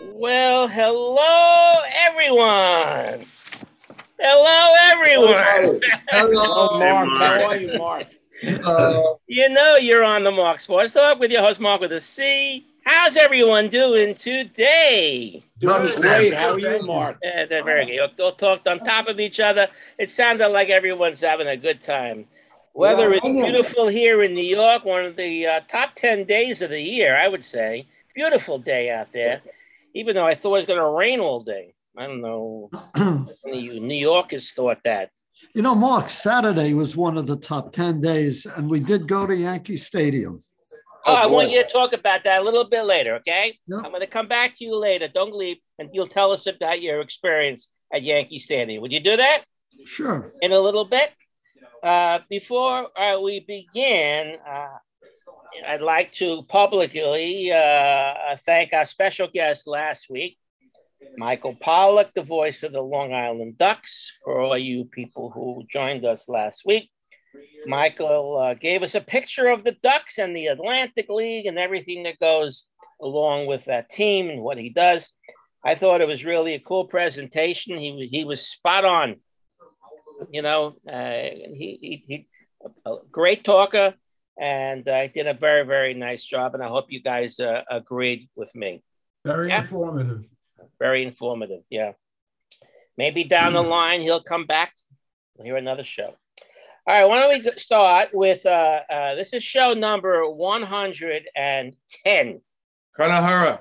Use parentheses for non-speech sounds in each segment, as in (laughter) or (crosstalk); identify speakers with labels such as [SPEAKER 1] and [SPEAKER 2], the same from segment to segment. [SPEAKER 1] Well, hello, everyone. Hello, everyone.
[SPEAKER 2] Hello,
[SPEAKER 3] Mark.
[SPEAKER 2] How are you, Mark? Uh,
[SPEAKER 1] (laughs) You know you're on the Mark Sports Talk with your host, Mark with a C. How's everyone doing today?
[SPEAKER 2] doing
[SPEAKER 3] None
[SPEAKER 2] great.
[SPEAKER 3] of
[SPEAKER 2] How are you, Mark?
[SPEAKER 1] Yeah, they're very good. You all talked on top of each other. It sounded like everyone's having a good time. Weather is beautiful here in New York, one of the uh, top 10 days of the year, I would say. Beautiful day out there, even though I thought it was going to rain all day. I
[SPEAKER 2] (clears throat)
[SPEAKER 1] don't know. if any of you New Yorkers thought that.
[SPEAKER 3] You know, Mark, Saturday was one of the top 10 days, and we did go to Yankee Stadium.
[SPEAKER 1] Oh, I want
[SPEAKER 2] boy.
[SPEAKER 1] you to talk about that a little bit later, okay?
[SPEAKER 3] Yep.
[SPEAKER 1] I'm going to come back to you later. Don't leave, and you'll tell us about your experience at Yankee Stadium. Would you do that?
[SPEAKER 3] Sure.
[SPEAKER 1] in a little bit. Uh, before uh, we begin, uh, I'd like to publicly uh, thank our special guest last week, Michael Pollock, the voice of the Long Island Ducks, for all you people who joined us last week. Michael uh, gave us a picture of the Ducks and the Atlantic League and everything that goes along with that team and what he does. I thought it was really a cool presentation. He, was- he was spot on you know, uh, he, he, he a great talker, and I did a very, very nice job. And I hope you guys uh, agreed with me.
[SPEAKER 4] Very
[SPEAKER 1] Yeah.
[SPEAKER 4] informative.
[SPEAKER 1] Very informative. Yeah. Maybe down the line he'll come back. We'll hear another show. All right. Why don't we go- start with uh, uh, this is show number one hundred and ten.
[SPEAKER 2] Kanahara.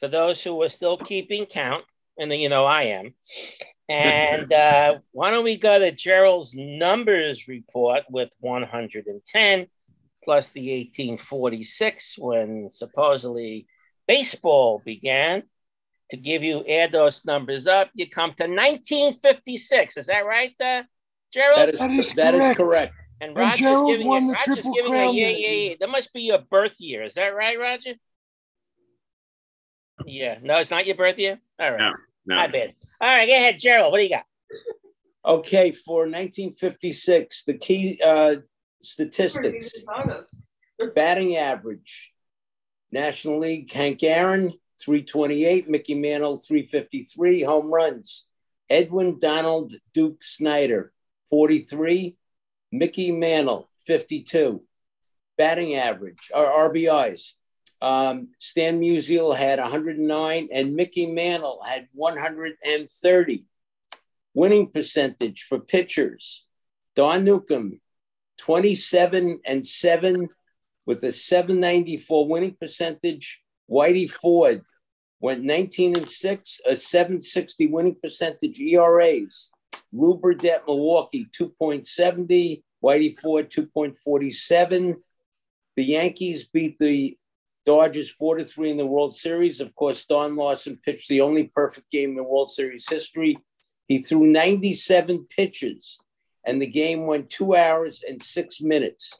[SPEAKER 1] for those who are still keeping count, and then you know I am. And uh, why don't we go to Gerald's numbers report with 110 plus the 1846 when supposedly baseball began? To give you add those numbers up, you come to 1956. Is that right, uh, Gerald?
[SPEAKER 2] That is,
[SPEAKER 5] That is
[SPEAKER 2] that is
[SPEAKER 5] correct.
[SPEAKER 2] correct.
[SPEAKER 1] and Roger's
[SPEAKER 5] Gerald
[SPEAKER 1] giving
[SPEAKER 5] won
[SPEAKER 1] it-
[SPEAKER 5] the
[SPEAKER 1] Roger's
[SPEAKER 5] Triple
[SPEAKER 1] giving it-
[SPEAKER 5] Crown
[SPEAKER 1] yeah,
[SPEAKER 5] that
[SPEAKER 1] yeah,
[SPEAKER 5] year.
[SPEAKER 1] yeah. That must be your birth year. Is that right, Roger? Yeah. No, it's not your birth year. All right. My bad. All right, go ahead, Gerald. What do you got?
[SPEAKER 2] Okay, for 1956, the key uh, statistics batting average, National League, Hank Aaron, 328, Mickey Mantle, 353, home runs, Edwin Donald Duke Snyder, 43, Mickey Mantle, 52. Batting average, or RBIs. Um, Stan Musial had 109, and Mickey Mantle had 130. Winning percentage for pitchers, Don Newcomb, 27 and 7 with a 794 winning percentage. Whitey Ford went 19 and 6, a 760 winning percentage ERAs. Lou Burdett, Milwaukee, 2.70. Whitey Ford, 2.47. The Yankees beat the Dodgers 4 to 3 in the World Series. Of course, Don Lawson pitched the only perfect game in World Series history. He threw 97 pitches, and the game went two hours and six minutes.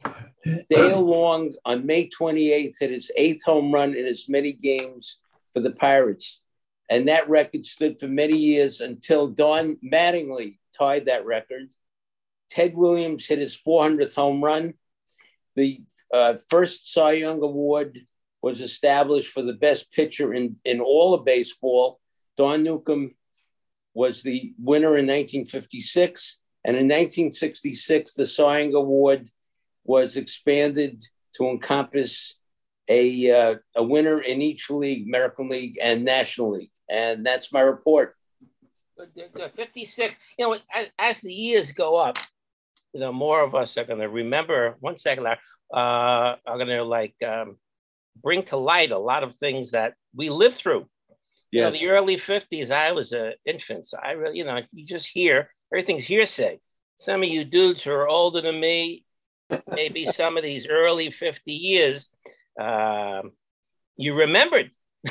[SPEAKER 2] Dale Long on May 28th hit his eighth home run in as many games for the Pirates. And that record stood for many years until Don Mattingly tied that record. Ted Williams hit his 400th home run. The uh, first Cy Young Award was established for the best pitcher in, in all of baseball. Don Newcomb was the winner in 1956. And in 1966, the Cy Young Award was expanded to encompass a, uh, a winner in each league, American League and National League. And that's my report.
[SPEAKER 1] The- the 56. You know, as, as the years go up, you know, more of us are going to remember. One second, Larry, uh, are going to like um, bring to light a lot of things that we lived through. You know, the early 50s, I was an infant. So I really, you know, you just hear everything's hearsay. Some of you dudes who are older than me, maybe some of these early 50 years, um, you remembered. (laughs)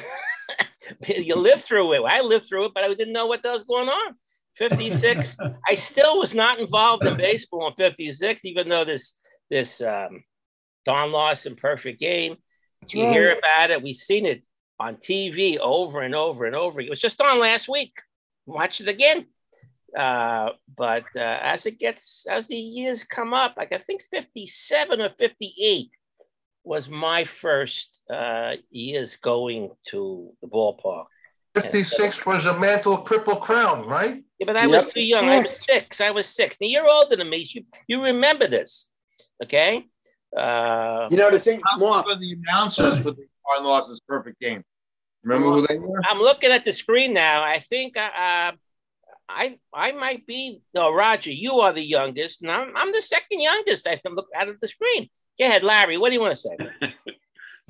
[SPEAKER 1] you lived through it. I lived through it, but I didn't know what the was going on. 56, I still was not involved in baseball in 56, even though this, this, um, Don Lawson perfect game. You
[SPEAKER 5] right.
[SPEAKER 1] hear about it. We've seen it on TV over and over and over. It was just on last week. Watch it again. Uh, but uh, as it gets, as the years come up, like I think 57 or 58 was my first uh, years going to the ballpark.
[SPEAKER 4] 56 was a mantle cripple crown, right?
[SPEAKER 1] Yeah, but I
[SPEAKER 2] Yep.
[SPEAKER 1] was too young. I was six. I was six. Now you're older than me. You you remember this, okay? Uh,
[SPEAKER 2] You know the thing, Mark.
[SPEAKER 5] For the announcers for the Martin Lawson's perfect game. Remember who they were?
[SPEAKER 1] I'm looking at the screen now. I think uh, I I might be no Roger. You are the youngest, and I'm, I'm the second youngest. I can look out of the screen. Go ahead, Larry. What do you want to say?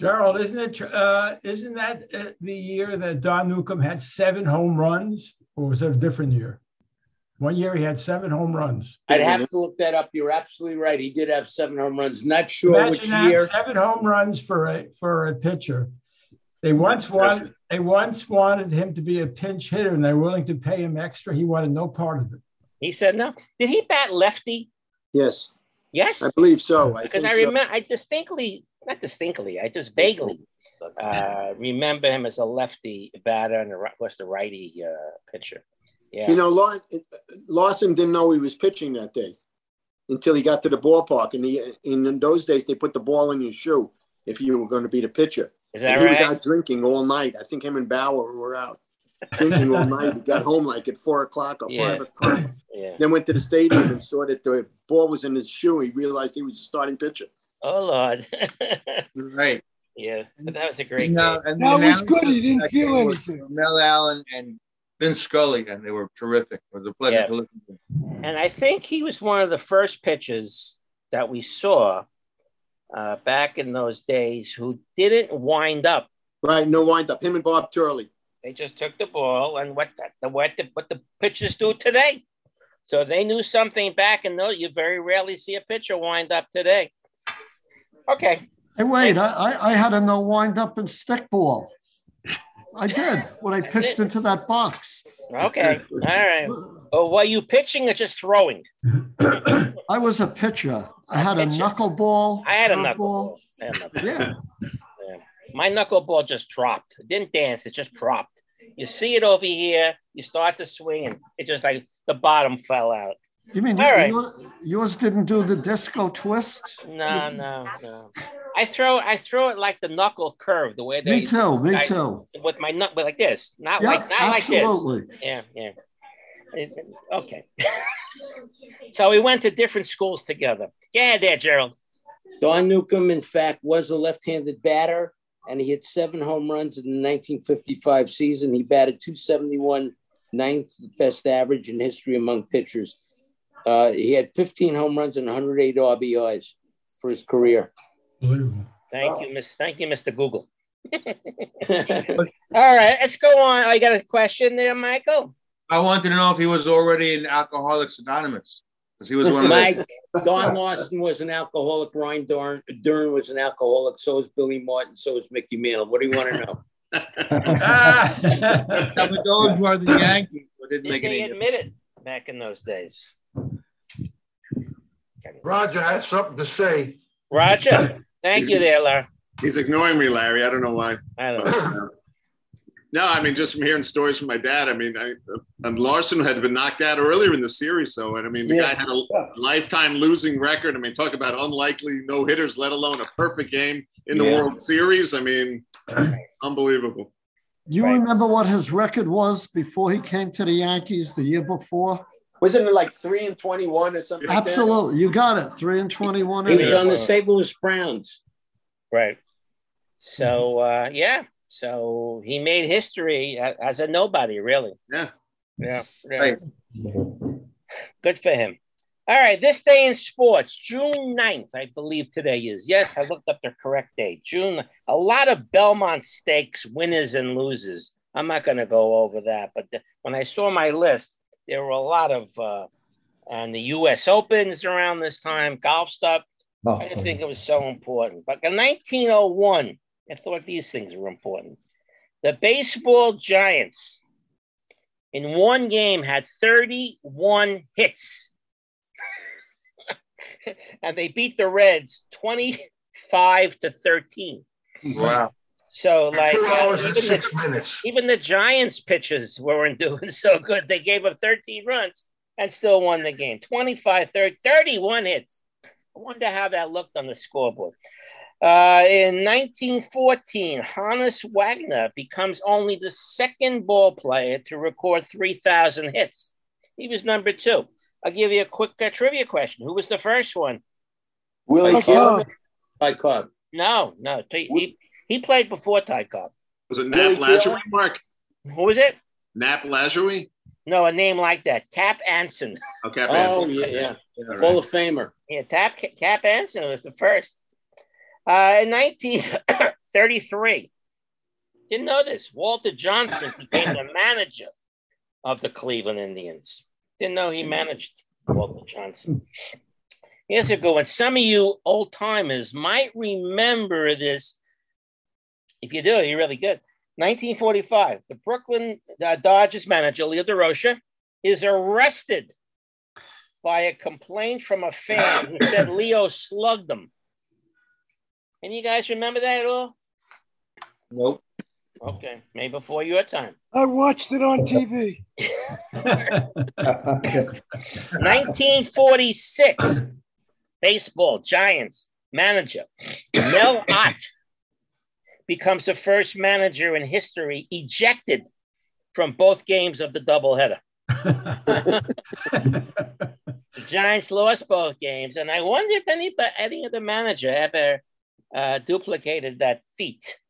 [SPEAKER 6] Gerald, isn't it, tr- uh, isn't that uh, the year that Don Newcomb had seven home runs? Or was it a different year? One year he had seven home runs.
[SPEAKER 2] I'd have to look that up. You're absolutely right. He did have seven home runs. Not sure which
[SPEAKER 6] Imagine
[SPEAKER 2] year.
[SPEAKER 6] that, seven home runs for a, for a pitcher. They once wanted, they once wanted him to be a pinch hitter and they're willing to pay him extra. He wanted no part of it.
[SPEAKER 1] He said no. Did he bat lefty?
[SPEAKER 7] Yes,
[SPEAKER 1] Yes,
[SPEAKER 7] I believe so. I
[SPEAKER 1] because
[SPEAKER 7] think
[SPEAKER 1] I
[SPEAKER 7] so.
[SPEAKER 1] remember. I distinctly, not distinctly. I just vaguely uh, remember him as a lefty batter and a, ri- was the righty uh, pitcher. Yeah.
[SPEAKER 7] You know, Law- Lawson didn't know he was pitching that day until he got to the ballpark. And he, in those days, they put the ball in your shoe if you were going to be the pitcher.
[SPEAKER 1] Is that
[SPEAKER 7] And he was
[SPEAKER 1] right?
[SPEAKER 7] out drinking all night. I think him and Bauer were out drinking all night. He got home like at four o'clock or
[SPEAKER 1] Yeah.
[SPEAKER 7] five o'clock.
[SPEAKER 1] yeah.
[SPEAKER 7] Then went to the stadium and saw that the ball was in his shoe. He realized he was a starting pitcher.
[SPEAKER 1] Oh Lord. (laughs)
[SPEAKER 5] Right.
[SPEAKER 1] yeah. But (laughs) that was a great.
[SPEAKER 5] And, uh,
[SPEAKER 1] game.
[SPEAKER 5] and
[SPEAKER 8] That
[SPEAKER 5] the
[SPEAKER 8] was good. He
[SPEAKER 5] announcers
[SPEAKER 8] didn't
[SPEAKER 5] that
[SPEAKER 8] feel
[SPEAKER 5] day were
[SPEAKER 8] anything.
[SPEAKER 5] Mel Allen and Vin Scully, and they were terrific. It was a pleasure
[SPEAKER 1] Yeah.
[SPEAKER 5] to listen to.
[SPEAKER 1] And I think he was one of the first pitchers that we saw uh, back in those days who didn't wind up.
[SPEAKER 7] Right, no windup. Him and Bob Turley.
[SPEAKER 1] They just took the ball and what the, the what the what the pitchers do today. So they knew something back in those. You very rarely see a pitcher wind up today. Okay,
[SPEAKER 3] Hey, wait, I, I, I had a no wind up and stick ball. I did when I pitched into that box.
[SPEAKER 1] okay, all right. Oh, were you pitching or just throwing?
[SPEAKER 3] I was a pitcher. I had a
[SPEAKER 1] Pitcher.
[SPEAKER 3] knuckleball.
[SPEAKER 1] I had a
[SPEAKER 3] curveball.
[SPEAKER 1] knuckleball. I had
[SPEAKER 3] (laughs)
[SPEAKER 1] a knuckleball.
[SPEAKER 3] Yeah.
[SPEAKER 1] My knuckleball just dropped. It didn't dance. It just dropped. You see it over here. You start to swing, and it just like the bottom fell out.
[SPEAKER 3] You mean
[SPEAKER 1] All right.
[SPEAKER 3] yours, yours didn't do the disco twist?
[SPEAKER 1] No, no, no. I throw, I throw it like the knuckle curve, the way they
[SPEAKER 3] Me too. Me
[SPEAKER 1] I-
[SPEAKER 3] too.
[SPEAKER 1] with my nut, but like this, not
[SPEAKER 3] Yeah,
[SPEAKER 1] like, not
[SPEAKER 3] absolutely.
[SPEAKER 1] like this. Yeah, yeah. It- it- okay. (laughs) so we went to different schools together. Yeah, there, Gerald.
[SPEAKER 2] Don Newcomb, in fact, was a left-handed batter, and he hit seven home runs in the 1955 season. He batted 271, ninth best average in history among pitchers. Uh, he had 15 home runs and 108 RBIs for his career.
[SPEAKER 6] Unbelievable.
[SPEAKER 1] Thank you, Miss. Thank you, Mr. Google. (laughs) All right, let's go on. I got a question there,
[SPEAKER 5] (laughs)
[SPEAKER 1] Michael.
[SPEAKER 5] I wanted to know if he was already in Alcoholics Anonymous because he was one of
[SPEAKER 2] Mike,
[SPEAKER 5] the.
[SPEAKER 2] Don Lawson was an alcoholic. Ryan Dern, Dern was an alcoholic. So is Billy Martin. So is Mickey Mantle. What do you want to know?
[SPEAKER 6] Ah.
[SPEAKER 5] Some of those were the Yankees, but didn't
[SPEAKER 1] Did
[SPEAKER 5] make
[SPEAKER 1] they
[SPEAKER 5] any.
[SPEAKER 1] admit it back in those days?
[SPEAKER 4] Roger has something to say.
[SPEAKER 1] Roger, thank you there, Larry.
[SPEAKER 9] He's ignoring me, Larry. I don't know why. uh,
[SPEAKER 1] I don't know.
[SPEAKER 9] no, I mean, just from hearing stories from my dad, I mean, I, uh, and Larson had been knocked out earlier in the series, so and I mean, the
[SPEAKER 2] Yeah.
[SPEAKER 9] guy had a lifetime losing record. I mean, talk about unlikely no hitters, let alone a perfect game in the
[SPEAKER 5] Yeah.
[SPEAKER 9] World Series. I mean, unbelievable.
[SPEAKER 3] You
[SPEAKER 1] Right.
[SPEAKER 3] remember what his record was before he came to the Yankees the year before?
[SPEAKER 7] Wasn't it like three and twenty-one or something? like that?
[SPEAKER 3] Absolutely. You got it. Three and 21.
[SPEAKER 2] He was on the
[SPEAKER 1] Yeah.
[SPEAKER 2] St. Louis Browns.
[SPEAKER 1] Right. So uh, yeah, so he made history a- as a nobody, really.
[SPEAKER 9] Yeah.
[SPEAKER 1] Yeah. yeah.
[SPEAKER 5] Right.
[SPEAKER 1] Good for him. All right, this day in sports, June 9th, I believe today is. Yes, I looked up the correct date. June, a lot of Belmont stakes winners and losers. I'm not going to go over that, but the- when I saw my list, there were a lot of, uh, and the US Opens around this time, golf stuff. I didn't think it was so important. But in 1901, I thought these things were important. The baseball Giants in one game had 31 hits. (laughs) and they beat the Reds 25 to 13.
[SPEAKER 5] Wow.
[SPEAKER 1] So, like,
[SPEAKER 4] Two hours and
[SPEAKER 1] even the-
[SPEAKER 4] six minutes.
[SPEAKER 1] even the Giants pitchers weren't (laughs) doing so good. They gave up 13 runs and still won the game. 25, 30, 31 hits. I wonder how that looked on the scoreboard. Uh, in 1914, Hannes Wagner becomes only the second ball player to record 3,000 hits. He was number two. I'll give you a quick uh, trivia question. Who was the first one?
[SPEAKER 2] Willie
[SPEAKER 3] Mike
[SPEAKER 2] Keeler.
[SPEAKER 3] Cobb.
[SPEAKER 2] Mike Cobb.
[SPEAKER 1] No, no. T- He, he played before Ty Cobb.
[SPEAKER 9] Was it
[SPEAKER 2] Really,
[SPEAKER 9] Nap Lazarus, Mark?
[SPEAKER 1] Who was it?
[SPEAKER 9] Nap Lazarus?
[SPEAKER 1] No, a name like that. Tap Anson.
[SPEAKER 9] Okay.
[SPEAKER 2] Oh,
[SPEAKER 9] Oh,
[SPEAKER 2] yeah, yeah.
[SPEAKER 9] right.
[SPEAKER 2] Hall of Famer.
[SPEAKER 1] Yeah, Tap Cap Anson was the first. Uh, in (coughs) 1933, didn't know this. Walter Johnson became the manager of the Cleveland Indians. Didn't know he managed Walter Johnson. Here's a good one. Some of you old timers might remember this. If you do, you're really good. 1945, the Brooklyn uh, Dodgers manager Leo DeRocha is arrested by a complaint from a fan who said Leo slugged him. Any you guys remember that at all?
[SPEAKER 2] Nope.
[SPEAKER 1] Okay, maybe before your time.
[SPEAKER 8] I watched it on
[SPEAKER 10] (laughs)
[SPEAKER 8] TV.
[SPEAKER 1] 1946, baseball Giants manager Mel Ott becomes the first manager in history ejected from both games of the doubleheader. The Giants lost both games, and I wonder if any, any other manager ever uh, duplicated that feat.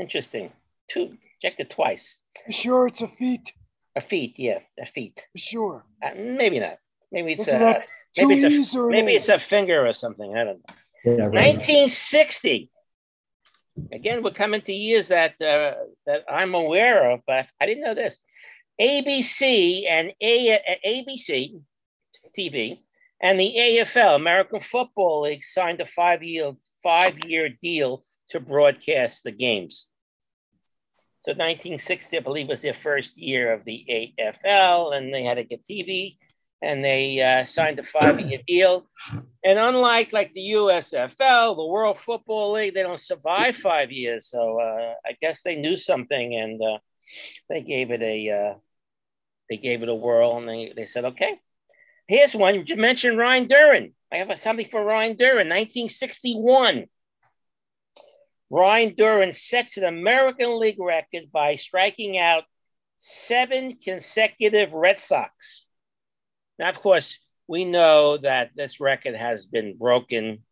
[SPEAKER 1] Interesting. Two ejected twice.
[SPEAKER 8] For sure, it's a feat.
[SPEAKER 1] A feat, yeah, a feat.
[SPEAKER 8] For sure.
[SPEAKER 1] Uh, maybe not. Maybe it's
[SPEAKER 8] Isn't
[SPEAKER 1] a
[SPEAKER 8] that two
[SPEAKER 1] maybe it's a
[SPEAKER 8] E's or an
[SPEAKER 1] maybe
[SPEAKER 8] A?
[SPEAKER 1] it's a finger or something. I don't know.
[SPEAKER 10] Yeah, right.
[SPEAKER 1] 1960. Again, we're coming to years that uh, that I'm aware of, but I didn't know this. ABC and a- uh, ABC TV and the AFL American Football League signed a five-year five-year deal to broadcast the games. So 1960, I believe, was their first year of the AFL, and they had to get TV, and they uh, signed a five-year deal. And unlike like the USFL, the World Football League, they don't survive five years. So uh, I guess they knew something, and uh, they gave it a uh, they gave it a whirl, and they, they said, okay, here's one. You just mentioned Ryan Duran. I have something for Ryan Duran, 1961. Ryan Duran sets an American League record by striking out seven consecutive Red Sox. Now, of course, we know that this record has been broken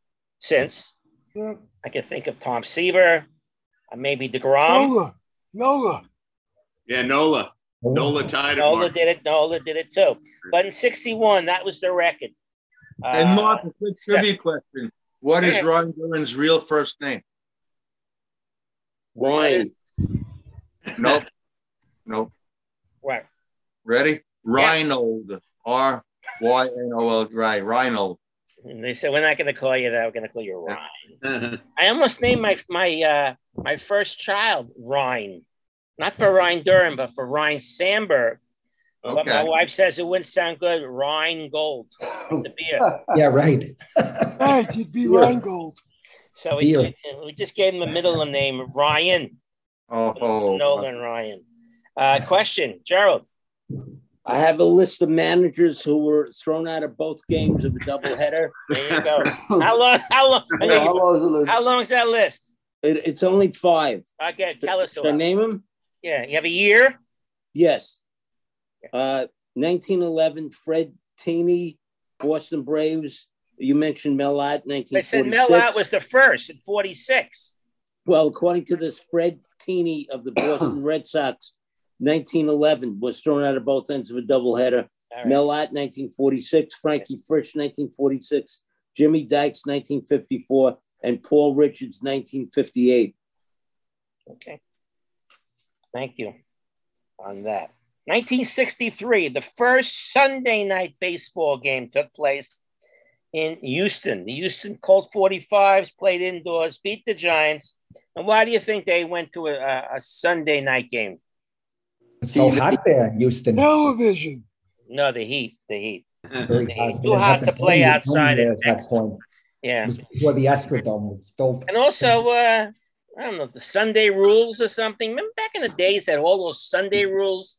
[SPEAKER 1] since.
[SPEAKER 8] Yeah.
[SPEAKER 1] I can think of Tom Seaver, uh, maybe DeGrom.
[SPEAKER 8] Nola. Nola.
[SPEAKER 9] yeah, Nola. Nola tied it.
[SPEAKER 1] Nola
[SPEAKER 9] Mark.
[SPEAKER 1] did it. Nola did it too. But in 61, that was the record.
[SPEAKER 5] And
[SPEAKER 1] Uh,
[SPEAKER 5] Mark, a quick trivia question. What is
[SPEAKER 1] Yeah.
[SPEAKER 5] Ron Duran's real first name?
[SPEAKER 2] Ryan.
[SPEAKER 5] Nope. Nope.
[SPEAKER 1] right.
[SPEAKER 5] Ready? Reinhold. R Y N O L D. Reinhold.
[SPEAKER 1] And they said, we're not going to call you that. We're going to call you Ryan.
[SPEAKER 9] yeah,
[SPEAKER 1] I almost named my my uh, my first child Ryan, not for Ryan Durham, but for Ryan Sandberg. But my
[SPEAKER 5] Okay.
[SPEAKER 1] wife says it wouldn't sound good. Ryan Gold, the beer.
[SPEAKER 10] (laughs) (laughs) Yeah, right.
[SPEAKER 8] Hey, you'd be Reingold.
[SPEAKER 1] So we,
[SPEAKER 10] Beer.
[SPEAKER 1] we just gave him
[SPEAKER 9] (laughs)
[SPEAKER 1] the middle name Ryan
[SPEAKER 5] Oh,
[SPEAKER 1] Nolan Ryan. Uh, question, Gerald.
[SPEAKER 2] I have a list of managers who were thrown out of both games of a doubleheader.
[SPEAKER 1] There you go. How long? How long?
[SPEAKER 10] How long is it, Lou?
[SPEAKER 1] How long's that list?
[SPEAKER 2] It, it's only five.
[SPEAKER 1] Okay, uh, tell us.
[SPEAKER 2] Should I
[SPEAKER 1] all.
[SPEAKER 2] name them?
[SPEAKER 1] Yeah, you have a year.
[SPEAKER 2] Yes. Uh, 1911, Fred Taney, Boston Braves. You mentioned Mel Ott,
[SPEAKER 1] They said Mel
[SPEAKER 2] 1946.
[SPEAKER 1] Out was the first in '46.
[SPEAKER 2] Well, according to this, Fred Taney of the Boston Red Sox, 1911, was thrown out of both ends of a doubleheader.
[SPEAKER 1] All right.
[SPEAKER 2] Mel Ott, 1946, Frankie Frisch, 1946, Jimmy Dykes, 1954, and Paul Richards, 1958.
[SPEAKER 1] Okay. Thank you on that. 1963, the first Sunday night baseball game took place in Houston. The Houston Colt 45s played indoors, beat the Giants. And why do you think they went to a- a, a Sunday night game?
[SPEAKER 10] It's so hot there in Houston.
[SPEAKER 8] Television.
[SPEAKER 1] No, the Heat, the Heat.
[SPEAKER 10] Very
[SPEAKER 1] Too
[SPEAKER 10] They
[SPEAKER 1] hot
[SPEAKER 10] had
[SPEAKER 1] to play
[SPEAKER 10] home-
[SPEAKER 1] outside
[SPEAKER 10] home
[SPEAKER 1] at
[SPEAKER 10] there
[SPEAKER 1] Texas.
[SPEAKER 10] that point. It
[SPEAKER 1] Yeah.
[SPEAKER 10] was before the Astrodome was built.
[SPEAKER 1] And also,
[SPEAKER 10] Mm-hmm.
[SPEAKER 1] uh, I don't know, the Sunday rules or something. Remember back in the days that all those Sunday rules,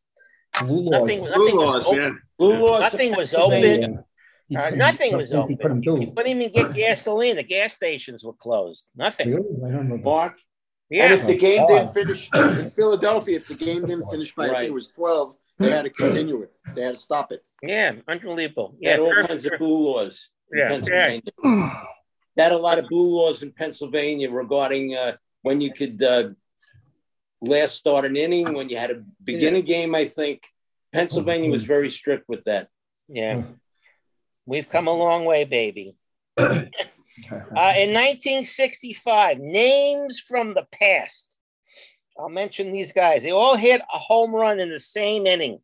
[SPEAKER 10] Blue
[SPEAKER 1] nothing,
[SPEAKER 10] laws.
[SPEAKER 1] nothing was
[SPEAKER 9] laws,
[SPEAKER 1] open.
[SPEAKER 9] yeah.
[SPEAKER 2] Blue Laws of
[SPEAKER 1] Nothing was
[SPEAKER 2] Pennsylvania.
[SPEAKER 1] open.
[SPEAKER 10] Yeah. He
[SPEAKER 1] Uh,
[SPEAKER 10] couldn't-
[SPEAKER 1] nothing was
[SPEAKER 10] things He
[SPEAKER 1] open.
[SPEAKER 10] couldn't
[SPEAKER 1] You
[SPEAKER 10] do.
[SPEAKER 1] couldn't even get gasoline. The gas stations were closed. Nothing.
[SPEAKER 10] Really? I don't know.
[SPEAKER 2] Mark,
[SPEAKER 1] Yeah.
[SPEAKER 7] And if the game
[SPEAKER 10] Oh,
[SPEAKER 7] didn't
[SPEAKER 10] God.
[SPEAKER 7] finish in Philadelphia, if the game didn't finish by I think
[SPEAKER 2] Right.
[SPEAKER 7] it was twelve, they had to continue it. They had to stop it.
[SPEAKER 1] yeah. Unbelievable.
[SPEAKER 2] They
[SPEAKER 1] Yeah.
[SPEAKER 2] had all
[SPEAKER 1] Kirk-
[SPEAKER 2] kinds of blue laws. in
[SPEAKER 1] Yeah,
[SPEAKER 2] Pennsylvania. They had a lot of blue laws in Pennsylvania regarding uh, when you could uh, last start an inning, when you had to begin a game. I think Pennsylvania was very strict with that.
[SPEAKER 1] Mm-hmm. Yeah. We've come a long way, baby. Uh, in 1965, names from the past. I'll mention these guys. They all hit a home run in the same inning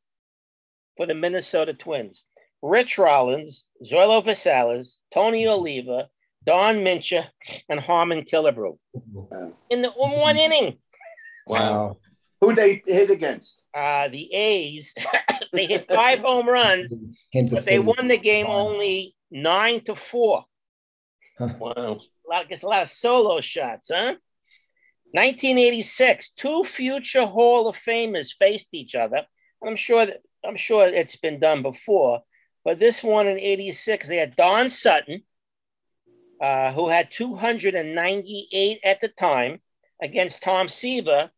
[SPEAKER 1] for the Minnesota Twins. Rich Rollins, Zoilo Vassalas, Tony Oliva, Don Mincha, and Harmon Killebrew. In the in one inning,
[SPEAKER 10] (sighs) Wow.
[SPEAKER 7] Who they hit against?
[SPEAKER 1] uh, the A's, (coughs) they hit five home runs,
[SPEAKER 10] Kansas
[SPEAKER 1] but they
[SPEAKER 10] City.
[SPEAKER 1] won the game only nine to four.
[SPEAKER 2] Wow.
[SPEAKER 1] A lot, gets a lot of solo shots, huh? 1986, two future Hall of Famers faced each other. I'm sure that I'm sure it's been done before, but this one in '86, they had Don Sutton, uh, who had 298 at the time, against Tom Seaver,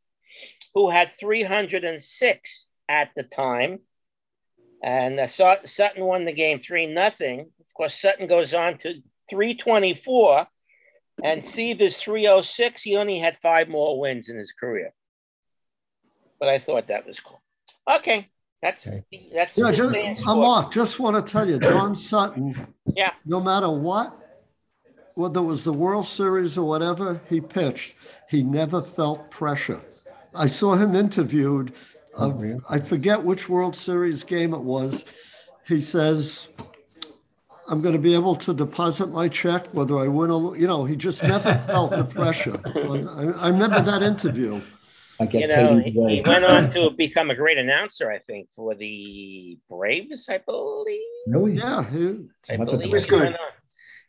[SPEAKER 1] who had 306 at the time. And uh, Sut- Sutton won the game 3 nothing. Of course, Sutton goes on to 324, and Seaver's 306. He only had five more wins in his career. But I thought that was cool. Okay. That's
[SPEAKER 10] Okay.
[SPEAKER 1] that's
[SPEAKER 3] Yeah,
[SPEAKER 1] the
[SPEAKER 3] just,
[SPEAKER 1] same
[SPEAKER 3] I'm
[SPEAKER 1] score.
[SPEAKER 3] off. Just want to tell you,
[SPEAKER 1] (laughs)
[SPEAKER 3] Don Sutton.
[SPEAKER 1] Yeah.
[SPEAKER 3] No matter what, whether it was the World Series or whatever he pitched, he never felt pressure. I saw him interviewed. uh,
[SPEAKER 10] Oh, really?
[SPEAKER 3] I forget which World Series game it was. He says, "I'm going to be able to deposit my check whether I win or lo-" you know." He just never
[SPEAKER 10] (laughs)
[SPEAKER 3] felt the pressure. I, I remember that interview.
[SPEAKER 10] I get
[SPEAKER 1] You know,
[SPEAKER 10] paid
[SPEAKER 1] he
[SPEAKER 10] either way.
[SPEAKER 1] he went on to become a great announcer, I think, for the Braves, I believe.
[SPEAKER 10] Really?
[SPEAKER 3] Yeah, he,
[SPEAKER 1] I
[SPEAKER 10] Not that
[SPEAKER 1] believe
[SPEAKER 10] it
[SPEAKER 1] he
[SPEAKER 10] was
[SPEAKER 1] went on.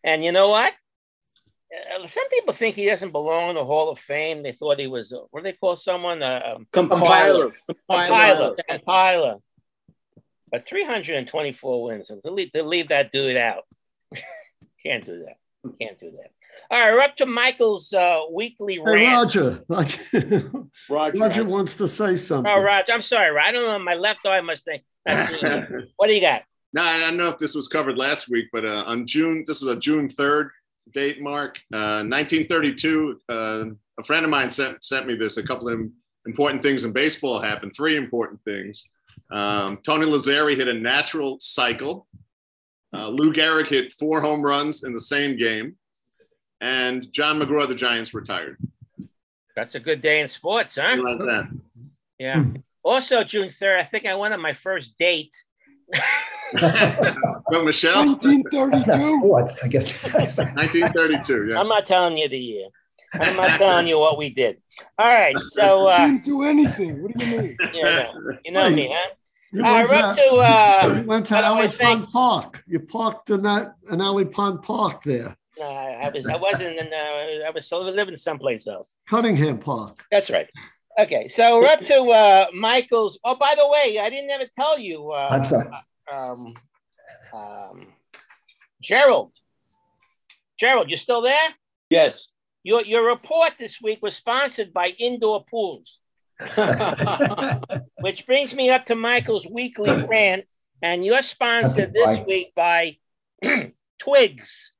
[SPEAKER 1] And you know what? Uh, some people think he doesn't belong in the Hall of Fame. They thought he was, uh, what do they call someone? Uh, um,
[SPEAKER 7] Compiler.
[SPEAKER 1] a
[SPEAKER 7] Compiler.
[SPEAKER 1] pilot. A pilot. But 324 wins. So to leave, to leave that dude out. (laughs) Can't do that. Can't do that. All right, we're up to Michael's uh, weekly
[SPEAKER 3] hey
[SPEAKER 1] rant.
[SPEAKER 3] Roger, like, (laughs)
[SPEAKER 2] Roger,
[SPEAKER 3] Roger
[SPEAKER 2] has-
[SPEAKER 3] wants to say something.
[SPEAKER 1] Oh, Roger, I'm sorry, Roger. I don't know. My left eye must think. not seeing it. What do you got?
[SPEAKER 9] (laughs) No, I don't know if this was covered last week, but uh, on June, this was a June 3rd date mark, uh, 1932. Uh, a friend of mine sent, sent me this. A couple of important things in baseball happened, three important things. Um, Tony Lazzari hit a natural cycle. Uh, Lou Gehrig hit four home runs in the same game. And John McGraw, of the Giants, retired.
[SPEAKER 1] That's a good day in sports, huh?
[SPEAKER 9] How about that?
[SPEAKER 1] Yeah. Also, June 3rd, I think I went on my first date.
[SPEAKER 9] But Michelle,
[SPEAKER 10] That's not
[SPEAKER 8] 1932.
[SPEAKER 10] sports, I guess. That's not-
[SPEAKER 9] 1932. Yeah.
[SPEAKER 1] I'm not telling you the year. I'm not telling you what we did. All right.
[SPEAKER 9] (laughs)
[SPEAKER 1] So,
[SPEAKER 8] You
[SPEAKER 1] uh,
[SPEAKER 8] didn't do anything. What do you mean?
[SPEAKER 1] you know, you know me, huh?
[SPEAKER 3] You
[SPEAKER 1] All
[SPEAKER 3] went
[SPEAKER 1] right, we're
[SPEAKER 3] to-
[SPEAKER 1] up to uh,
[SPEAKER 3] You went to
[SPEAKER 1] By the
[SPEAKER 3] Alley
[SPEAKER 1] way, thank-
[SPEAKER 3] Pond Park. You parked in that in Alley Pond Park there,
[SPEAKER 1] No, I I was I wasn't in uh, I was still living someplace else.
[SPEAKER 3] Cunningham Park.
[SPEAKER 1] That's right. Okay, so we're up to uh, Michael's. Oh, by the way, I didn't ever tell you. Uh,
[SPEAKER 10] I'm sorry.
[SPEAKER 1] Um, um, Gerald, Gerald, you still there?
[SPEAKER 2] yes.
[SPEAKER 1] Your your report this week was sponsored by Indoor Pools, which brings me up to Michael's weekly rant, and you're sponsored this
[SPEAKER 10] Why?
[SPEAKER 1] week by (clears throat) Twigs.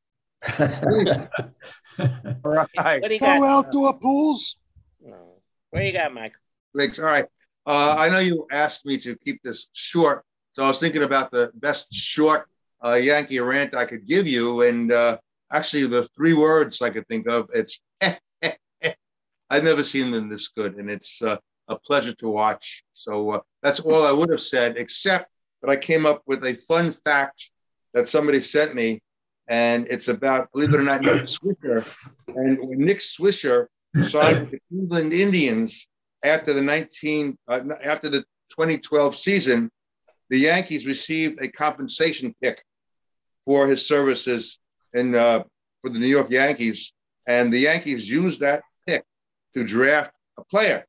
[SPEAKER 5] Hi.
[SPEAKER 1] What do you
[SPEAKER 8] No
[SPEAKER 1] got?
[SPEAKER 8] outdoor pools.
[SPEAKER 1] No. What do you got, Michael?
[SPEAKER 5] Thanks. All right. Uh, I know you asked me to keep this short, so I was thinking about the best short uh, Yankee rant I could give you, and uh, actually the three words I could think of. It's (laughs) I've never seen them this good, and it's uh, a pleasure to watch. So uh, that's all I would have said, except that I came up with a fun fact that somebody sent me, and it's about believe it or not, Nick Swisher, and when Nick Swisher signed with the Cleveland Indians after the 19 uh, after the 2012 season, the Yankees received a compensation pick for his services in uh, for the New York Yankees, and the Yankees used that pick to draft a player,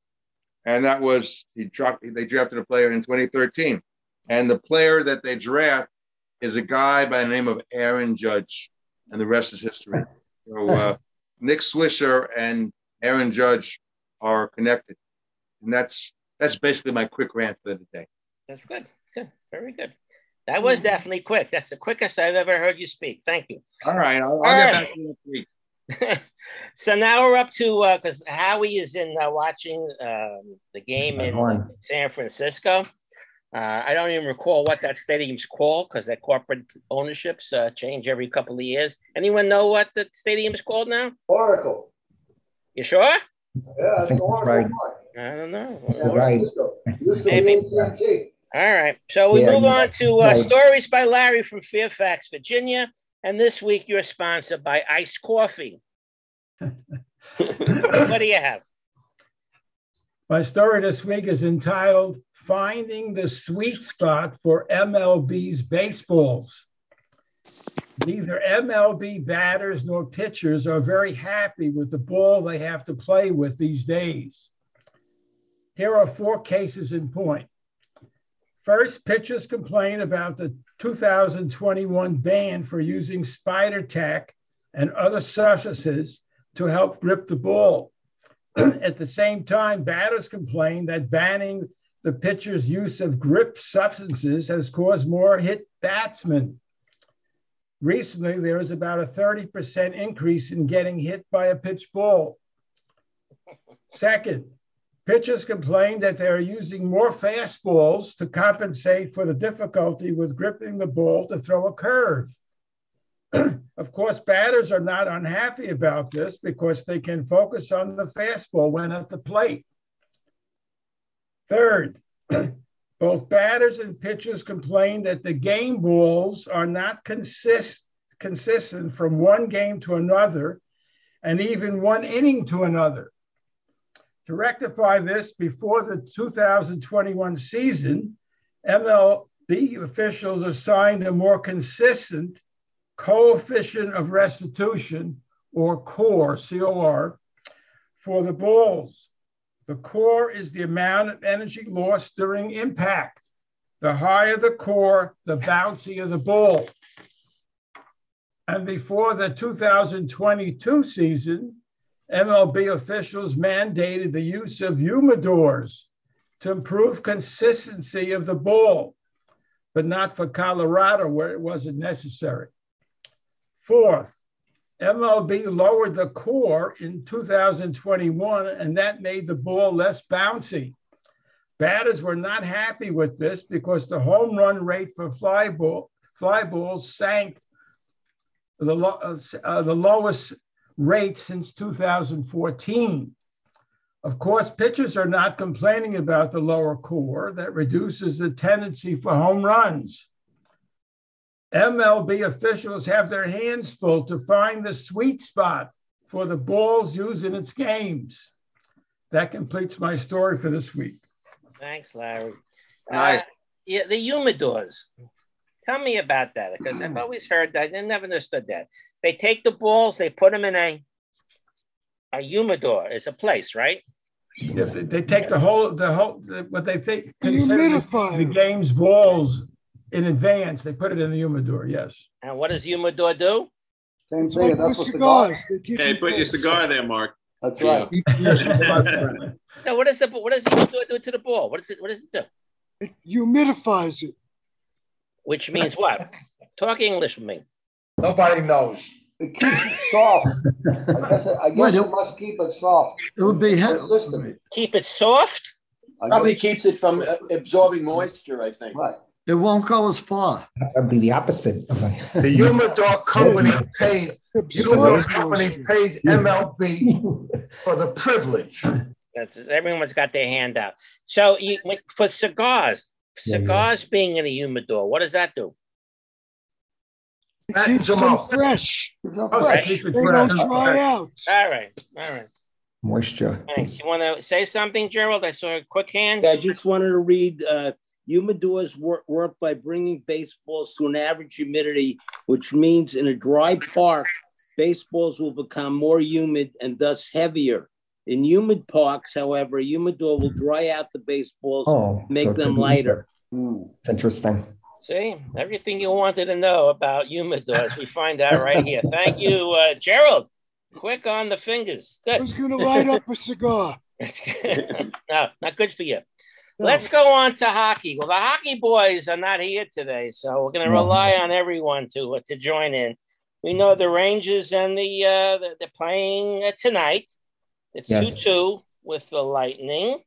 [SPEAKER 5] and that was he dropped they drafted a player in 2013, and the player that they draft is a guy by the name of Aaron Judge, and the rest is history. So uh, Nick Swisher and Aaron Judge are connected, and that's that's basically my quick rant for the day.
[SPEAKER 1] That's good. Good. Very good. That was definitely quick. That's the quickest I've ever heard you speak. Thank you.
[SPEAKER 5] All right, I'll,
[SPEAKER 1] All
[SPEAKER 5] I'll get
[SPEAKER 1] right.
[SPEAKER 5] back to you next week.
[SPEAKER 1] so now we're up to because Howie is in uh, watching um, the game in
[SPEAKER 10] One.
[SPEAKER 1] San Francisco. Uh, I don't even recall what that stadium's called because their corporate ownerships uh, change every couple of years. Anyone know what the stadium is called now?
[SPEAKER 11] Oracle.
[SPEAKER 1] You sure?
[SPEAKER 11] Yeah,
[SPEAKER 10] I
[SPEAKER 11] it's
[SPEAKER 10] think that's right.
[SPEAKER 1] I don't know.
[SPEAKER 10] You're right.
[SPEAKER 11] Used to
[SPEAKER 1] Maybe.
[SPEAKER 11] be AT&T.
[SPEAKER 1] All right. So we
[SPEAKER 10] Yeah,
[SPEAKER 1] move
[SPEAKER 10] you're
[SPEAKER 1] on
[SPEAKER 10] right.
[SPEAKER 1] to uh,
[SPEAKER 10] Right.
[SPEAKER 1] stories by Larry from Fairfax, Virginia. And this week you're sponsored by Ice Coffee. what do you have?
[SPEAKER 6] My story this week is entitled Finding the Sweet Spot for MLB's Baseballs. Neither MLB batters nor pitchers are very happy with the ball they have to play with these days. Here are four cases in point. First, pitchers complain about the 2021 ban for using spider tack and other substances to help grip the ball. At the same time, batters complain that banning the pitcher's use of grip substances has caused more hit batsmen. Recently, there is about a 30% increase in getting hit by a pitch ball. Second, pitchers complain that they are using more fastballs to compensate for the difficulty with gripping the ball to throw a curve. Of course, batters are not unhappy about this because they can focus on the fastball when at the plate. Third, (clears throat) both batters and pitchers complain that the game balls are not consist, consistent from one game to another and even one inning to another. To rectify this, before the 2021 season, MLB officials assigned a more consistent coefficient of restitution or core, COR, for the balls. The core is the amount of energy lost during impact. The higher the core, the bouncier the ball. And before the 2022 season, MLB officials mandated the use of humidors to improve consistency of the ball, but not for Colorado where it wasn't necessary. Fourth, MLB lowered the core in 2021, and that made the ball less bouncy. Batters were not happy with this because the home run rate for fly, ball, fly balls sank the, lo- uh, s- uh, the lowest rate since 2014. Of course, pitchers are not complaining about the lower core that reduces the tendency for home runs. MLB officials have their hands full to find the sweet spot for the balls used in its games. That completes my story for this week.
[SPEAKER 1] Thanks, Larry.
[SPEAKER 5] Nice.
[SPEAKER 1] Uh, yeah, the humidors. Tell me about that because I've always heard that and never understood that. They take the balls, they put them in a a humidor. It's a place, right?
[SPEAKER 6] Yeah, They they take the whole, the whole, the- what they think, consider
[SPEAKER 8] Humidifier.
[SPEAKER 6] the game's balls in advance. They put it in the humidor, yes.
[SPEAKER 1] And what does humidor do?
[SPEAKER 11] Same
[SPEAKER 8] It's like
[SPEAKER 11] thing.
[SPEAKER 8] with
[SPEAKER 11] That's what cigars.
[SPEAKER 8] cigars. They keep
[SPEAKER 9] Hey,
[SPEAKER 8] you
[SPEAKER 9] put your
[SPEAKER 8] focused.
[SPEAKER 9] cigar there, Mark.
[SPEAKER 11] That's right.
[SPEAKER 1] (laughs) No, what does the what does the humidor do to the ball? What does it what does it do?
[SPEAKER 8] It humidifies it.
[SPEAKER 1] Which means what? Talk English with me.
[SPEAKER 4] Nobody knows.
[SPEAKER 11] It keeps it
[SPEAKER 10] (laughs)
[SPEAKER 11] soft. I guess, it, I guess
[SPEAKER 3] Wait,
[SPEAKER 11] it
[SPEAKER 3] it-
[SPEAKER 11] must keep it soft.
[SPEAKER 3] It would be he-
[SPEAKER 11] Consistent.
[SPEAKER 1] Keep it soft.
[SPEAKER 11] I guess-
[SPEAKER 7] Probably keeps it from uh, absorbing moisture, I think.
[SPEAKER 11] Right.
[SPEAKER 3] It won't go as far.
[SPEAKER 10] That'd be the opposite. of
[SPEAKER 4] The
[SPEAKER 10] a-
[SPEAKER 4] humidor company paid, humidor
[SPEAKER 8] Absorbs
[SPEAKER 4] company
[SPEAKER 8] moisture.
[SPEAKER 4] paid MLB for the privilege.
[SPEAKER 1] That's everyone's got their hand out. So you, when- for cigars,
[SPEAKER 10] Yeah, yeah.
[SPEAKER 1] cigars being in a humidor, what does that do?
[SPEAKER 8] It
[SPEAKER 4] Pat
[SPEAKER 8] keeps
[SPEAKER 4] them
[SPEAKER 8] them
[SPEAKER 4] up.
[SPEAKER 8] fresh.
[SPEAKER 4] Oh,
[SPEAKER 10] Oh,
[SPEAKER 6] Also,
[SPEAKER 1] Right.
[SPEAKER 6] keep it
[SPEAKER 8] They don't
[SPEAKER 6] fresh.
[SPEAKER 8] dry out.
[SPEAKER 1] All right, all right.
[SPEAKER 10] Moisture.
[SPEAKER 1] Thanks. You want to say something, Gerald? I saw a quick hand.
[SPEAKER 2] I just wanted to read uh, humidors work, work by bringing baseballs to an average humidity, which means in a dry park, baseballs will become more humid and thus heavier. In humid parks, however, a humidor will dry out the baseballs,
[SPEAKER 10] Oh.
[SPEAKER 2] make
[SPEAKER 10] so it
[SPEAKER 2] them
[SPEAKER 10] could be-
[SPEAKER 2] lighter.
[SPEAKER 4] (laughs)
[SPEAKER 10] It's interesting.
[SPEAKER 1] See, everything you wanted to know about humidors, we find out right here. Thank you, uh, Gerald. Quick on the fingers. Good.
[SPEAKER 8] Who's going to light up a cigar?
[SPEAKER 1] (laughs) no, not good for you. Let's go on to hockey. Well, the hockey boys are not here today, so we're going to rely on everyone to uh, to join in. We know the Rangers and the uh, the- they're playing uh, tonight. It's two
[SPEAKER 10] Yes.
[SPEAKER 1] two with the Lightning,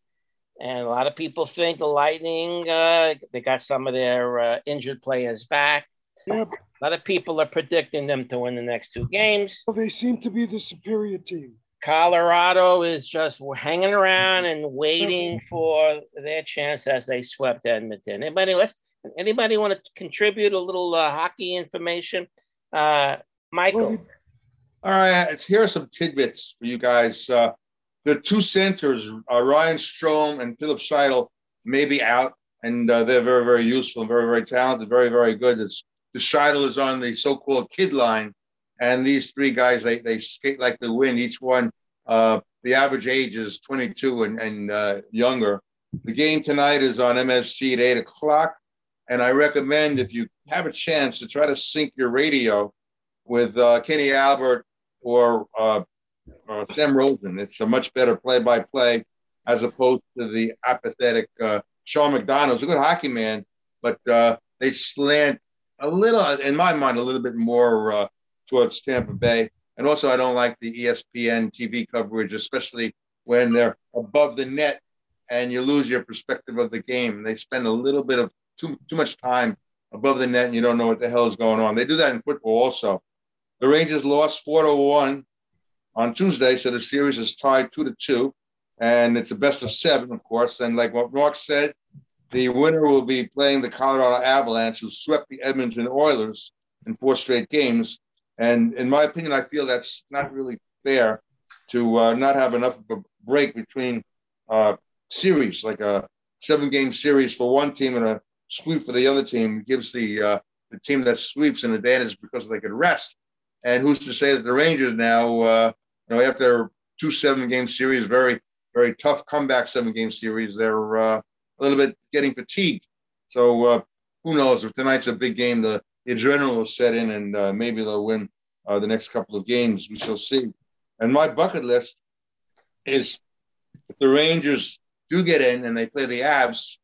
[SPEAKER 1] and a lot of people think the Lightning uh, they got some of their uh, injured players back.
[SPEAKER 8] Yep.
[SPEAKER 1] A lot of people are predicting them to win the next two games.
[SPEAKER 8] Well, they seem to be the superior team.
[SPEAKER 3] (laughs)
[SPEAKER 1] Colorado is just hanging around and waiting for their chance as they swept Edmonton. Anybody, let's anybody want to contribute a little uh, hockey information? Uh, Michael,
[SPEAKER 5] All right, it's- here are some tidbits for you guys. Uh, the two centers, uh, Ryan Strom and Philip Scheidel, may be out, and uh, they're very, very useful, very, very talented, very, very good. It's, the Scheidel is on the so-called kid line, and these three guys, they, they skate like the wind. Each one, uh, the average age is 22 and, and uh, younger. The game tonight is on MSG at 8 o'clock, and I recommend if you have a chance to try to sync your radio with uh, Kenny Albert or uh, uh, Sam Rosen. It's a much better play-by-play as opposed to the apathetic uh, Sean McDonald. He's a good hockey man, but uh, they slant a little, in my mind, a little bit more uh, towards Tampa Bay. And also, I don't like the E ESPN TV coverage, especially when they're above the net and you lose your perspective of the game. They spend a little bit of too too much time above the net, and you don't know what the hell is going on. They do that in football also. The Rangers lost four to one on Tuesday, so the series is tied two to two, and it's a best of seven, of course. And like what Mark said, the winner will be playing the Colorado Avalanche, who swept the Edmonton Oilers in four straight games. And in my opinion, I feel that's not really fair to uh, not have enough of a break between uh, series, like a seven-game series for one team and a sweep for the other team. gives the uh, the team that sweeps an advantage because they could rest. And who's to say that the Rangers now, uh, you know, after two seven-game series, very very tough comeback seven-game series, they're uh, a little bit getting fatigued. So uh, who knows if tonight's a big game, the the adrenaline will set in, and uh, maybe they'll win uh, the next couple of games. We shall see. And my bucket list is if the Rangers do get in and they play the Abs,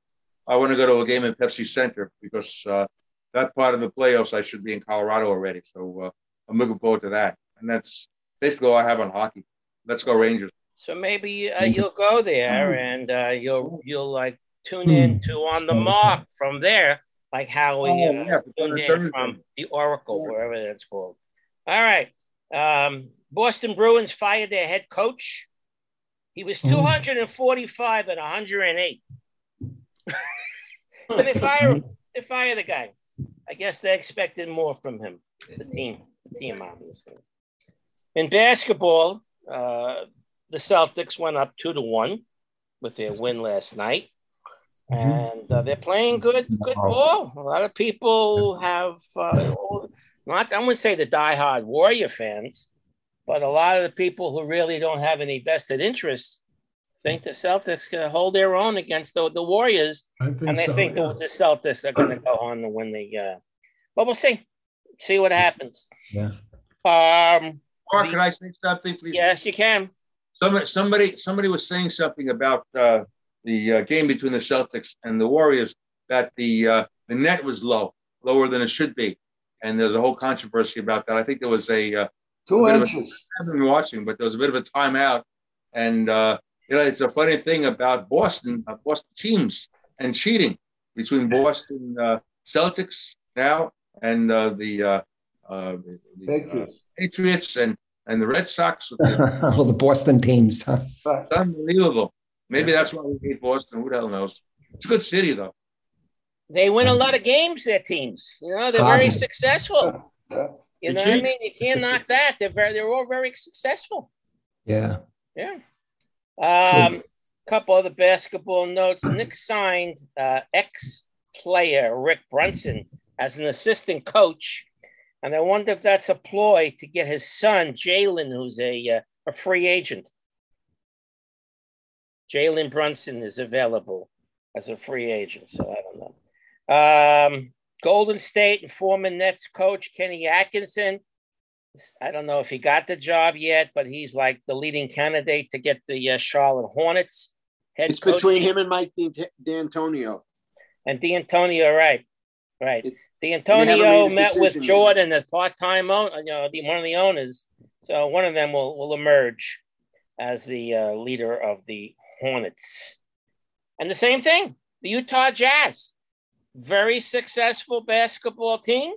[SPEAKER 5] I want to go to a game in Pepsi Center because uh, that part of the playoffs I should be in Colorado already. So uh, I'm looking forward to that. And that's basically all I have on hockey. Let's go Rangers.
[SPEAKER 1] so maybe
[SPEAKER 5] Mm-hmm.
[SPEAKER 1] uh, you'll go there and uh, you'll you'll like tune in to on the mark from there, like how we
[SPEAKER 5] Mm-hmm. Oh,
[SPEAKER 1] uh,
[SPEAKER 5] yeah, for
[SPEAKER 1] tuned
[SPEAKER 5] the
[SPEAKER 1] in
[SPEAKER 5] Thursday.
[SPEAKER 1] from the Oracle, wherever that's called. All right, um, Boston Bruins fired their head coach. He was
[SPEAKER 5] Mm-hmm.
[SPEAKER 1] 245 and 108. (laughs) And
[SPEAKER 5] (laughs)
[SPEAKER 1] they fire him. They fire the guy. I guess they expected more from him. The team, the team, obviously. In basketball, uh, the Celtics went up two to one with their win last night, and uh, they're playing good, good ball. A lot of people have uh, not. I wouldn't say the diehard Warrior fans, but a lot of the people who really don't have any vested interest think the Celtics can hold their own against the, the Warriors
[SPEAKER 6] I think
[SPEAKER 1] and I
[SPEAKER 6] so,
[SPEAKER 1] think
[SPEAKER 6] yeah.
[SPEAKER 1] the, the Celtics are going to go on to win the. Uh, but we'll see, see what happens.
[SPEAKER 10] Yeah.
[SPEAKER 1] Um,
[SPEAKER 5] Mark, can I say something, please?
[SPEAKER 1] Yes, you can.
[SPEAKER 5] Somebody, somebody, somebody was saying something about uh, the uh, game between the Celtics and the Warriors that the uh, the net was low, lower than it should be, and there's a whole controversy about that. I think there was a uh,
[SPEAKER 11] Two
[SPEAKER 5] a bit of a-
[SPEAKER 11] inches.
[SPEAKER 5] I haven't been watching, but there was a bit of a timeout, and uh, you know it's a funny thing about Boston, uh, Boston teams and cheating between Boston uh, Celtics now and uh, the, uh, uh, the, the uh, Patriots and and the Red Sox.
[SPEAKER 10] All the Boston teams, huh?
[SPEAKER 5] It's unbelievable. Maybe that's why we hate Boston. Who the hell knows? It's a good city, though.
[SPEAKER 1] They win a lot of games. Their teams, you know, they're very
[SPEAKER 5] Probably.
[SPEAKER 1] successful. You know what I
[SPEAKER 10] Cheat.
[SPEAKER 1] mean? You can't knock that. They're very, they're all very successful.
[SPEAKER 10] Yeah.
[SPEAKER 1] Yeah. Um, couple other basketball notes. Knicks signed uh, ex player Rick Brunson as an assistant coach, and I wonder if that's a ploy to get his son Jalen, who's a uh, a free agent. Jalen Brunson is available as a free agent, so I don't know. Um, Golden State and former Nets coach Kenny Atkinson. I don't know if he got the job yet, but he's like the leading candidate to get the uh, Charlotte Hornets head
[SPEAKER 7] It's between
[SPEAKER 1] coach.
[SPEAKER 7] him and Mike D- D'Antonio.
[SPEAKER 1] and D'Antonio, right? Right.
[SPEAKER 7] they haven't made
[SPEAKER 1] D'Antonio
[SPEAKER 7] a
[SPEAKER 1] met with
[SPEAKER 7] decision yet.
[SPEAKER 1] Jordan as part-time own, you know, the, one of the owners. So one of them will will emerge as the uh, leader of the Hornets. And the same thing, the Utah Jazz, very successful basketball team.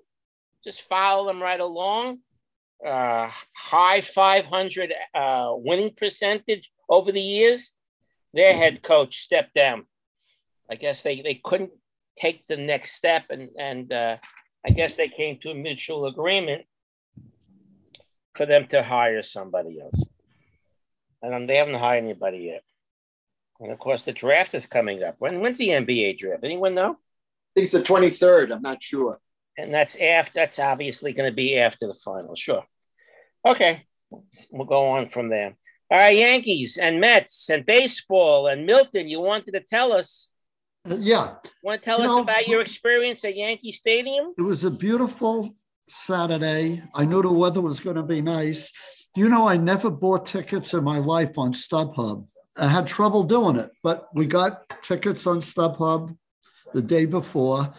[SPEAKER 1] Just follow them right along. Uh, high 500 uh, winning percentage over the years. Their head coach stepped down. I guess they, they couldn't take the next step, and and uh, I guess they came to a mutual agreement for them to hire somebody else. And um, they haven't hired anybody yet. And of course, the draft is coming up. When when's the NBA draft? Anyone know?
[SPEAKER 7] I think it's the 23rd. I'm not sure.
[SPEAKER 1] And that's after. That's obviously going to be after the final. Sure. Okay, we'll go on from there. All right, Yankees and Mets and baseball and Milton. You wanted to tell us.
[SPEAKER 3] Uh, Yeah.
[SPEAKER 1] Want to tell
[SPEAKER 3] You
[SPEAKER 1] us
[SPEAKER 3] know-
[SPEAKER 1] about your experience at Yankee Stadium?
[SPEAKER 3] It was a beautiful Saturday. I knew the weather was going to be nice. You know, I never bought tickets in my life on StubHub. I had trouble doing it, but we got tickets on StubHub the day before.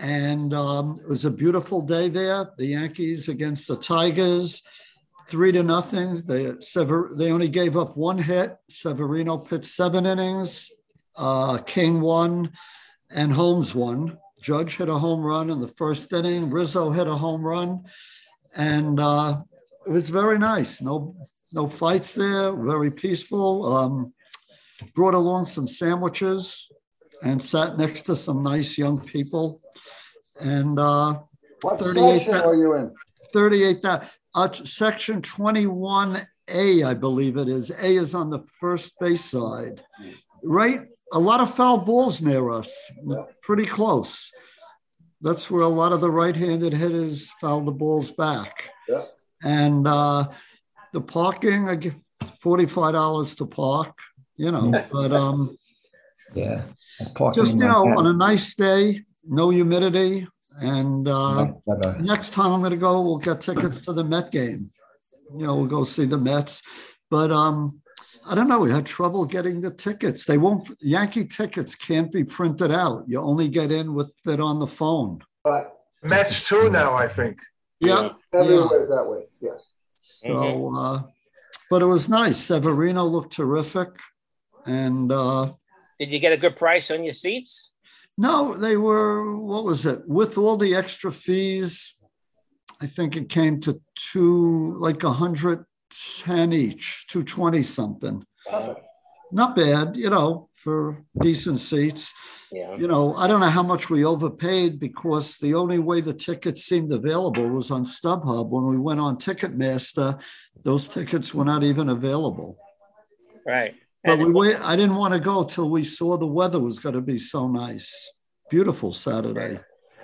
[SPEAKER 3] And um, it was a beautiful day there. The Yankees against the Tigers, three to nothing. They, Sever- they only gave up one hit. Severino pitched seven innings. Uh, King won and Holmes won. Judge hit a home run in the first inning. Rizzo hit a home run, and uh, it was very nice. No, no fights there. Very peaceful. Um, brought along some sandwiches, and sat next to some nice young people. And uh,
[SPEAKER 11] What
[SPEAKER 3] thirty-eight.
[SPEAKER 11] section are you in?
[SPEAKER 3] 38, thou- uh, t- section 21A, I believe it is. A is on the first base side, right? A lot of foul balls near us, pretty close. That's where a lot of the right handed hitters foul the balls back.
[SPEAKER 11] Yeah.
[SPEAKER 3] And uh, the parking, I give $45 to park, you
[SPEAKER 10] (laughs)
[SPEAKER 3] know, but um,
[SPEAKER 10] Yeah. Parking
[SPEAKER 3] just,
[SPEAKER 10] in
[SPEAKER 3] you know,
[SPEAKER 10] Manhattan.
[SPEAKER 3] on a nice day, no humidity. And uh,
[SPEAKER 10] Never.
[SPEAKER 3] next time I'm going to go, we'll get tickets to the Met game. You know, we'll go see the Mets. But um, I don't know. We had trouble getting the tickets. They won't, Yankee tickets can't be printed out. You only get in with it on the phone.
[SPEAKER 11] But
[SPEAKER 4] Mets too now, I think.
[SPEAKER 3] Yeah.
[SPEAKER 11] everywhere that way. Yes.
[SPEAKER 3] So,
[SPEAKER 1] Mm-hmm.
[SPEAKER 3] uh, but it was nice. Severino looked terrific. And uh,
[SPEAKER 1] Did you get a good price on your seats?
[SPEAKER 3] No, they were, what was it? With all the extra fees, I think it came to two, like 110 each, 220 something. Not bad, you know, for decent seats.
[SPEAKER 1] Yeah.
[SPEAKER 3] You know, I don't know how much we overpaid because the only way the tickets seemed available was on StubHub. When we went on Ticketmaster, those tickets were not even available.
[SPEAKER 1] Right.
[SPEAKER 3] But we wait, I didn't want to go till we saw the weather was going to be so nice. Beautiful Saturday.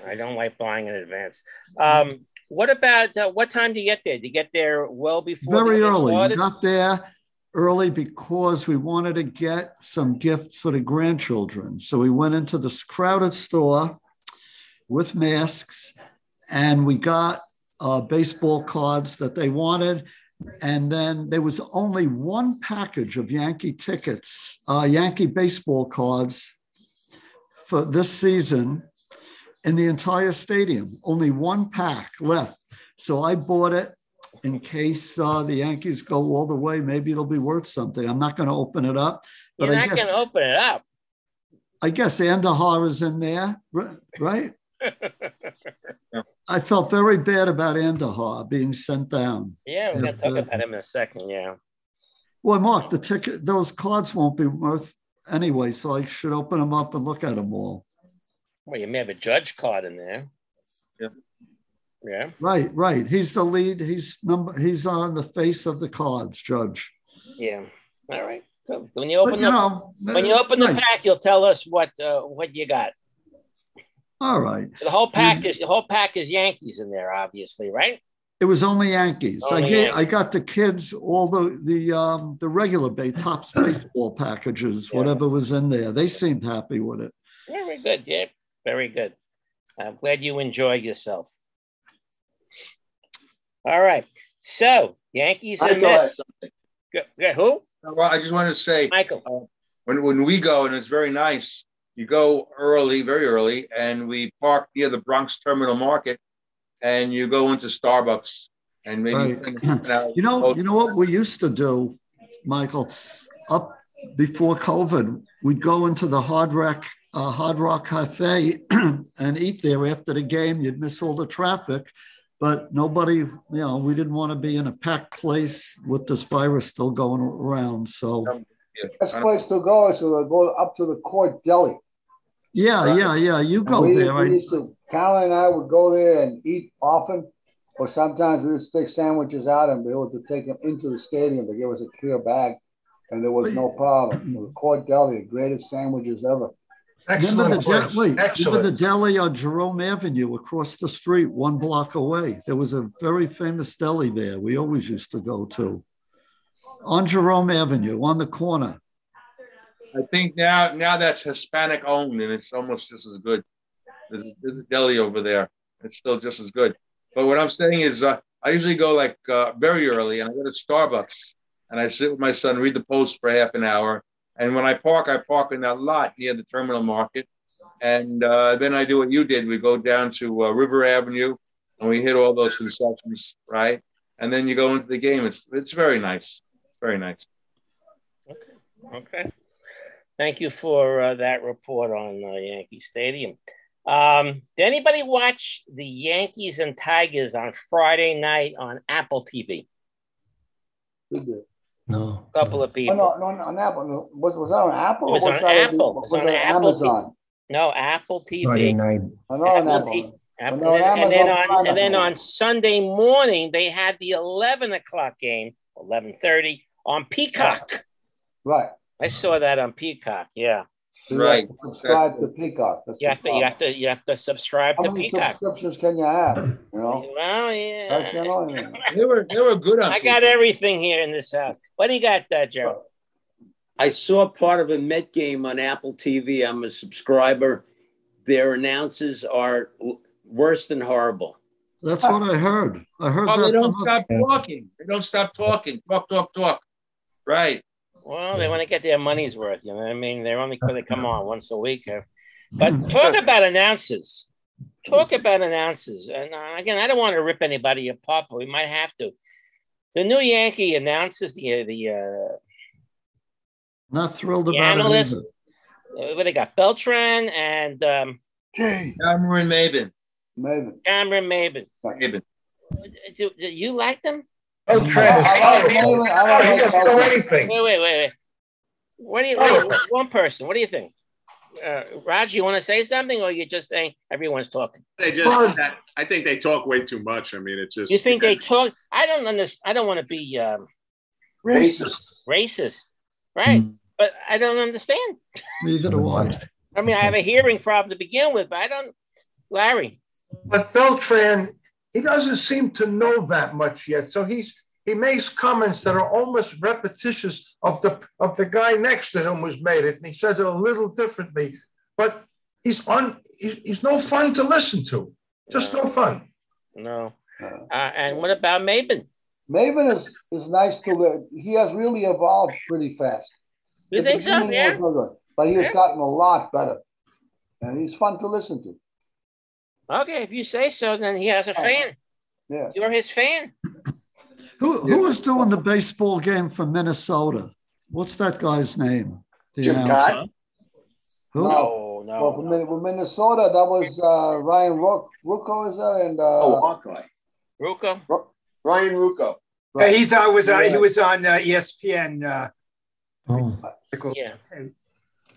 [SPEAKER 1] I don't like buying in advance. Um, what about uh, what time do you get there? Do you get there well before?
[SPEAKER 3] Very
[SPEAKER 1] the game
[SPEAKER 3] early. We
[SPEAKER 1] started?
[SPEAKER 3] got there early because we wanted to get some gifts for the grandchildren. So we went into this crowded store with masks and we got uh, baseball cards that they wanted. And then there was only one package of Yankee tickets, uh, Yankee baseball cards for this season in the entire stadium. Only one pack left. So I bought it in case uh, the Yankees go all the way. Maybe it'll be worth something. I'm not going to open it up, but
[SPEAKER 1] You're
[SPEAKER 3] I
[SPEAKER 1] not
[SPEAKER 3] guess
[SPEAKER 1] going to open it up.
[SPEAKER 3] I guess Andahar is in there, ri- right? I felt very bad about Andahar being sent down.
[SPEAKER 1] Yeah, we're going to talk
[SPEAKER 3] Yeah.
[SPEAKER 1] about him in a second. Yeah.
[SPEAKER 3] Well, Mark, the ticket, those cards won't be worth anyway, so I should open them up and look at them all.
[SPEAKER 1] Well, you may have a judge card in there.
[SPEAKER 5] Yeah.
[SPEAKER 1] Yeah.
[SPEAKER 3] Right, right. He's the lead. He's number. He's on the face of the cards, Judge.
[SPEAKER 1] Yeah. All right. Good. When you open
[SPEAKER 3] you
[SPEAKER 1] the,
[SPEAKER 3] know, uh,
[SPEAKER 1] when you open the
[SPEAKER 3] nice.
[SPEAKER 1] pack, you'll tell us what uh, what you got.
[SPEAKER 3] All right.
[SPEAKER 1] The whole pack is the whole pack is Yankees in there, obviously, right?
[SPEAKER 3] It was only Yankees.
[SPEAKER 1] Only
[SPEAKER 3] I gave,
[SPEAKER 1] Yankees.
[SPEAKER 3] I got the kids all the the um, the regular bay
[SPEAKER 1] (laughs)
[SPEAKER 3] tops baseball packages, whatever was in there. They seemed happy with it.
[SPEAKER 1] Very good. Yeah. Very good. I'm glad you enjoyed yourself. All right. So Yankees
[SPEAKER 5] I
[SPEAKER 1] and
[SPEAKER 5] thought
[SPEAKER 1] Mets. Go, go- who?
[SPEAKER 5] Well, I just wanted to say, uh,
[SPEAKER 1] Michael.
[SPEAKER 5] when when we go, and it's very nice. You go early, very early, and we park near the Bronx Terminal Market, and you go into Starbucks and maybe
[SPEAKER 3] Right.
[SPEAKER 5] spend an hour-
[SPEAKER 3] (laughs) You know, you know what we used to do, Michael, up before COVID, we'd go into the Hard Rock, uh, Hard Rock Cafe (clears throat) and eat there after the game. You'd miss all the traffic, but nobody, you know, we didn't want to be in a packed place with this virus still going around. So,
[SPEAKER 11] Best place to go is to go up to the court deli.
[SPEAKER 3] yeah, yeah, yeah. You
[SPEAKER 11] And
[SPEAKER 3] go
[SPEAKER 11] we,
[SPEAKER 3] there.
[SPEAKER 11] We
[SPEAKER 3] I,
[SPEAKER 11] used to, Carolyn and I would go there and eat often, or sometimes we would stick sandwiches out and be able to take them into the stadium. They gave us a clear bag, and there was no problem. The court deli, the greatest sandwiches ever.
[SPEAKER 3] remember the, de- wait, remember the deli on Jerome Avenue across the street, one block away. There was a very famous deli there we always used to go to on Jerome Avenue on the corner.
[SPEAKER 5] I think now now that's Hispanic owned, and it's almost just as good. There's, there's a deli over there. It's still just as good. But what I'm saying is, uh, I usually go like uh, very early, and I go to Starbucks, and I sit with my son, read the Post for half an hour, and when I park, I park in that lot near the Terminal Market, and uh, then I do what you did. We go down to uh, River Avenue, and we hit all those concessions, right? And then you go into the game. It's it's very nice, very nice.
[SPEAKER 1] Okay. Thank you for uh, that report on uh, Yankee Stadium. Um, did anybody watch the Yankees and Tigers on Friday night on Apple TV?
[SPEAKER 10] No.
[SPEAKER 1] A couple of
[SPEAKER 11] Oh,
[SPEAKER 1] people.
[SPEAKER 11] no, no, no, on Apple. No. Was, was that on Apple?
[SPEAKER 1] It was
[SPEAKER 11] or
[SPEAKER 1] on
[SPEAKER 11] that
[SPEAKER 1] Apple.
[SPEAKER 11] Was,
[SPEAKER 1] It was on
[SPEAKER 11] that
[SPEAKER 1] Apple
[SPEAKER 11] Amazon?
[SPEAKER 1] No, Apple TV.
[SPEAKER 10] Friday night.
[SPEAKER 11] Oh, no, on
[SPEAKER 1] Apple
[SPEAKER 11] Apple.
[SPEAKER 1] T- Apple-
[SPEAKER 11] no,
[SPEAKER 1] and, then, and then
[SPEAKER 11] Amazon
[SPEAKER 1] on
[SPEAKER 11] Prime,
[SPEAKER 1] and then
[SPEAKER 11] I
[SPEAKER 1] on Sunday morning they had the eleven o'clock game, eleven thirty on Peacock.
[SPEAKER 11] Right.
[SPEAKER 1] I saw that on Peacock. Yeah,
[SPEAKER 11] So you have to Subscribe to Peacock. That's
[SPEAKER 1] you
[SPEAKER 11] the
[SPEAKER 1] have to you have to you have to subscribe
[SPEAKER 11] problem.
[SPEAKER 1] to
[SPEAKER 11] How many
[SPEAKER 1] Peacock.
[SPEAKER 11] subscriptions can you have? You know?
[SPEAKER 1] Well, yeah.
[SPEAKER 11] That's, you know, I mean,
[SPEAKER 5] They were they were good on.
[SPEAKER 1] I got everything here in this house. What do you got, uh, Joe?
[SPEAKER 2] I saw part of a Met game on Apple TV. I'm a subscriber. Their announcers are w- worse than horrible.
[SPEAKER 3] That's what I heard. I heard
[SPEAKER 5] Oh,
[SPEAKER 3] that
[SPEAKER 5] they don't
[SPEAKER 3] from
[SPEAKER 5] stop talking. They don't stop talking. Talk, talk, talk. Right.
[SPEAKER 1] Well, they want to get their money's worth. You know what I mean? They're only they come on once a week. uh, But talk about announcers. Talk about announcers. And uh, again, I don't want to rip anybody apart, but we might have to. The new Yankee announces the the uh,
[SPEAKER 3] not thrilled
[SPEAKER 1] the
[SPEAKER 3] about it.
[SPEAKER 1] analyst.
[SPEAKER 3] Either.
[SPEAKER 1] uh, What they got? Beltran and um,
[SPEAKER 5] Cameron Maben.
[SPEAKER 11] maybe.
[SPEAKER 1] Cameron Maben.
[SPEAKER 5] Maben.
[SPEAKER 1] Do, do you like them?
[SPEAKER 4] Beltran is horrible. Oh, he doesn't know anything.
[SPEAKER 1] Wait, wait, wait, wait. What do you? Wait, one person. What do you think? Uh, Raj, you want to say something, or you're just saying everyone's talking?
[SPEAKER 9] They just, I think they talk way too much. I mean, it just.
[SPEAKER 1] You think they talk? I don't understand. I don't want to be um,
[SPEAKER 4] Racist.
[SPEAKER 1] racist, right?
[SPEAKER 5] Hmm.
[SPEAKER 1] But I don't understand.
[SPEAKER 3] Neither do I.
[SPEAKER 1] I mean, I have a hearing problem to begin with, but I don't. Larry,
[SPEAKER 4] But Beltran, he doesn't seem to know that much yet. So he's he makes comments that are almost repetitious of the of the guy next to him who's made it, and he says it a little differently. But he's on. He's, he's no fun to listen to. Just no fun.
[SPEAKER 1] no. Uh, and what about Maben?
[SPEAKER 11] Maven is, is nice to live. He has really evolved pretty fast.
[SPEAKER 1] You
[SPEAKER 11] At the
[SPEAKER 1] think so?
[SPEAKER 11] beginning, he was
[SPEAKER 1] Yeah.
[SPEAKER 11] no good, But he has
[SPEAKER 1] Yeah.
[SPEAKER 11] gotten a lot better. And he's fun to listen to.
[SPEAKER 1] Okay, if you say so, then he has a fan.
[SPEAKER 11] Yeah.
[SPEAKER 1] You're his fan.
[SPEAKER 3] Who who was doing the baseball game for Minnesota? What's that guy's name? The
[SPEAKER 10] Jim
[SPEAKER 3] announcer?
[SPEAKER 10] Todd?
[SPEAKER 3] Who?
[SPEAKER 1] No, no.
[SPEAKER 11] Well, for Min- with Minnesota, that was uh, Ryan Rook, Rucco, is that? And uh,
[SPEAKER 12] Oh, Hawkeye.
[SPEAKER 1] Ruka.
[SPEAKER 12] Ryan Rucco.
[SPEAKER 11] Right.
[SPEAKER 13] he's uh, was uh, he
[SPEAKER 11] Yeah.
[SPEAKER 13] was on uh, ESPN. Uh,
[SPEAKER 1] Yeah.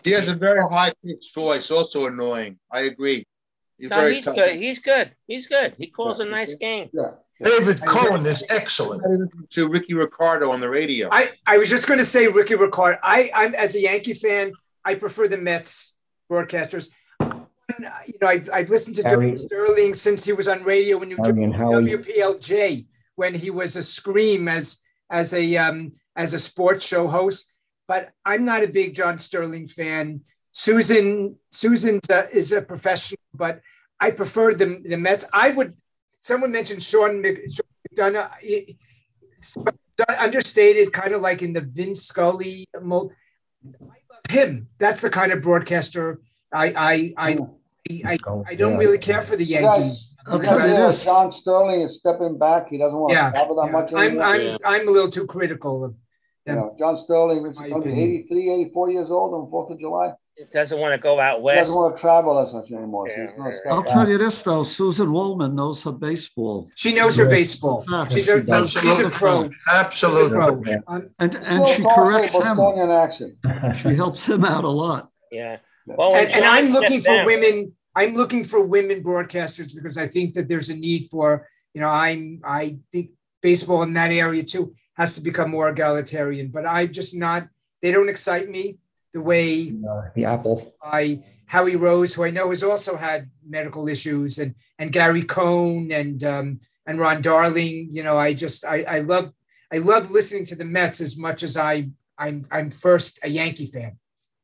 [SPEAKER 5] He has a very high pitched voice, also annoying. I agree. He's
[SPEAKER 1] No,
[SPEAKER 5] very
[SPEAKER 1] he's
[SPEAKER 5] tough.
[SPEAKER 1] good. He's good. He's good. He calls a nice game.
[SPEAKER 4] David Cohen is excellent.
[SPEAKER 5] To Ricky Ricardo on the radio.
[SPEAKER 13] I, I was just going to say Ricky Ricardo. I I'm as a Yankee fan, I prefer the Mets broadcasters. You know, I've, I've listened to
[SPEAKER 10] Harry.
[SPEAKER 13] Dylan Sterling since he was on radio in New
[SPEAKER 10] Harry and Howie.
[SPEAKER 13] WPLJ when he was a scream as as a um, as a sports show host. But I'm not a big John Sterling fan. Susan Susan uh, is a professional, but I preferred the the Mets. I would. Someone mentioned Sean, Mc, Sean McDonough. He- understated, kind of like in the Vince Scully mode. I love him. That's the kind of broadcaster I I I I, I, I don't really care for the Yankees.
[SPEAKER 11] You guys realize John Sterling is stepping back. He doesn't want
[SPEAKER 13] Yeah,
[SPEAKER 11] to travel that much
[SPEAKER 13] I'm
[SPEAKER 11] anymore.
[SPEAKER 13] I'm I'm a little too critical of
[SPEAKER 11] You know, John Sterling is
[SPEAKER 13] opinion.
[SPEAKER 11] 83, 84 years old on 4th of July.
[SPEAKER 1] Doesn't want to go out
[SPEAKER 11] He
[SPEAKER 1] west.
[SPEAKER 11] doesn't want to travel as much anymore. so he's gonna step
[SPEAKER 3] I'll
[SPEAKER 11] back.
[SPEAKER 3] tell you this though, Susan Wallman knows her baseball.
[SPEAKER 13] She knows her baseball.
[SPEAKER 3] Facts.
[SPEAKER 13] She's a-
[SPEAKER 3] Yes, she
[SPEAKER 13] she's a
[SPEAKER 3] does.
[SPEAKER 13] pro.
[SPEAKER 4] Absolutely.
[SPEAKER 13] I'm-
[SPEAKER 3] And
[SPEAKER 11] Still
[SPEAKER 3] and she
[SPEAKER 11] calls me
[SPEAKER 3] corrects him.
[SPEAKER 11] Bostonian accent.
[SPEAKER 3] She helps him out a lot.
[SPEAKER 1] Yeah. Well, when
[SPEAKER 13] and, and
[SPEAKER 1] Sean
[SPEAKER 13] I'm looking
[SPEAKER 1] stepped
[SPEAKER 13] for
[SPEAKER 1] down-
[SPEAKER 13] women. I'm looking for women broadcasters because I think that there's a need for you know I'm I think baseball in that area too has to become more egalitarian. But I'm just not. They don't excite me the way
[SPEAKER 10] The apple.
[SPEAKER 13] I Howie Rose, who I know has also had medical issues, and and Gary Cohn and um, and Ron Darling. You know, I just I, I love I love listening to the Mets as much as I I'm I'm first a Yankee fan.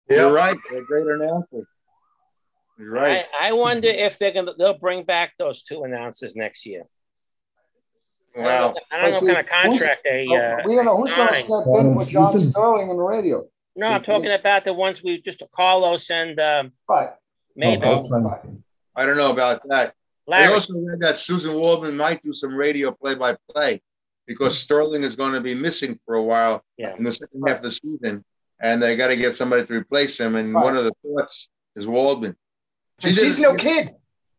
[SPEAKER 5] You're right. They're great announcers. You're right.
[SPEAKER 1] I, I wonder if they're gonna they'll bring back those two announcers next year.
[SPEAKER 5] wow.
[SPEAKER 1] I don't know what kind of contract they. Uh,
[SPEAKER 11] Oh, We don't know who's going to
[SPEAKER 1] signed.
[SPEAKER 11] step in for John Sterling on the radio.
[SPEAKER 1] No, I'm talking about the ones we just Carlos and um,
[SPEAKER 11] Right.
[SPEAKER 1] maybe
[SPEAKER 5] Oh, I don't know about that. I also read that Susan Waldman might do some radio play-by-play because Sterling is going to be missing for a while
[SPEAKER 1] Yeah.
[SPEAKER 5] in the second half of the season, and they got to get somebody to replace him. And one of the thoughts is Waldman.
[SPEAKER 13] And she's no kid.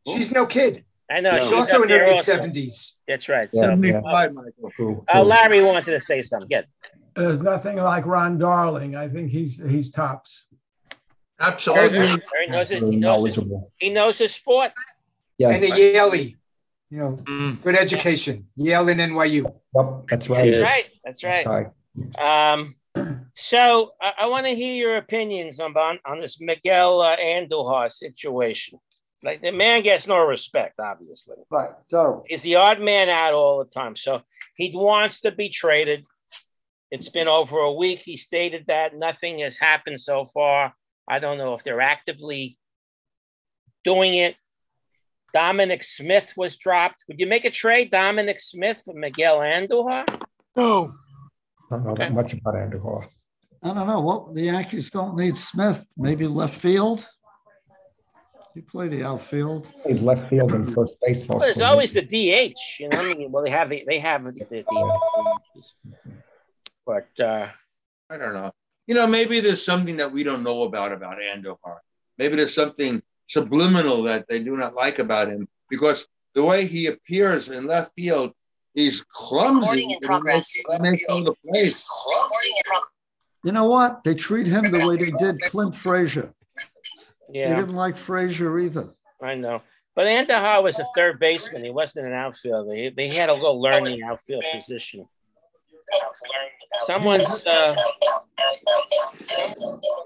[SPEAKER 13] She's no kid.
[SPEAKER 1] I know
[SPEAKER 5] No.
[SPEAKER 13] She's
[SPEAKER 5] She's
[SPEAKER 13] also
[SPEAKER 1] up
[SPEAKER 13] in her
[SPEAKER 1] there
[SPEAKER 13] mid
[SPEAKER 1] also.
[SPEAKER 13] seventies.
[SPEAKER 1] That's right. so,
[SPEAKER 10] Yeah, yeah.
[SPEAKER 1] uh, uh, Larry wanted to say something. Good.
[SPEAKER 6] There's nothing like Ron Darling. I think he's he's tops.
[SPEAKER 1] Larry,
[SPEAKER 4] Absolutely.
[SPEAKER 1] Larry knows it. He knows
[SPEAKER 10] Very
[SPEAKER 1] it.
[SPEAKER 10] knowledgeable.
[SPEAKER 1] He knows his sport.
[SPEAKER 10] Yes.
[SPEAKER 13] And a Yaley, you know,
[SPEAKER 10] Mm.
[SPEAKER 13] good education. Yale and NYU.
[SPEAKER 10] Yep, that's right.
[SPEAKER 1] That's right. That's right.
[SPEAKER 10] Sorry.
[SPEAKER 1] Um, so I, I want to hear your opinions on on, on this Miguel uh, Andujar situation. Like the man gets no respect, obviously.
[SPEAKER 11] Right. Terrible.
[SPEAKER 1] He's the odd man out all the time. So he wants to be traded. It's been over a week. He stated that nothing has happened so far. I don't know if they're actively doing it. Dominic Smith was dropped. Would you make a trade, Dominic Smith for Miguel Andujar?
[SPEAKER 8] No.
[SPEAKER 10] I don't know that much about Andrew Hoff.
[SPEAKER 3] I don't know. What the Yankees don't need Smith. Maybe left field. He played the outfield.
[SPEAKER 10] Played left field and first base
[SPEAKER 1] Well,
[SPEAKER 10] mostly.
[SPEAKER 1] there's always the DH, you know. I mean, well, they have the, they have the, the, the but uh,
[SPEAKER 5] I don't know. You know, maybe there's something that we don't know about about Andohar. Maybe there's something subliminal that they do not like about him because the way he appears in left field, he's clumsy.
[SPEAKER 12] Recording in progress.
[SPEAKER 5] He makes all the plays.
[SPEAKER 3] You know what? They treat him the way they did Clint Frazier. They
[SPEAKER 1] yeah,
[SPEAKER 3] didn't like Frazier either.
[SPEAKER 1] I know. But Andujar was a third baseman. He wasn't an outfielder. He, they had to go learn the outfield position. Someone's uh,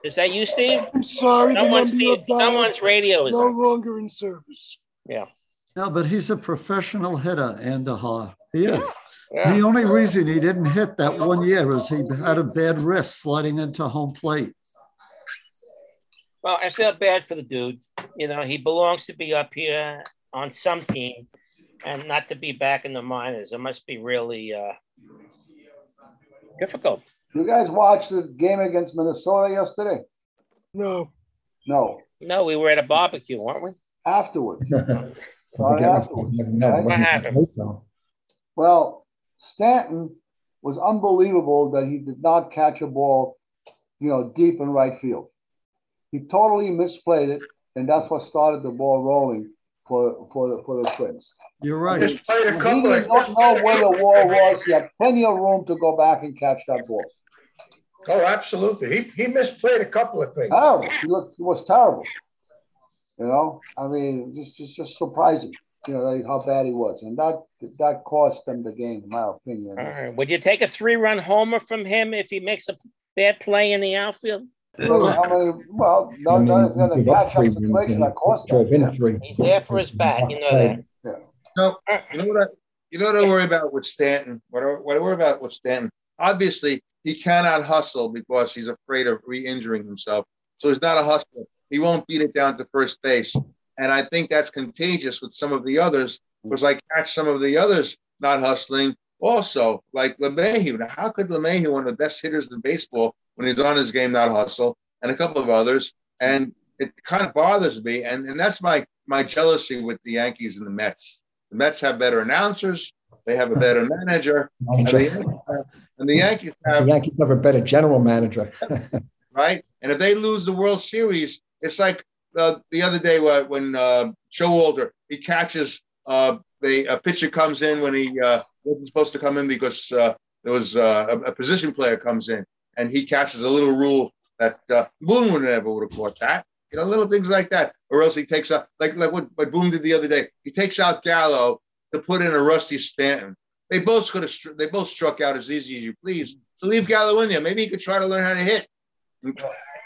[SPEAKER 1] is that you, Steve?
[SPEAKER 8] I'm sorry, the
[SPEAKER 1] Someone's,
[SPEAKER 8] number
[SPEAKER 1] Steve,
[SPEAKER 8] of dialed
[SPEAKER 1] someone's radio
[SPEAKER 8] is
[SPEAKER 1] is
[SPEAKER 8] no
[SPEAKER 1] on.
[SPEAKER 8] longer in service.
[SPEAKER 1] Yeah,
[SPEAKER 3] No, but he's a professional hitter, Andaha. He is. The
[SPEAKER 1] yeah,
[SPEAKER 3] only reason he didn't hit that one year is he had a bad wrist sliding into home plate.
[SPEAKER 1] Well, I feel bad for the dude. You know, he belongs to be up here on some team, and not to be back in the minors. It must be really uh, difficult.
[SPEAKER 11] You guys watched the game against Minnesota yesterday?
[SPEAKER 8] No.
[SPEAKER 11] No.
[SPEAKER 1] No, we were at a barbecue, weren't we?
[SPEAKER 3] (laughs)
[SPEAKER 11] Afterwards.
[SPEAKER 10] The
[SPEAKER 11] Sorry,
[SPEAKER 10] game was-
[SPEAKER 11] afterwards.
[SPEAKER 10] never met. It
[SPEAKER 11] What
[SPEAKER 10] wasn't
[SPEAKER 1] happened?
[SPEAKER 10] late, though.
[SPEAKER 11] Well, Stanton was unbelievable that he did not catch a ball, you know, deep in right field. He totally misplayed it, and that's what started the ball rolling for for the for the Twins.
[SPEAKER 3] You're
[SPEAKER 4] Just
[SPEAKER 3] right.
[SPEAKER 4] played a couple
[SPEAKER 11] He
[SPEAKER 4] of.
[SPEAKER 11] don't know where the wall was. He had plenty of room to go back and catch that ball.
[SPEAKER 4] Oh, absolutely. He, he misplayed a couple of things.
[SPEAKER 11] Terrible. He looked. He was terrible. You know, I mean, just just just surprising. You know like how bad he was, and that that cost them the game, in my opinion.
[SPEAKER 1] All right. Would you take a three-run homer from him if he makes a bad play in the outfield?
[SPEAKER 11] Well, I mean, well,
[SPEAKER 10] I
[SPEAKER 11] no,
[SPEAKER 10] mean,
[SPEAKER 11] no, no,
[SPEAKER 10] he
[SPEAKER 11] no,
[SPEAKER 10] gave up
[SPEAKER 11] catch up
[SPEAKER 10] three runs
[SPEAKER 11] situation
[SPEAKER 10] and
[SPEAKER 11] that cost them.
[SPEAKER 10] drove in three.
[SPEAKER 1] He's there for his bat. You know that.
[SPEAKER 5] No,
[SPEAKER 1] All
[SPEAKER 5] you know what I, you know what I worry about with Stanton. What I, what I worry about with Stanton. Obviously, he cannot hustle because he's afraid of re-injuring himself. So he's not a hustler. He won't beat it down to first base, And I think that's contagious with some of the others because I catch some of the others not hustling also, like LeMahieu. Now, how could LeMahieu, one of the best hitters in baseball, when he's on his game, not hustle, and a couple of others? And it kind of bothers me. And, and that's my, my jealousy with the Yankees and the Mets. The Mets have better announcers, they have a better manager, and the, Yankees have- and the Yankees
[SPEAKER 10] The
[SPEAKER 5] have
[SPEAKER 10] Yankees have a better general manager. (laughs)
[SPEAKER 5] right? And if they lose the World Series, it's like uh, the other day when, when uh, Showalter he catches uh, they, a pitcher comes in when he uh, wasn't supposed to come in because uh, there was uh, a, a position player comes in and he catches a little rule that uh, Boone would never would have caught that. You know, little things like that, or else he takes out like like what, what Boone did the other day. He takes out Gallo to put in a Rusty Stanton. They both could have str- they both struck out as easy as you please. So leave Gallo in there. Maybe he could try to learn how to hit. I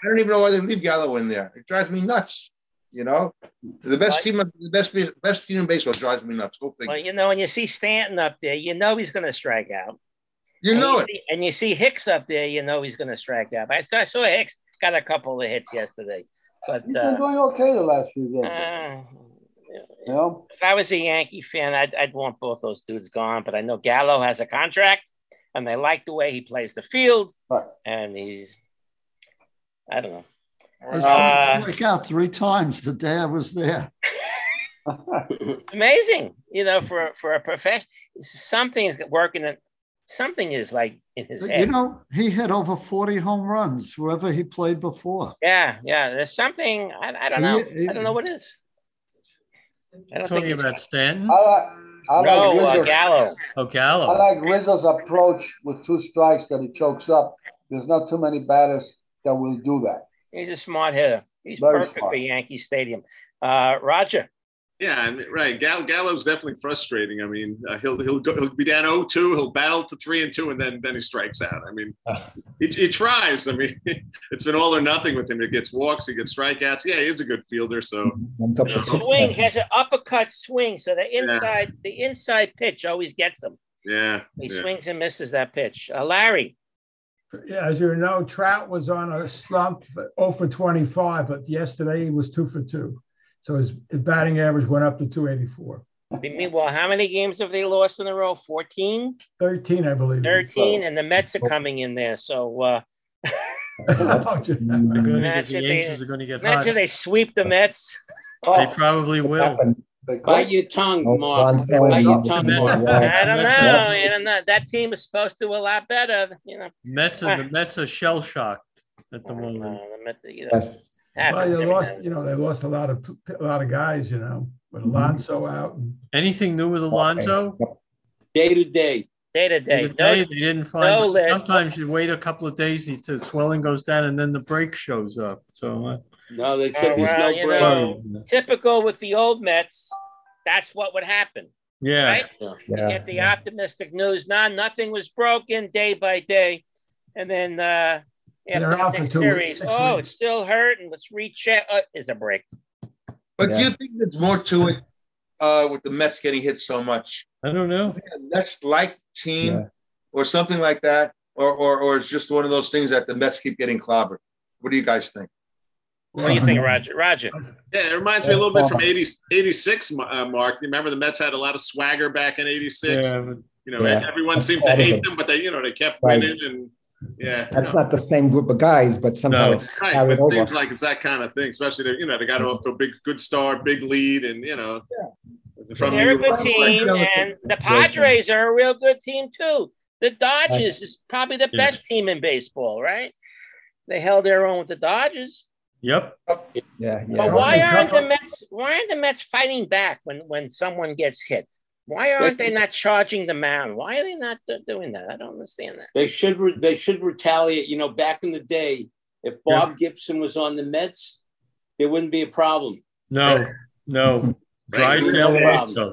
[SPEAKER 5] don't even know why they leave Gallo in there. It drives me nuts. You know, the best team, the best best team in baseball drives me nuts. Go figure.
[SPEAKER 1] Well, you know, when you see Stanton up there, you know he's going to strike out.
[SPEAKER 5] You
[SPEAKER 1] And
[SPEAKER 5] know it.
[SPEAKER 1] see- and you see Hicks up there, you know he's going to strike out. I saw, I saw Hicks got a couple of hits yesterday, but
[SPEAKER 11] He's been
[SPEAKER 1] uh,
[SPEAKER 11] doing okay the last few days.
[SPEAKER 1] uh,
[SPEAKER 11] you know,
[SPEAKER 1] if I was a Yankee fan, I'd, I'd want both those dudes gone. But I know Gallo has a contract, and they like the way he plays the field,
[SPEAKER 11] Right.
[SPEAKER 1] and he's, I don't know.
[SPEAKER 3] I
[SPEAKER 1] Uh,
[SPEAKER 3] saw him break out three times the day I was there.
[SPEAKER 1] amazing, you know, for for a profession, something's working. in- Something is like in his head.
[SPEAKER 3] You know, he hit over 40 home runs wherever he played before.
[SPEAKER 1] Yeah, yeah. There's something I, I don't know. I don't know what it is. I don't think
[SPEAKER 12] Talking
[SPEAKER 1] it's
[SPEAKER 12] about Stanton?
[SPEAKER 11] I like, I like
[SPEAKER 1] no uh,
[SPEAKER 11] Rizzo.
[SPEAKER 1] Gallo.
[SPEAKER 12] Oh,
[SPEAKER 11] I
[SPEAKER 12] Gallo.
[SPEAKER 11] like Rizzo's approach with two strikes that he chokes up. There's not too many batters that will do that.
[SPEAKER 1] He's a smart hitter. He's
[SPEAKER 11] Very
[SPEAKER 1] perfect
[SPEAKER 11] smart.
[SPEAKER 1] for Yankee Stadium. Uh, Roger.
[SPEAKER 9] Yeah, I mean, right. Gall- Gallo's definitely frustrating. I mean, uh, he'll he'll go, he'll be down 0-2, he'll battle to three and two, and then then he strikes out. I
[SPEAKER 10] (laughs)
[SPEAKER 9] mean, he, he tries. I mean, (laughs) it's been all or nothing with him. He gets walks, he gets strikeouts. Yeah, he is a good fielder. So
[SPEAKER 10] Comes up the pitch.
[SPEAKER 1] Swing has an uppercut swing, so the inside the inside pitch always gets him.
[SPEAKER 9] yeah,
[SPEAKER 1] He
[SPEAKER 9] yeah.
[SPEAKER 1] swings and misses that pitch.
[SPEAKER 6] (laughs)
[SPEAKER 1] Uh, Larry.
[SPEAKER 6] As you know, Trout was on a slump, but 0 for 25, but yesterday he was 2 for 2. So his his batting average went up to 284.
[SPEAKER 1] Meanwhile, how many games have they lost in a row? 14,
[SPEAKER 6] 13, I believe. Oh.
[SPEAKER 1] 13, and the Mets are coming in there. So uh,
[SPEAKER 12] They're gonna get,
[SPEAKER 1] Imagine
[SPEAKER 12] the
[SPEAKER 1] they-
[SPEAKER 12] Yankees are going to get hot.
[SPEAKER 1] imagine they sweep the Mets.
[SPEAKER 12] (laughs)
[SPEAKER 1] Oh,
[SPEAKER 12] They probably will.
[SPEAKER 2] Bite your tongue, Mark.
[SPEAKER 10] Gonzalez
[SPEAKER 2] Bite your
[SPEAKER 10] is
[SPEAKER 2] tongue,
[SPEAKER 12] the
[SPEAKER 2] Mark.
[SPEAKER 12] Mets.
[SPEAKER 1] I don't
[SPEAKER 12] Mets
[SPEAKER 1] know.
[SPEAKER 12] are-
[SPEAKER 1] You don't know. That team is supposed to do a lot better. You know,
[SPEAKER 12] Mets and the Mets are shell shocked at the moment.
[SPEAKER 1] Uh, Ah. the Mets, Ah, you know,
[SPEAKER 10] Yes.
[SPEAKER 6] Well,
[SPEAKER 1] happens
[SPEAKER 6] you
[SPEAKER 1] every
[SPEAKER 6] lost,
[SPEAKER 1] now and
[SPEAKER 6] you know, they lost a lot of a lot of guys, you know, with Alonso out. And,
[SPEAKER 12] Anything new with Alonso?
[SPEAKER 2] Day to day.
[SPEAKER 1] Day
[SPEAKER 12] They
[SPEAKER 1] to day.
[SPEAKER 12] didn't-
[SPEAKER 1] No,
[SPEAKER 12] they didn't
[SPEAKER 1] no
[SPEAKER 12] find.
[SPEAKER 1] list.
[SPEAKER 12] Sometimes you wait a couple of days until swelling goes down, and then the break shows up. So uh,
[SPEAKER 2] No, they
[SPEAKER 1] Oh,
[SPEAKER 2] said there's
[SPEAKER 1] well,
[SPEAKER 2] no
[SPEAKER 1] you
[SPEAKER 2] break.
[SPEAKER 1] know, typical with the old Mets, that's what would happen,
[SPEAKER 12] yeah,
[SPEAKER 1] right? You
[SPEAKER 10] Yeah,
[SPEAKER 1] get the
[SPEAKER 10] yeah.
[SPEAKER 1] optimistic news. Nah, nothing was broken day by day. And then uh,
[SPEAKER 6] And
[SPEAKER 1] after
[SPEAKER 6] they're
[SPEAKER 1] the
[SPEAKER 6] out for
[SPEAKER 1] next
[SPEAKER 6] two
[SPEAKER 1] series,
[SPEAKER 6] weeks, six
[SPEAKER 1] oh,
[SPEAKER 6] weeks.
[SPEAKER 1] it's still hurting. Let's recheck. Uh, is a break.
[SPEAKER 5] But do
[SPEAKER 10] Yeah.
[SPEAKER 5] you think there's more to it uh, with the Mets getting hit so much?
[SPEAKER 12] I don't know.
[SPEAKER 5] That's like team
[SPEAKER 10] Yeah.
[SPEAKER 5] or something like that, or, or or it's just one of those things that the Mets keep getting clobbered. What do you guys think?
[SPEAKER 1] What do you think,
[SPEAKER 10] (laughs)
[SPEAKER 1] Roger? Roger.
[SPEAKER 9] Yeah, it reminds me a little bit from 80, 86, uh, Mark. You remember the Mets had a lot of swagger back in 86?
[SPEAKER 12] Yeah, but
[SPEAKER 9] You know,
[SPEAKER 10] Yeah.
[SPEAKER 9] everyone
[SPEAKER 10] That's
[SPEAKER 9] seemed to
[SPEAKER 10] part of
[SPEAKER 9] hate
[SPEAKER 10] it.
[SPEAKER 9] them, but they, you know, they kept
[SPEAKER 10] Right.
[SPEAKER 9] winning and yeah.
[SPEAKER 10] That's not the same group of guys, but somehow
[SPEAKER 12] No.
[SPEAKER 10] it's
[SPEAKER 9] Right, but
[SPEAKER 10] carried
[SPEAKER 9] it
[SPEAKER 10] over.
[SPEAKER 9] seems like it's that kind of thing, especially they, you know they got off to a big good start, big lead, and you know from
[SPEAKER 1] They're a good
[SPEAKER 9] New York.
[SPEAKER 1] team, and the Padres are a real good team too. The Dodgers is probably the
[SPEAKER 12] Yeah.
[SPEAKER 1] best team in baseball, right? They held their own with the Dodgers.
[SPEAKER 12] yep.
[SPEAKER 10] Yeah, yeah.
[SPEAKER 1] But
[SPEAKER 6] Yeah.
[SPEAKER 1] why
[SPEAKER 6] Yeah.
[SPEAKER 1] aren't the Mets? Why aren't the Mets fighting back when when someone gets hit? Why aren't they not charging the mound? Why are they not do- doing that? I don't understand that.
[SPEAKER 2] They should re- they should retaliate. You know, back in the day, if Bob Gibson was on the Mets, there wouldn't be a problem.
[SPEAKER 12] No,
[SPEAKER 10] (laughs)
[SPEAKER 12] no. Drysdale
[SPEAKER 2] Right.
[SPEAKER 12] also.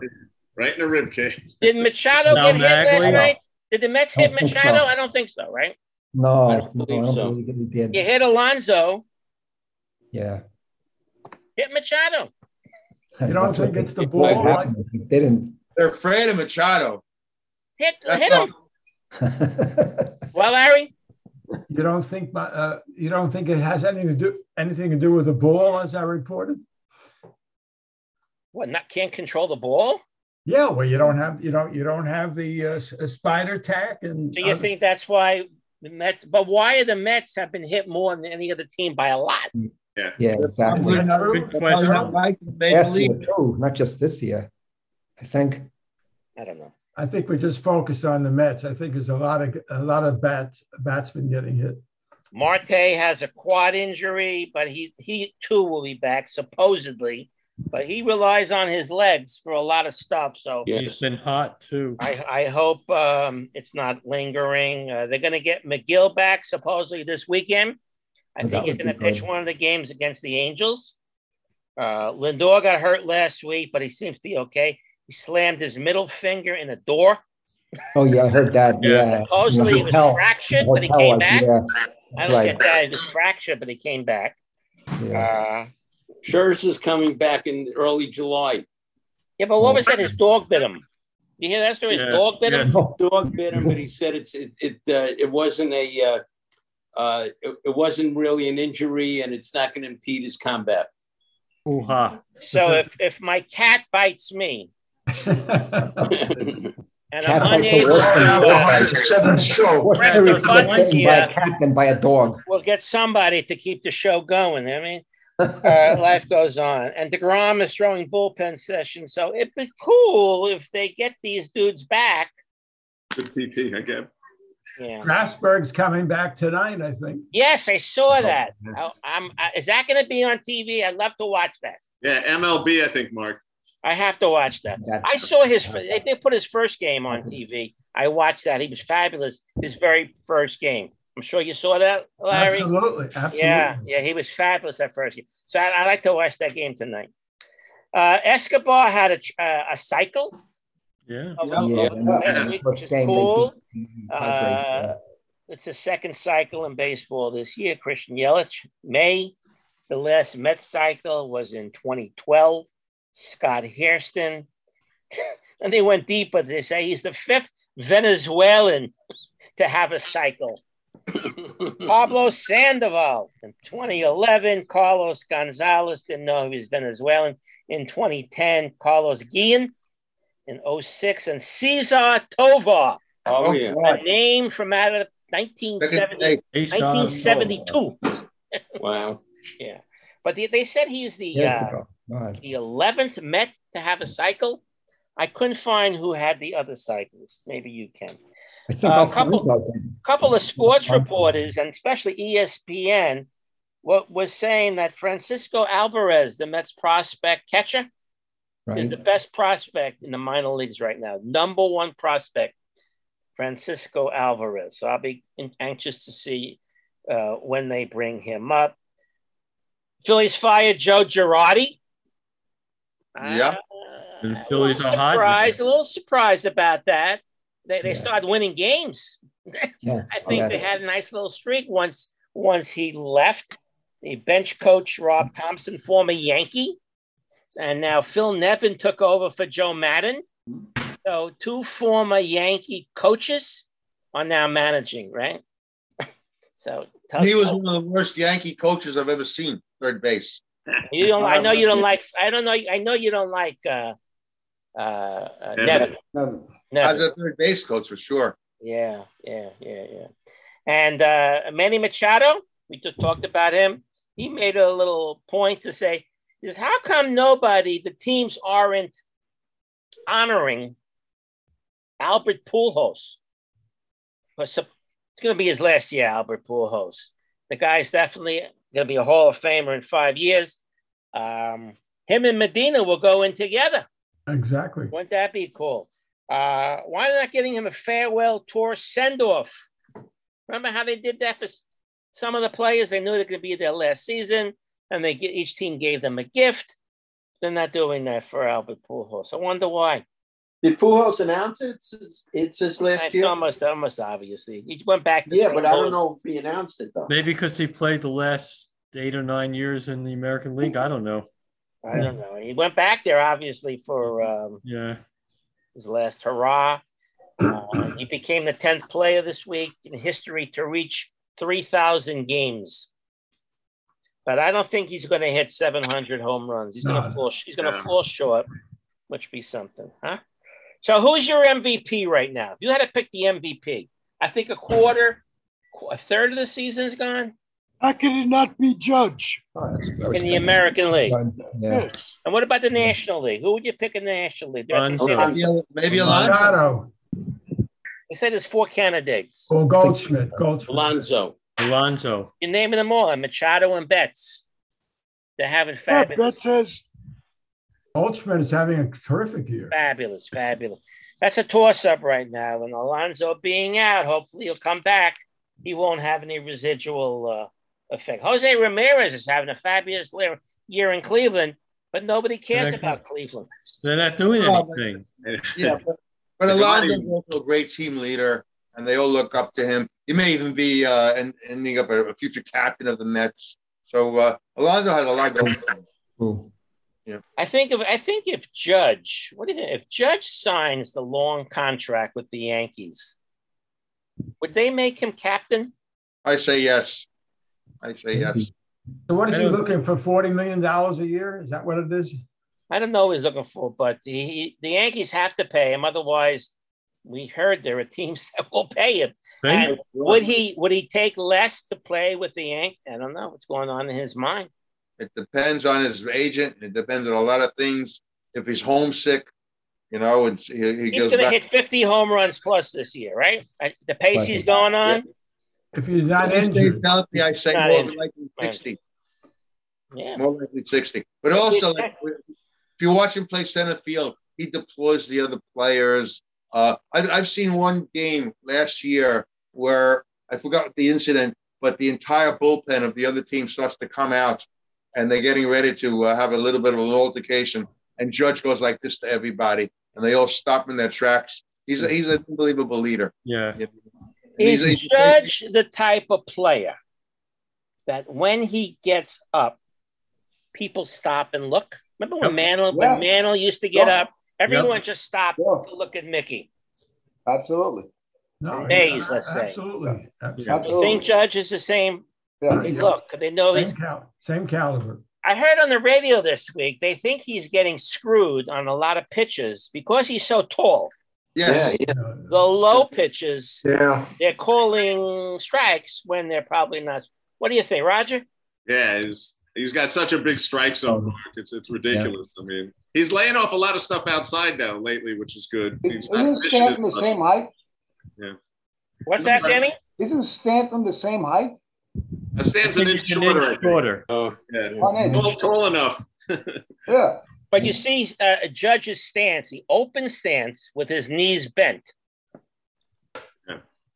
[SPEAKER 9] right in the rib cage.
[SPEAKER 1] Did Machado
[SPEAKER 12] Now
[SPEAKER 1] get hit last
[SPEAKER 12] Magley?
[SPEAKER 1] night? Did the Mets hit
[SPEAKER 10] Don't think
[SPEAKER 1] Machado?
[SPEAKER 10] so.
[SPEAKER 1] I don't think so, right?
[SPEAKER 10] No,
[SPEAKER 2] I
[SPEAKER 10] no,
[SPEAKER 2] don't
[SPEAKER 10] I
[SPEAKER 2] believe
[SPEAKER 10] don't
[SPEAKER 2] so.
[SPEAKER 10] believe it. He did.
[SPEAKER 1] You hit Alonso,
[SPEAKER 10] Yeah.
[SPEAKER 1] hit Machado.
[SPEAKER 6] You don't
[SPEAKER 10] That's what
[SPEAKER 6] think it's the
[SPEAKER 10] it
[SPEAKER 6] ball,
[SPEAKER 10] might happen if He didn't.
[SPEAKER 5] They're afraid of Machado.
[SPEAKER 1] Hit,
[SPEAKER 5] That's
[SPEAKER 1] hit him. Well, Larry,
[SPEAKER 6] You don't think my, uh, you don't think it has anything to do anything to do with the ball, as I reported.
[SPEAKER 1] What? Not can't control the ball?
[SPEAKER 6] Yeah, well, you don't have you don't you don't have the uh, s- uh, spider tack and
[SPEAKER 1] Do you
[SPEAKER 6] other-
[SPEAKER 1] think that's why the Mets? But why are the Mets have been hit more than any other team by a lot?
[SPEAKER 9] Yeah.
[SPEAKER 10] Yeah, exactly.
[SPEAKER 6] Probably not true.
[SPEAKER 10] Last year too, not just this year. I think.
[SPEAKER 1] I don't know.
[SPEAKER 6] I think we just focus on the Mets. I think there's a lot of a lot of bats batsmen getting hit.
[SPEAKER 1] Marte has a quad injury, but he he too will be back supposedly. But he relies on his legs for a lot of stuff. So
[SPEAKER 12] He's been hot too.
[SPEAKER 1] I, I hope um, it's not lingering. Uh, they're going to get McGill back supposedly this weekend. I
[SPEAKER 12] Oh, that
[SPEAKER 1] think he's
[SPEAKER 12] would be
[SPEAKER 1] going to pitch
[SPEAKER 12] good.
[SPEAKER 1] one of the games against the Angels. Uh, Lindor got hurt last week, but he seems to be okay. He slammed his middle finger in a door.
[SPEAKER 10] Oh yeah, I heard that. Yeah.
[SPEAKER 1] Supposedly it was
[SPEAKER 10] Hotel-
[SPEAKER 1] fractured, but he
[SPEAKER 10] hotel,
[SPEAKER 1] came back.
[SPEAKER 10] Yeah.
[SPEAKER 1] I
[SPEAKER 10] That's
[SPEAKER 1] don't
[SPEAKER 10] right.
[SPEAKER 1] get that. It was fractured, but he came back. Uh,
[SPEAKER 2] Scherzer's coming back in early July.
[SPEAKER 1] Yeah, but what was that? His dog bit him. You hear that story? His dog bit him.
[SPEAKER 2] Dog bit him, but he said it's it it, uh, it wasn't a uh, uh, it, it wasn't really an injury, and it's not going to impede his combat.
[SPEAKER 12] Ooh-ha.
[SPEAKER 1] So if, if my cat bites
[SPEAKER 10] (laughs)
[SPEAKER 1] me, and
[SPEAKER 10] Cat
[SPEAKER 1] I'm
[SPEAKER 10] bites are
[SPEAKER 1] unable
[SPEAKER 10] worse than
[SPEAKER 1] to, uh,
[SPEAKER 10] More
[SPEAKER 1] Press
[SPEAKER 10] serious
[SPEAKER 1] the
[SPEAKER 10] to
[SPEAKER 1] buttons
[SPEAKER 10] get bitten by a
[SPEAKER 1] here.
[SPEAKER 10] cat than by a dog.
[SPEAKER 1] we'll get somebody to keep the show going. I mean, uh,
[SPEAKER 10] (laughs)
[SPEAKER 1] life goes on. And DeGrom is throwing bullpen sessions. So it'd be cool if they get these dudes back.
[SPEAKER 9] Good PT, I get.
[SPEAKER 1] Yeah.
[SPEAKER 6] Strasburg's coming back tonight, I think.
[SPEAKER 1] Yes, I saw that. I, I'm, I, is that going to be on TV? I'd love to watch that.
[SPEAKER 9] Yeah, MLB, I think, Mark.
[SPEAKER 1] I have to watch that. I saw his. They they put his first game on TV. I watched that. He was fabulous. His very first game. I'm sure you saw that, Larry.
[SPEAKER 6] Absolutely, absolutely.
[SPEAKER 1] Yeah, yeah, he was fabulous that first game. So I, I like to watch that game tonight. Uh, Escobar had a ch- uh, a cycle.
[SPEAKER 12] Yeah.
[SPEAKER 1] Over,
[SPEAKER 10] Yeah,
[SPEAKER 1] over the
[SPEAKER 10] yeah.
[SPEAKER 1] last week, which
[SPEAKER 10] First
[SPEAKER 1] is
[SPEAKER 10] game they
[SPEAKER 1] cool.
[SPEAKER 10] beat the Padres,
[SPEAKER 1] oh, Uh, it's the second cycle in baseball this year. Christian Yelich, May. The last Mets cycle was in 2012. Scott Hairston. (laughs) and they went deep, but they say he's the fifth Venezuelan to have a cycle. Pablo Sandoval in 2011. Carlos Gonzalez didn't know he was Venezuelan. In 2010, Carlos Guillen in 06. And Cesar Tovar,
[SPEAKER 2] Oh, yeah.
[SPEAKER 1] a name from out of 1970,
[SPEAKER 12] Cesar
[SPEAKER 1] 1972.
[SPEAKER 2] Wow.
[SPEAKER 1] Yeah. But they, they said he's the
[SPEAKER 10] Years
[SPEAKER 1] uh,
[SPEAKER 10] ago. God.
[SPEAKER 1] the 11th Met to have a cycle. I couldn't find who had the other cycles. Maybe you can.
[SPEAKER 10] I think
[SPEAKER 1] uh,
[SPEAKER 10] Alfonso
[SPEAKER 1] couple-
[SPEAKER 10] did.
[SPEAKER 1] couple of sports reporters, and especially E ESPN, what was saying that Francisco Alvarez, the Mets prospect catcher, is
[SPEAKER 10] Right.
[SPEAKER 1] the best prospect in the minor leagues right now. Number one prospect, Francisco Alvarez. So I'll be in- anxious to see uh, when they bring him up. Phillies fired Joe Girardi.
[SPEAKER 5] Yep.
[SPEAKER 12] And Phillies are hot.
[SPEAKER 1] Surprised, a little surprised about that. They, they
[SPEAKER 10] Yeah.
[SPEAKER 1] started winning games.
[SPEAKER 10] Yes.
[SPEAKER 12] Oh,
[SPEAKER 1] I think they
[SPEAKER 10] yes.
[SPEAKER 1] had a nice little streak once once he left. The bench coach Rob Thompson, former Yankee, and now Phil Nevin took over for Joe Madden. So two former Yankee coaches are now managing, right? (laughs) so tell
[SPEAKER 5] He was one of the worst Yankee coaches I've ever seen. Third base.
[SPEAKER 1] you don't. I
[SPEAKER 5] uh,
[SPEAKER 1] know you don't like. I don't know. I know you don't like uh, uh, uh,
[SPEAKER 5] Nevin.
[SPEAKER 1] Nevin.
[SPEAKER 11] No,
[SPEAKER 1] Nevin.
[SPEAKER 5] As a third base coach for sure.
[SPEAKER 1] Yeah, yeah, yeah, yeah. And uh, Manny Machado, we just talked about him. He made a little point to say, "Is how come nobody, the teams aren't honoring Albert Pujols? Because sup- it's going to be his last year, Albert Pujols. The guy's definitely going to be a Hall of Famer in five years. Um, him and Medina will go in together."
[SPEAKER 6] Exactly.
[SPEAKER 1] Wouldn't that be cool? Uh, why not getting him a farewell tour send off? Remember how they did that for s- some of the players? They knew it could be their last season, and they get, each team gave them a gift. They're not doing that for Albert Pujols. I wonder why.
[SPEAKER 2] Did Pujols announce it? It's, it's his last
[SPEAKER 1] It's
[SPEAKER 2] year.
[SPEAKER 1] almost, almost obviously. He went back. To
[SPEAKER 2] Yeah, but I don't
[SPEAKER 1] St. Louis.
[SPEAKER 2] know if he announced it though.
[SPEAKER 12] Maybe because he played the last eight or nine years in the American League. I don't know.
[SPEAKER 1] I don't know. He went back there obviously for um,
[SPEAKER 12] Yeah.
[SPEAKER 1] his last hurrah. Uh, he became the tenth player this week in history to reach three thousand games. but I don't think he's going to hit 700 home runs. He's going to
[SPEAKER 14] No.
[SPEAKER 1] fall. He's going to
[SPEAKER 14] Yeah.
[SPEAKER 1] fall short, which be something, huh? So who's your MVP right now? If you had to pick the MVP, I think a quarter, a third of the season's gone
[SPEAKER 8] How could it not be Judge?
[SPEAKER 10] Oh,
[SPEAKER 1] in the American League.
[SPEAKER 10] Yeah.
[SPEAKER 1] And what about the National League? Who would you pick in the National League? I think they-
[SPEAKER 5] Maybe, maybe
[SPEAKER 6] Alonso.
[SPEAKER 1] They say there's four candidates.
[SPEAKER 6] Or Goldschmidt. Goldschmidt.
[SPEAKER 2] Alonso.
[SPEAKER 12] Alonso.
[SPEAKER 1] You're naming them all. And Machado and Betts. They're having fabulous.
[SPEAKER 8] says
[SPEAKER 6] Goldschmidt is having a terrific year.
[SPEAKER 1] Fabulous, fabulous. That's a toss up right now. And Alonso being out, hopefully he'll come back. He won't have any residual uh, effect. Jose Ramirez is having a fabulous le- year in Cleveland, but nobody cares
[SPEAKER 12] They're-
[SPEAKER 1] about Cleveland.
[SPEAKER 12] They're not doing
[SPEAKER 5] Oh,
[SPEAKER 12] anything.
[SPEAKER 5] (laughs) Yeah, but, but Alonso's also a great team leader, and they all look up to him. He may even be uh, en- ending up a, a future captain of the Mets. So uh, Alonso has a lot going. on.
[SPEAKER 1] I think if I think if Judge, what do you think? If Judge signs the long contract with the Yankees, would they make him captain?
[SPEAKER 5] I say yes. I say yes.
[SPEAKER 6] So what is he looking for? Forty million dollars a year? Is that what it is?
[SPEAKER 1] I don't know what he's looking for, but he, he- the Yankees have to pay him. Otherwise, we heard there are (laughs) teams that will pay him.
[SPEAKER 12] Thank
[SPEAKER 1] And
[SPEAKER 12] you.
[SPEAKER 1] would he would he take less to play with the Yankees? I don't know what's going on in his mind.
[SPEAKER 5] It depends on his agent. It depends on a lot of things. If he's homesick, you know, and he, he
[SPEAKER 1] He's
[SPEAKER 5] goes
[SPEAKER 1] going to hit
[SPEAKER 5] back.
[SPEAKER 1] 50 home runs plus this year, right? I- The pace
[SPEAKER 5] Right.
[SPEAKER 1] he's going on.
[SPEAKER 6] If he's not injured.
[SPEAKER 5] Yeah, I say
[SPEAKER 1] Not
[SPEAKER 5] more
[SPEAKER 1] injured.
[SPEAKER 5] than likely sixty.
[SPEAKER 1] Yeah.
[SPEAKER 5] More likely sixty. But also, like, if you watch him play center field, he deploys the other players. Uh, I, I've seen one game last year where I forgot the incident, but the entire bullpen of the other team starts to come out, and they're getting ready to uh, have a little bit of an altercation. And Judge goes like this to everybody, and they all stop in their tracks. He's a, he's an unbelievable leader.
[SPEAKER 12] Yeah.
[SPEAKER 1] Is
[SPEAKER 5] He's a-
[SPEAKER 1] Judge the type of player that when he gets up, people stop and look? Remember when Mantle
[SPEAKER 11] Yeah.
[SPEAKER 1] when Mantle used to get
[SPEAKER 11] Yeah.
[SPEAKER 1] up, everyone just stopped to look at Mickey.
[SPEAKER 11] Absolutely.
[SPEAKER 6] No,
[SPEAKER 1] Days, let's say.
[SPEAKER 6] Absolutely.
[SPEAKER 1] You think Judge is the same?
[SPEAKER 11] Yeah.
[SPEAKER 1] They look, they know he's.
[SPEAKER 6] Same, cal- same caliber.
[SPEAKER 1] I heard on the radio this week they think he's getting screwed on a lot of pitches because he's so tall.
[SPEAKER 5] Yes.
[SPEAKER 1] The low pitches,
[SPEAKER 4] Yeah.
[SPEAKER 1] they're calling strikes when they're probably not. What do you think, Roger?
[SPEAKER 9] Yeah, he's he's got such a big strike
[SPEAKER 12] Oh.
[SPEAKER 9] zone. Mark. It's it's ridiculous. I mean, he's laying off a lot of stuff outside now lately, which is good. He's not
[SPEAKER 11] Isn't
[SPEAKER 9] pitching as
[SPEAKER 11] Stanton the
[SPEAKER 9] much.
[SPEAKER 11] same height?
[SPEAKER 9] Yeah.
[SPEAKER 1] What's that, Danny?
[SPEAKER 11] Isn't Stanton the same height?
[SPEAKER 9] Uh, Stan's an inch shorter. I think. Oh, yeah.
[SPEAKER 11] One inch.
[SPEAKER 9] Tall, tall enough.
[SPEAKER 11] Yeah.
[SPEAKER 1] But you see uh, a judge's stance, the open stance with his knees bent.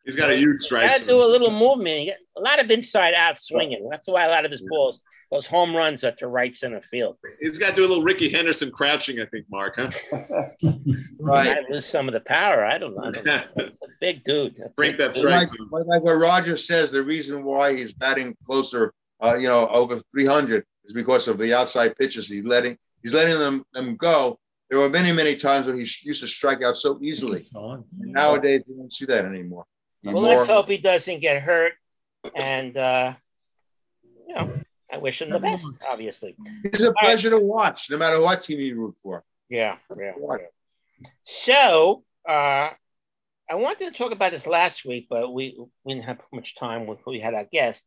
[SPEAKER 9] He's got a huge strike
[SPEAKER 1] Got to
[SPEAKER 9] zone.
[SPEAKER 1] do a little movement. You got A lot of inside out swinging. That's why a lot of his balls, those home runs, are to right center field.
[SPEAKER 9] He's got to do a little Ricky Henderson crouching, I think, Mark, (laughs) huh?
[SPEAKER 1] Right. Might lose some of the power. I don't know. I don't know.
[SPEAKER 9] (laughs)
[SPEAKER 1] It's a big dude.
[SPEAKER 9] Break that strike
[SPEAKER 5] like,
[SPEAKER 9] zone.
[SPEAKER 5] like what Roger says, the reason why he's batting closer, uh, you know, over 300 is because of the outside pitches he's letting. He's letting them them go. There were many, many times where he sh- used to strike out so easily. And nowadays, you don't see that anymore.
[SPEAKER 1] Well, let's hope he doesn't get hurt. And, uh, you know, I wish him the best, obviously.
[SPEAKER 5] It's a pleasure to watch, no matter what team you root for.
[SPEAKER 1] Yeah, yeah. yeah. So uh, I wanted to talk about this last week, but we, we didn't have much time when we had our guest.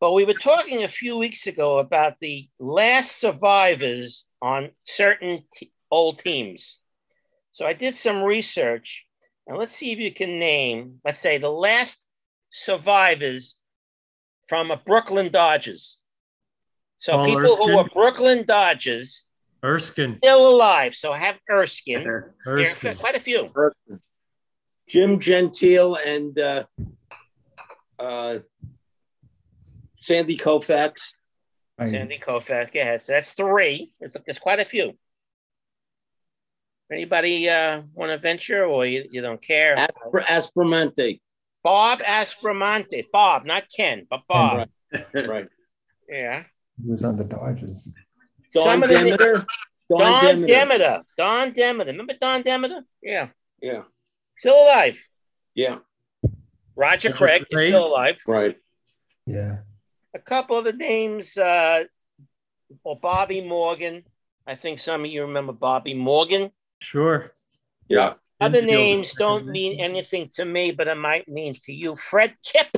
[SPEAKER 1] But we were talking a few weeks ago about the last survivors on certain t- old teams. So I did some research, and let's see if you can name, let's say, the last survivors from a Brooklyn Dodgers. So
[SPEAKER 12] Paul
[SPEAKER 1] people who
[SPEAKER 12] Erskine?
[SPEAKER 1] were Brooklyn Dodgers
[SPEAKER 12] Erskine.
[SPEAKER 1] still alive. So have
[SPEAKER 2] (laughs)
[SPEAKER 1] Erskine. There are
[SPEAKER 12] Erskine.
[SPEAKER 1] quite a few.
[SPEAKER 2] Jim Gentile and uh, uh, Sandy Koufax.
[SPEAKER 1] Sandy Koufax. Go ahead. So that's three. It's, it's quite a few. Anybody uh, want to venture or you, you don't care?
[SPEAKER 2] Asper- Aspermonte.
[SPEAKER 1] Bob Aspromonte. Bob, not Ken, but Bob.
[SPEAKER 2] Right. (laughs)
[SPEAKER 1] Yeah.
[SPEAKER 10] He was on the Dodgers.
[SPEAKER 2] Don
[SPEAKER 1] Somebody-
[SPEAKER 2] Demeter.
[SPEAKER 1] Don,
[SPEAKER 2] Don
[SPEAKER 1] Demeter.
[SPEAKER 2] Demeter.
[SPEAKER 1] Don Demeter. Remember Don Demeter? Yeah.
[SPEAKER 2] Yeah.
[SPEAKER 1] Still alive.
[SPEAKER 2] Yeah.
[SPEAKER 1] Roger Craig is still alive.
[SPEAKER 2] Right.
[SPEAKER 10] Yeah.
[SPEAKER 1] a couple of the names, uh, or Bobby Morgan. I think some of you remember Bobby Morgan.
[SPEAKER 12] Sure.
[SPEAKER 5] Yeah.
[SPEAKER 1] Other
[SPEAKER 12] Infielder.
[SPEAKER 1] names don't mean anything to me, but it might mean to you. Fred Kipp,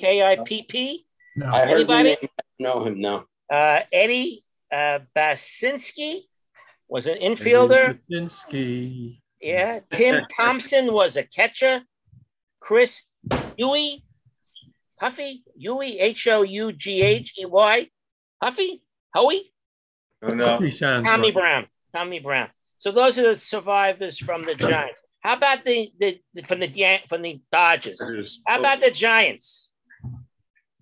[SPEAKER 1] K I P P.
[SPEAKER 2] I heard the
[SPEAKER 1] Anybody?
[SPEAKER 2] name. I don't know him. No.
[SPEAKER 1] Uh, Eddie uh, Basinski was an infielder.
[SPEAKER 12] Kaczynski.
[SPEAKER 1] Yeah.
[SPEAKER 5] (laughs)
[SPEAKER 1] Tim Thompson was a catcher. Chris Huey, Huffy, Huey, H O U G H E Y, Huffy, Hoey,
[SPEAKER 5] Oh, no.
[SPEAKER 12] He sounds
[SPEAKER 1] Tommy
[SPEAKER 12] like-
[SPEAKER 1] Brown, Tommy Brown. So those are the survivors from the Giants. How about the, the, the from the Yan- from the Dodgers? How about the Giants?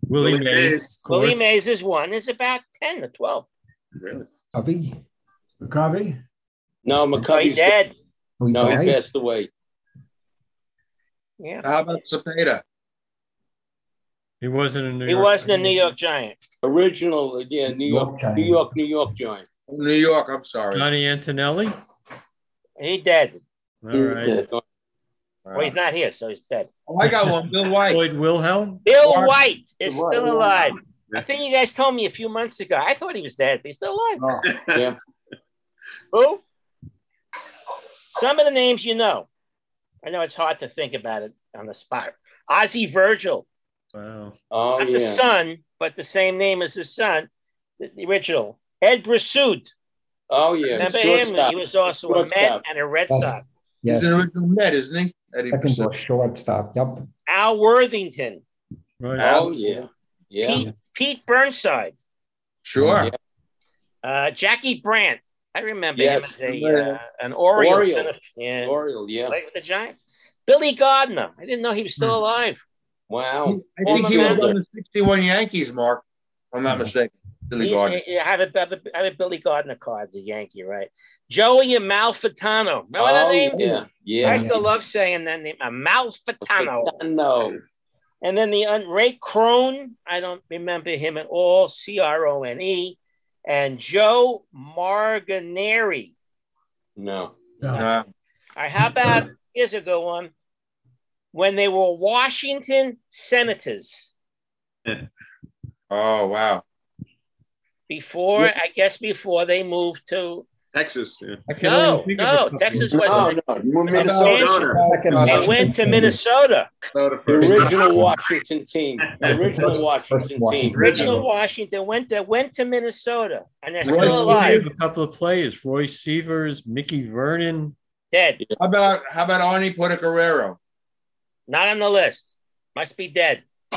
[SPEAKER 12] Willie
[SPEAKER 9] Willie
[SPEAKER 12] Mays.
[SPEAKER 9] Mays.
[SPEAKER 12] of
[SPEAKER 1] Willie
[SPEAKER 12] course.
[SPEAKER 1] Mays is one. Is about ten or twelve.
[SPEAKER 9] Really?
[SPEAKER 10] Covey?
[SPEAKER 6] McCovey?
[SPEAKER 2] No,
[SPEAKER 1] Oh, he
[SPEAKER 2] McCovey's
[SPEAKER 1] dead.
[SPEAKER 10] Oh, he
[SPEAKER 2] No, he
[SPEAKER 10] died?
[SPEAKER 2] passed away.
[SPEAKER 1] Yeah.
[SPEAKER 5] How about Cepeda?
[SPEAKER 12] He wasn't in New
[SPEAKER 1] He
[SPEAKER 12] York.
[SPEAKER 1] wasn't a New York Giant.
[SPEAKER 2] Original, yeah, New York,
[SPEAKER 10] York
[SPEAKER 2] New
[SPEAKER 10] Giant.
[SPEAKER 2] York, New York Giant.
[SPEAKER 5] New York. I'm sorry.
[SPEAKER 12] Johnny Antonelli.
[SPEAKER 1] He dead.
[SPEAKER 12] All right.
[SPEAKER 2] Yeah.
[SPEAKER 1] Well, he's not here, so he's dead.
[SPEAKER 5] Oh, I got one. Bill White.
[SPEAKER 12] Floyd Wilhelm.
[SPEAKER 1] Bill
[SPEAKER 11] What?
[SPEAKER 1] White is
[SPEAKER 11] What?
[SPEAKER 1] still alive. I think you guys told me a few months ago. I thought he was dead, but he's still alive.
[SPEAKER 5] Oh.
[SPEAKER 11] No.
[SPEAKER 2] Oh. Yeah.
[SPEAKER 1] Who? Some of the names you know. I know it's hard to think about it on the spot. Ozzy Virgil,
[SPEAKER 12] Wow.
[SPEAKER 2] Oh
[SPEAKER 1] not the
[SPEAKER 2] yeah.
[SPEAKER 1] son, but the same name as his son, the, the original. Ed Brasud.
[SPEAKER 2] Oh yeah.
[SPEAKER 1] Remember him?
[SPEAKER 2] Shortstop.
[SPEAKER 1] He was also a Met
[SPEAKER 2] Shortstop.
[SPEAKER 1] and a Red Sox.
[SPEAKER 10] That's, yes.
[SPEAKER 5] He's an original Met, isn't he? Eddie
[SPEAKER 10] Second
[SPEAKER 5] Brissett.
[SPEAKER 10] or shortstop. Yep.
[SPEAKER 1] Al Worthington.
[SPEAKER 12] Right.
[SPEAKER 2] Oh yeah. Yeah.
[SPEAKER 1] Pete, Pete Burnside.
[SPEAKER 5] Sure.
[SPEAKER 2] Yeah.
[SPEAKER 1] Uh, Jackie Brandt. I remember
[SPEAKER 2] Yes,
[SPEAKER 1] him as a,
[SPEAKER 2] familiar.
[SPEAKER 1] uh, an Oriole.
[SPEAKER 2] Oriole.
[SPEAKER 1] center- Yeah.
[SPEAKER 2] Oriole. Yeah.
[SPEAKER 1] Played with the Giants. Billy Gardner. I didn't know he was still alive.
[SPEAKER 2] Wow.
[SPEAKER 5] I think
[SPEAKER 1] Former
[SPEAKER 5] he was
[SPEAKER 1] member.
[SPEAKER 5] on the 61 Yankees, Mark. If I'm not mistaken. Billy
[SPEAKER 1] He-
[SPEAKER 5] Gardner.
[SPEAKER 1] he- I have a, I have a- I have a Billy Gardner card, the Yankee, right? Joey Amalfitano. Remember that
[SPEAKER 2] oh,
[SPEAKER 1] name?
[SPEAKER 2] Yeah.
[SPEAKER 1] I
[SPEAKER 2] Yeah.
[SPEAKER 1] used to love saying that name, Amalfitano.
[SPEAKER 2] No.
[SPEAKER 1] And then the un- Ray Crone, I don't remember him at all. C R O N E, and Joe Marganeri.
[SPEAKER 2] No.
[SPEAKER 6] No.
[SPEAKER 5] Uh,
[SPEAKER 1] All right, how about here's a good one. When they were Washington Senators
[SPEAKER 5] oh, wow.
[SPEAKER 1] before, I guess, before they moved to
[SPEAKER 9] Texas. Yeah.
[SPEAKER 10] I can only
[SPEAKER 1] no,
[SPEAKER 10] think of a
[SPEAKER 1] no,
[SPEAKER 10] couple.
[SPEAKER 1] Texas
[SPEAKER 2] No.
[SPEAKER 1] was
[SPEAKER 2] Oh, No. Minnesota.
[SPEAKER 1] Minnesota.
[SPEAKER 10] Second
[SPEAKER 5] They
[SPEAKER 1] They went to Minnesota.
[SPEAKER 9] Minnesota
[SPEAKER 2] The
[SPEAKER 9] first.
[SPEAKER 2] original Washington team.
[SPEAKER 10] That's
[SPEAKER 2] The (laughs)
[SPEAKER 10] the
[SPEAKER 2] original
[SPEAKER 10] first- first
[SPEAKER 2] Washington team.
[SPEAKER 1] Original Washington went to went to Minnesota, and they're
[SPEAKER 12] I can
[SPEAKER 1] still
[SPEAKER 12] name
[SPEAKER 1] alive.
[SPEAKER 12] a couple of players: Roy Severs, Mickey Vernon.
[SPEAKER 1] Dead.
[SPEAKER 5] How about how about Arnie Portocarrero?
[SPEAKER 1] Not on the list. Must be dead. (laughs)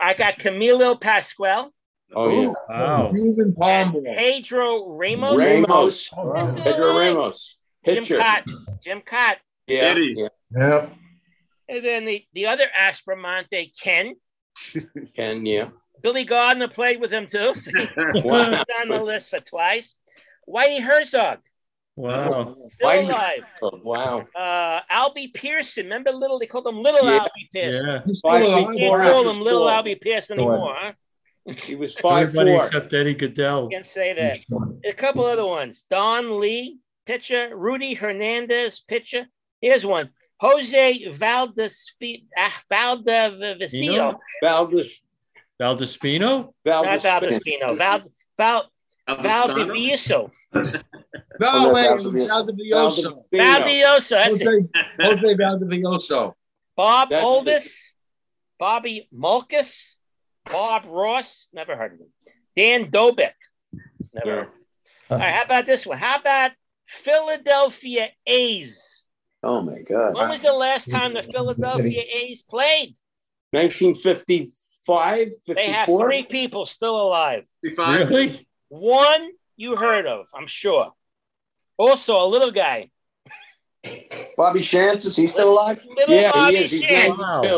[SPEAKER 1] I got Camilo Pasquale,
[SPEAKER 2] Oh yeah.
[SPEAKER 12] Wow.
[SPEAKER 5] Cuban palm
[SPEAKER 1] and
[SPEAKER 5] ball.
[SPEAKER 1] Pedro Ramos,
[SPEAKER 2] Ramos.
[SPEAKER 1] Mr.
[SPEAKER 2] Pedro
[SPEAKER 1] Lawrence.
[SPEAKER 2] Ramos.
[SPEAKER 1] Jim
[SPEAKER 2] Pitcher.
[SPEAKER 1] Cott, Jim Cott,
[SPEAKER 2] Yeah.
[SPEAKER 9] Eddie's.
[SPEAKER 2] yeah.
[SPEAKER 4] Yeah.
[SPEAKER 1] and then the, the other Aspromonte, Ken.
[SPEAKER 2] Ken. Yeah.
[SPEAKER 1] Billy Gardner played with him too. (laughs) So he's
[SPEAKER 2] Wow.
[SPEAKER 1] on the list for twice. Whitey Herzog,
[SPEAKER 12] Wow.
[SPEAKER 1] still
[SPEAKER 2] Whitey-
[SPEAKER 1] alive.
[SPEAKER 2] Oh, Wow.
[SPEAKER 1] Uh, Albie Pearson, remember little? They called him Little
[SPEAKER 2] Yeah.
[SPEAKER 1] Albie Pearson.
[SPEAKER 12] Yeah.
[SPEAKER 5] He's
[SPEAKER 2] Five
[SPEAKER 5] still
[SPEAKER 2] feet
[SPEAKER 5] alive.
[SPEAKER 1] Can't
[SPEAKER 2] Four
[SPEAKER 1] call
[SPEAKER 2] ounces
[SPEAKER 1] him Little
[SPEAKER 2] tall.
[SPEAKER 1] Albie Pearson
[SPEAKER 10] Go on.
[SPEAKER 1] anymore. Huh?
[SPEAKER 2] He was five
[SPEAKER 12] Everybody
[SPEAKER 2] four.
[SPEAKER 12] except Eddie
[SPEAKER 5] Oh.
[SPEAKER 12] Goodell.
[SPEAKER 1] Can't say that. A couple other ones. Don Lee, pitcher. Rudy Hernandez, pitcher. Here's one. Jose Valdez, ah, Valdavecino.
[SPEAKER 12] Vino?
[SPEAKER 2] Valdez.
[SPEAKER 12] Valdespino.
[SPEAKER 1] Not
[SPEAKER 2] Valdez.
[SPEAKER 1] Valdespino. Val, Val,
[SPEAKER 9] Valdestano.
[SPEAKER 1] Valdivieso.
[SPEAKER 5] No
[SPEAKER 2] Oh,
[SPEAKER 5] way.
[SPEAKER 2] no, Valdez.
[SPEAKER 5] Valdivioso.
[SPEAKER 1] Valdivieso. That's it.
[SPEAKER 5] Jose, Jose Valdivioso.
[SPEAKER 1] Bob
[SPEAKER 2] That's-
[SPEAKER 1] Oldis, Bobby Mulkus, Bob Ross, never heard of him. Dan Dobek, never.
[SPEAKER 2] Yeah.
[SPEAKER 1] Heard of him. All right, how about this one? How about Philadelphia A's?
[SPEAKER 2] Oh my God.
[SPEAKER 1] When was the last time the Philadelphia A's played?
[SPEAKER 2] 1955,
[SPEAKER 1] They have
[SPEAKER 2] 54.
[SPEAKER 1] three people still alive.
[SPEAKER 9] 55.
[SPEAKER 12] Really?
[SPEAKER 1] One you heard of, I'm sure. Also, a little guy,
[SPEAKER 7] Bobby Shantz, is he still alive?
[SPEAKER 1] little
[SPEAKER 2] yeah,
[SPEAKER 1] Bobby
[SPEAKER 2] he is. He's
[SPEAKER 1] Shantz,
[SPEAKER 2] 92.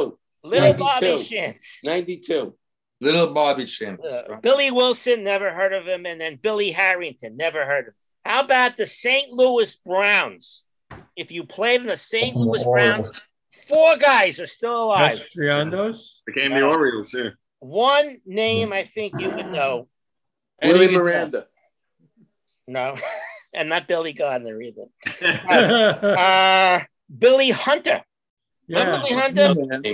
[SPEAKER 1] little Bobby
[SPEAKER 2] 92.
[SPEAKER 1] Shantz.
[SPEAKER 2] 92.
[SPEAKER 5] Little Bobby Chance.
[SPEAKER 1] Uh, Billy Wilson, never heard of him. And then Billy Harrington, never heard of him. How about the St. Louis Browns? If you played in the St.
[SPEAKER 10] Oh.
[SPEAKER 1] Louis Browns, four guys are still alive.
[SPEAKER 12] Castriandos.
[SPEAKER 9] Became the Orioles. Yeah.
[SPEAKER 1] One name I think you would know.
[SPEAKER 7] Willie
[SPEAKER 5] Eddie-
[SPEAKER 7] Miranda.
[SPEAKER 1] No, (laughs) and not Billy Gardner either. Uh, Billy Hunter. Remember
[SPEAKER 12] yeah.
[SPEAKER 1] Billy Hunter?
[SPEAKER 2] Yeah.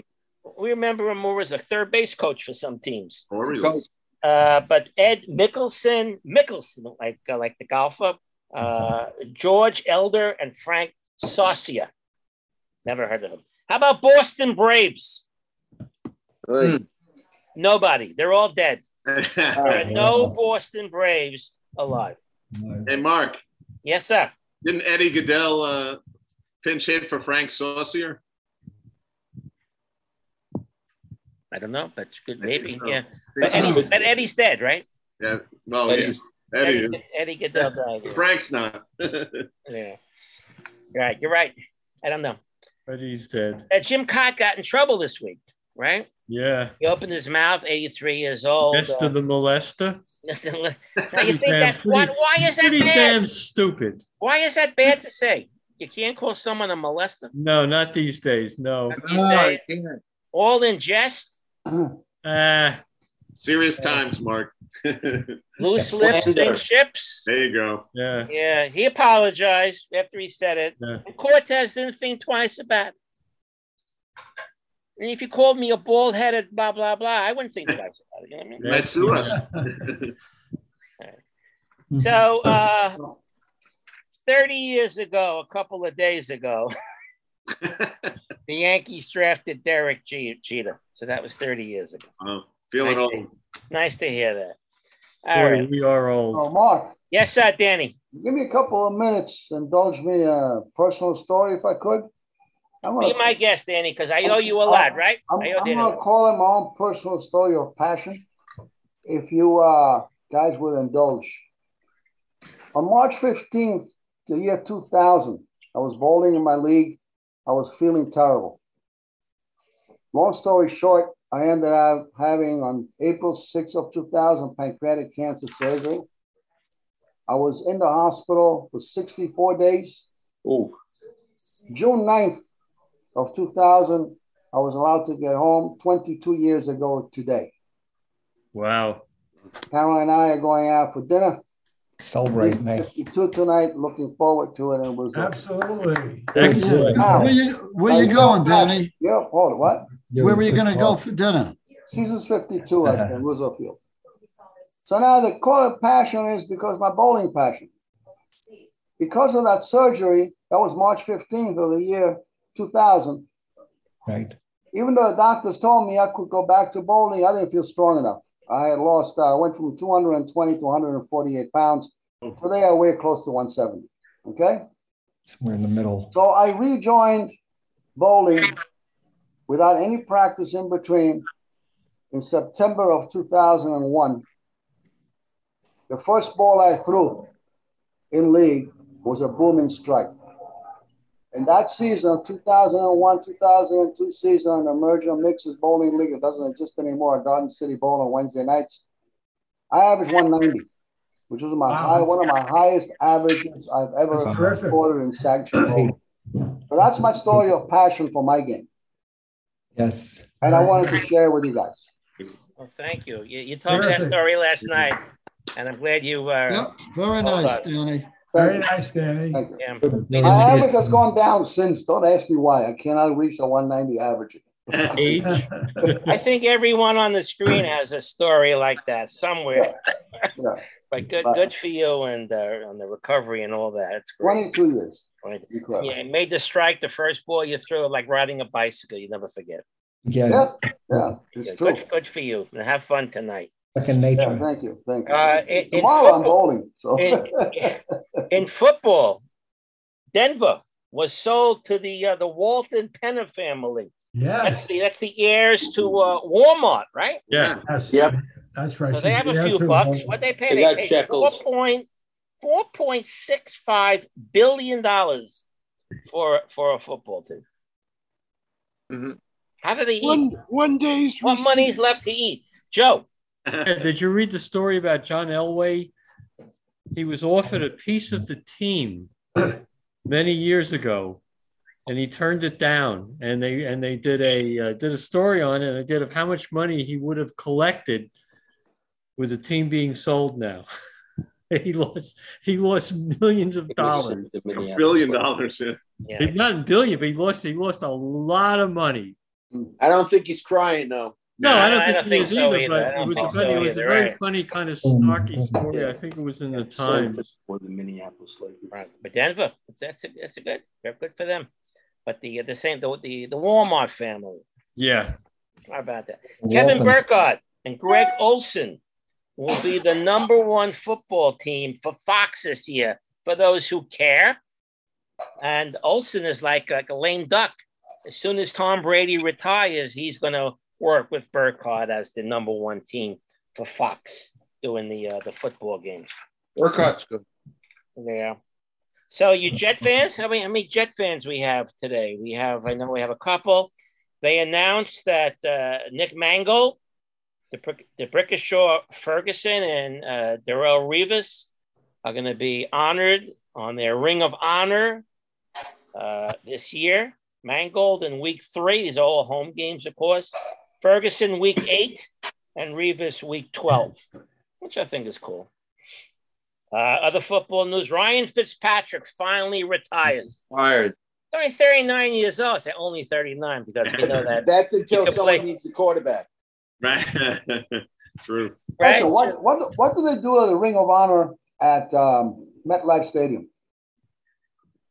[SPEAKER 1] we remember him more as a third base coach for some teams.
[SPEAKER 9] Orioles.
[SPEAKER 1] Uh, but Ed Mickelson, Mickelson, like uh, like the golfer, uh, George Elder, and Frank Saucia. Never heard of him. How about Boston Braves? Nobody. They're all dead. There are no Boston Braves alive.
[SPEAKER 9] Hey, Mark,
[SPEAKER 1] Yes, sir.
[SPEAKER 9] didn't Eddie Goodell uh, pinch hit for Frank Saucier?
[SPEAKER 1] I don't know, but it's good. Maybe.
[SPEAKER 9] so.
[SPEAKER 1] Yeah.
[SPEAKER 9] I
[SPEAKER 1] But,
[SPEAKER 9] think
[SPEAKER 1] Eddie,
[SPEAKER 9] so.
[SPEAKER 1] but Eddie's dead, right?
[SPEAKER 9] Yeah. Well,
[SPEAKER 1] Eddie-
[SPEAKER 9] yeah. Eddie,
[SPEAKER 1] Eddie,
[SPEAKER 9] is.
[SPEAKER 1] Eddie Goodell died. yeah.
[SPEAKER 9] Frank's not.
[SPEAKER 1] (laughs) Yeah. Right. You're right. I don't know.
[SPEAKER 12] Eddie's dead.
[SPEAKER 1] Uh, Jim Cott got in trouble this week, right?
[SPEAKER 12] Yeah.
[SPEAKER 1] He opened his mouth, 83 years old.
[SPEAKER 12] Next to
[SPEAKER 1] uh, (laughs)
[SPEAKER 12] the molester.
[SPEAKER 1] now you
[SPEAKER 12] Pretty
[SPEAKER 1] think
[SPEAKER 12] damn-
[SPEAKER 1] that's what?
[SPEAKER 12] pretty-
[SPEAKER 1] Why is that
[SPEAKER 12] Pretty damn
[SPEAKER 1] bad?
[SPEAKER 12] stupid.
[SPEAKER 1] Why is that bad to say? You can't call someone a molester.
[SPEAKER 12] No, not these days. No.
[SPEAKER 1] These days, all in jest,
[SPEAKER 12] Ah,
[SPEAKER 9] Serious times, Mark. (laughs) there
[SPEAKER 1] loose lips, and chips.
[SPEAKER 9] you go.
[SPEAKER 12] yeah.
[SPEAKER 1] Yeah, he apologized after he said it.
[SPEAKER 12] Yeah.
[SPEAKER 1] And Cortez didn't think twice about it. And if you called me a bald headed blah, blah, blah, I wouldn't think twice about it. You know what I mean?
[SPEAKER 9] Let's sue us.
[SPEAKER 1] So, uh, 30 years ago, a couple of
[SPEAKER 9] (laughs)
[SPEAKER 1] days ago, the Yankees drafted Derek Che- Cheetah. So that was 30 years ago.
[SPEAKER 9] Oh, feeling old.
[SPEAKER 1] Nice to hear that. All
[SPEAKER 12] Boy,
[SPEAKER 1] right.
[SPEAKER 12] we are
[SPEAKER 11] Oh,
[SPEAKER 12] old.
[SPEAKER 11] Mark,
[SPEAKER 1] Yes, sir, Danny.
[SPEAKER 11] give me a couple of minutes. Indulge me a personal story if I could. I'm
[SPEAKER 1] Be
[SPEAKER 11] gonna,
[SPEAKER 1] my guest, Danny, because I owe you a lot, right?
[SPEAKER 11] I'm,
[SPEAKER 1] I owe
[SPEAKER 11] I'm
[SPEAKER 1] Danny.
[SPEAKER 11] gonna call it my own personal story of passion. If you uh, guys would indulge. On March 15th, the year 2000, I was bowling in my league. I was feeling terrible. Long story short, I ended up having on April 6th of 2000 pancreatic cancer surgery. I was in the hospital for 64 days.
[SPEAKER 2] Oh,
[SPEAKER 11] June 9th of 2000, I was allowed to get home 22 years ago today.
[SPEAKER 12] Wow.
[SPEAKER 11] Caroline and I are going out for dinner.
[SPEAKER 10] Celebrate, nice.
[SPEAKER 11] 52 tonight, looking forward to it. And it was
[SPEAKER 6] Absolutely.
[SPEAKER 12] Excellent.
[SPEAKER 11] Wow.
[SPEAKER 3] Where you, where you
[SPEAKER 11] Like,
[SPEAKER 3] going,
[SPEAKER 11] uh,
[SPEAKER 3] Danny?
[SPEAKER 11] Yeah, hold it, what?
[SPEAKER 3] Where were you going to go for dinner?
[SPEAKER 11] Seasons 52 at the Roosevelt Field. So now the call of passion is because my bowling passion. Because of that surgery, that was March 15th of the year 2000.
[SPEAKER 10] Right.
[SPEAKER 11] Even though the doctors told me I could go back to bowling, I didn't feel strong enough. I had lost, uh, I went from 220 to 148 pounds. Today I weigh close to 170. Okay.
[SPEAKER 10] (laughs) Somewhere in the middle.
[SPEAKER 11] So I rejoined bowling without any practice in between in September of 2001. The first ball I threw in league was a booming strike. And that season, 2001, 2002 season, in the merger mixes bowling league, it doesn't exist anymore, at Garden City Bowl on Wednesday nights. I averaged 190, which was my high, one of my highest averages I've ever
[SPEAKER 6] Terrific.
[SPEAKER 11] recorded in sanctioned bowling. So that's my story of passion for my game.
[SPEAKER 10] Yes.
[SPEAKER 11] And I wanted to share with you guys.
[SPEAKER 1] Well, thank you. you. You told me that
[SPEAKER 6] Terrific.
[SPEAKER 1] story last night, and I'm glad you uh, were.
[SPEAKER 3] Yep, very
[SPEAKER 1] Well
[SPEAKER 3] nice, Danny.
[SPEAKER 6] Very
[SPEAKER 11] Thank you.
[SPEAKER 6] nice, Danny.
[SPEAKER 11] Thank you.
[SPEAKER 1] Yeah.
[SPEAKER 11] My average has gone down since. Don't ask me why. I cannot reach the
[SPEAKER 6] (laughs)
[SPEAKER 11] 190 average.
[SPEAKER 12] Age.
[SPEAKER 1] I think everyone on the screen has a story like that somewhere.
[SPEAKER 11] Yeah.
[SPEAKER 1] (laughs) But good,
[SPEAKER 11] Right.
[SPEAKER 1] good for you and uh, on the recovery and all that. It's great.
[SPEAKER 11] 22 years.
[SPEAKER 1] Right.
[SPEAKER 11] Incredible.
[SPEAKER 1] Yeah, you made the strike the first ball you threw like riding a bicycle. You never forget.
[SPEAKER 10] Again,
[SPEAKER 11] Yeah. Yeah. It's
[SPEAKER 1] Good,
[SPEAKER 11] true.
[SPEAKER 1] good, good for you. And have fun tonight.
[SPEAKER 10] second
[SPEAKER 11] Yeah,
[SPEAKER 10] nature.
[SPEAKER 11] thank you. Thank you.
[SPEAKER 1] Uh, in- in
[SPEAKER 11] Tomorrow I'm
[SPEAKER 1] football-
[SPEAKER 11] bowling. So
[SPEAKER 1] in, in football, Denver was sold to the uh, the Walton Penner family. That's
[SPEAKER 6] Yes.
[SPEAKER 1] the that's the heirs to uh, Walmart, right?
[SPEAKER 12] Yeah.
[SPEAKER 6] Yes.
[SPEAKER 2] Yep.
[SPEAKER 6] That's right.
[SPEAKER 1] So they
[SPEAKER 6] She's
[SPEAKER 1] have a
[SPEAKER 6] there
[SPEAKER 1] few
[SPEAKER 6] too.
[SPEAKER 1] bucks. What they pay?
[SPEAKER 2] They
[SPEAKER 1] They
[SPEAKER 2] got
[SPEAKER 1] pay four
[SPEAKER 2] shekels.
[SPEAKER 1] point four point six five billion dollars for for a football team.
[SPEAKER 9] Mm-hmm.
[SPEAKER 5] Mhm.
[SPEAKER 1] How do they eat?
[SPEAKER 8] One one day's
[SPEAKER 1] what
[SPEAKER 8] receipts.
[SPEAKER 1] money's left to eat? Joe,
[SPEAKER 12] Yeah, Did you read the story about John Elway? He was offered a piece of the team many years ago, and he turned it down. And they and they did a uh, did a story on it, and it did of how much money he would have collected with the team being sold now. (laughs) he lost he lost millions of dollars.
[SPEAKER 2] Minneapolis.
[SPEAKER 9] Billion dollars. Yeah.
[SPEAKER 1] yeah.
[SPEAKER 12] He- Not a billion, but he lost he lost a lot of money
[SPEAKER 2] I don't think he's crying though.
[SPEAKER 12] No, I don't think he was either, but it was, a funny, it was a very funny kind of snarky story. I think it was in the Times.
[SPEAKER 2] For the Minneapolis slavery.
[SPEAKER 1] Right. But Denver, that's a, that's a good. They're good for them. But the uh, the same the the, the Walmart family.
[SPEAKER 12] Yeah.
[SPEAKER 1] How about that? Kevin Burkhardt and Greg Olson will be the number one football team for Fox this year. For those who care, and Olson is like like a lame duck. As soon as Tom Brady retires, he's going to work with Burkhardt as the number one team for Fox doing the uh, the football games.
[SPEAKER 5] Burkhart's good.
[SPEAKER 1] Yeah. So you Jet fans, how many, how many Jet fans we have today? We have, I know we have a couple. They announced that uh, Nick Mangold, the, the Brickishaw Ferguson, and uh, Darrell Rivas are going to be honored on their Ring of Honor uh, this year. Mangold in week three. These are all home games, of course. Ferguson week eight and Revis week 12, which I think is cool. Uh, other football news Ryan Fitzpatrick finally retires.
[SPEAKER 5] Fired.
[SPEAKER 1] Only 39 years old. I say only 39 because we know (laughs) that.
[SPEAKER 2] That's until
[SPEAKER 1] he could
[SPEAKER 2] someone
[SPEAKER 1] play-
[SPEAKER 2] needs a quarterback.
[SPEAKER 9] Right. (laughs) True.
[SPEAKER 1] Right.
[SPEAKER 11] What, what, what do they do at the Ring of Honor at um, MetLife Stadium?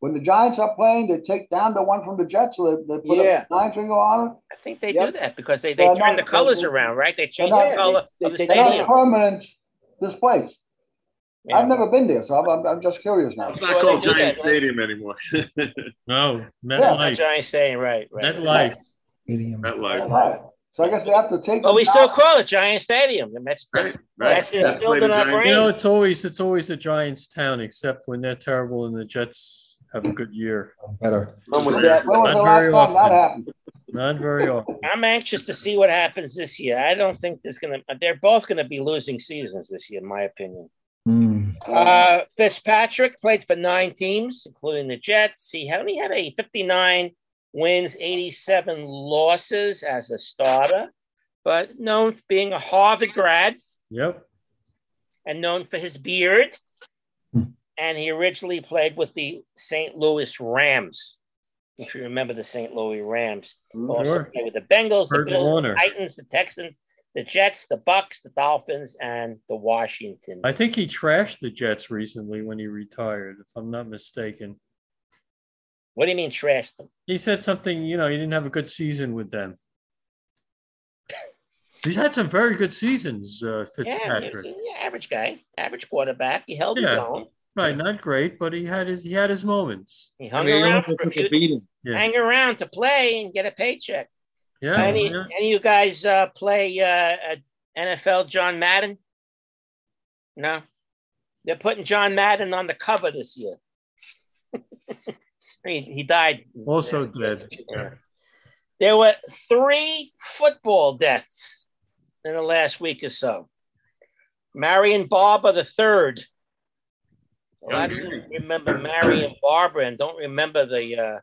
[SPEAKER 11] When the Giants are playing, they take down the one from the Jets. So they, they put
[SPEAKER 2] Yeah.
[SPEAKER 11] up the Giants Ring of Honor.
[SPEAKER 1] I think they
[SPEAKER 2] Yep.
[SPEAKER 1] do that because they, they
[SPEAKER 11] Well,
[SPEAKER 1] turn
[SPEAKER 11] not-
[SPEAKER 1] the colors
[SPEAKER 11] they-
[SPEAKER 1] around, right? They change
[SPEAKER 11] not-
[SPEAKER 1] the color
[SPEAKER 2] they-
[SPEAKER 1] of the
[SPEAKER 2] they take it
[SPEAKER 11] They're
[SPEAKER 1] stadium.
[SPEAKER 11] not permanent displays.
[SPEAKER 1] Yeah.
[SPEAKER 11] I've never been there, so I'm, I'm, I'm just curious
[SPEAKER 9] (laughs)
[SPEAKER 11] now.
[SPEAKER 9] It's
[SPEAKER 1] Well,
[SPEAKER 9] not
[SPEAKER 1] they
[SPEAKER 9] called
[SPEAKER 1] do that,
[SPEAKER 9] Giant
[SPEAKER 1] right?
[SPEAKER 9] Stadium anymore. (laughs)
[SPEAKER 12] No,
[SPEAKER 11] Yeah.
[SPEAKER 12] MetLife.
[SPEAKER 1] Giants stadium, right? right.
[SPEAKER 12] MetLife.
[SPEAKER 10] Medium.
[SPEAKER 9] Not like.
[SPEAKER 11] Right. So I guess they have to take.
[SPEAKER 1] But we
[SPEAKER 11] them
[SPEAKER 1] still
[SPEAKER 11] down.
[SPEAKER 1] call it Giant Stadium. And that's,
[SPEAKER 9] Right,
[SPEAKER 1] that's,
[SPEAKER 9] right.
[SPEAKER 1] that's instilled in
[SPEAKER 9] Giants.
[SPEAKER 1] our brain.
[SPEAKER 12] You know, it's always it's always a Giants town, except when they're terrible and the Jets have a good year.
[SPEAKER 10] Better.
[SPEAKER 2] When was that?
[SPEAKER 11] When was the
[SPEAKER 12] Not
[SPEAKER 11] last
[SPEAKER 12] very
[SPEAKER 11] time that
[SPEAKER 12] often.
[SPEAKER 11] happened?
[SPEAKER 12] Not very often.
[SPEAKER 1] I'm anxious to see what happens this year. I don't think there's going to, they're both going to be losing seasons this year, in my opinion.
[SPEAKER 10] Mm.
[SPEAKER 12] Um,
[SPEAKER 1] Uh, Fitzpatrick played for nine teams, including the Jets. He had- only had a 59 wins, 87 losses as a starter, but known for being a Harvard grad
[SPEAKER 12] Yep.
[SPEAKER 1] and known for his beard.
[SPEAKER 10] Hmm.
[SPEAKER 1] And he originally played with the St. Louis Rams, if you remember the St. Louis Rams. Also
[SPEAKER 12] Mm, Sure.
[SPEAKER 1] played with the Bengals, the
[SPEAKER 12] Kurt
[SPEAKER 1] Bills, the
[SPEAKER 12] Warner.
[SPEAKER 1] Titans, the Texans, the Jets, the Bucks, the Dolphins, and the Washington.
[SPEAKER 12] I think he trashed the Jets recently when he retired, if I'm not mistaken.
[SPEAKER 1] What do you mean trash them?
[SPEAKER 12] He said something, you know, he didn't have a good season with them. He's had some very good seasons, uh,
[SPEAKER 1] Yeah, he-
[SPEAKER 12] Fitzpatrick.
[SPEAKER 1] he- average guy, average quarterback. He held his
[SPEAKER 12] Yeah.
[SPEAKER 1] own.
[SPEAKER 12] Right, not great, but he had his he had his moments.
[SPEAKER 1] He
[SPEAKER 5] I
[SPEAKER 1] hung
[SPEAKER 5] mean, you
[SPEAKER 1] around
[SPEAKER 5] don't have
[SPEAKER 1] for
[SPEAKER 5] to
[SPEAKER 1] a
[SPEAKER 5] put the
[SPEAKER 1] few,
[SPEAKER 5] beating.
[SPEAKER 12] Yeah,
[SPEAKER 1] hang around to play and get a paycheck.
[SPEAKER 12] yeah,
[SPEAKER 1] any
[SPEAKER 12] yeah.
[SPEAKER 1] any of you guys uh, play uh, uh, NFL John Madden? No, they're putting John Madden on the cover this year. (laughs) he, he died.
[SPEAKER 12] Also
[SPEAKER 1] Yeah.
[SPEAKER 12] dead.
[SPEAKER 1] Yeah. There were three football deaths in the last week or so. Marion Barber the third. A lot of you remember Marion Barber and don't remember the uh,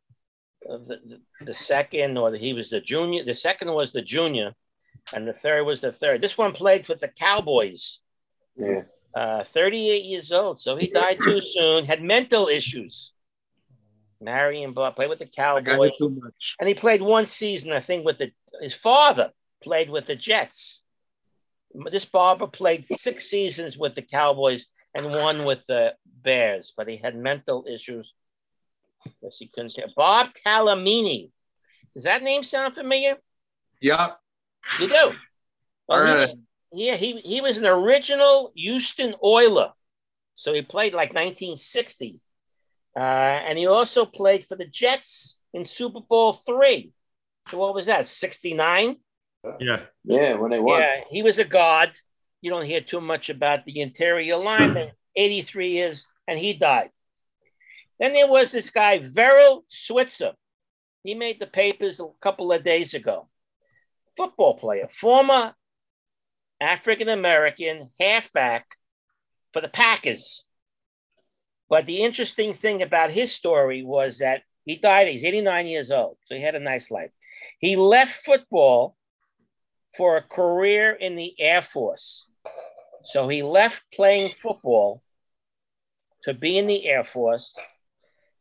[SPEAKER 1] the, the- the second or the, he was the junior. The second was the junior, and the third was the third. This one played for the Cowboys.
[SPEAKER 2] Yeah.
[SPEAKER 1] Uh, 38 years old, so he died too soon. Had mental issues. Marion Barber played with the
[SPEAKER 5] I got
[SPEAKER 1] Cowboys
[SPEAKER 5] it too much.
[SPEAKER 1] and he played one season, I think, with the his father played with the Jets. This Barber played six seasons with the Cowboys and one with the Bears, but he had mental issues. Yes, he couldn't. Care. Bob Talamini. Does that name sound familiar?
[SPEAKER 5] Yeah.
[SPEAKER 1] You do.
[SPEAKER 5] I
[SPEAKER 1] Well,
[SPEAKER 5] read
[SPEAKER 1] he- yeah, he, he was an original Houston Oiler. So he played like 1960. Uh, and he also played for the Jets in Super Bowl three. So what was that, 69?
[SPEAKER 12] Yeah.
[SPEAKER 2] Yeah, when they won.
[SPEAKER 1] Yeah, he was a guard. You don't hear too much about the
[SPEAKER 2] (clears throat)
[SPEAKER 1] interior lineman, 83 years, and he died. Then there was this guy, Verrill Switzer. He made the papers a couple of days ago. Football player, former African American halfback for the Packers. But the interesting thing about his story was that he died, he's 89 years old, so he had a nice life. He left football for a career in the Air Force. So he left playing football to be in the Air Force.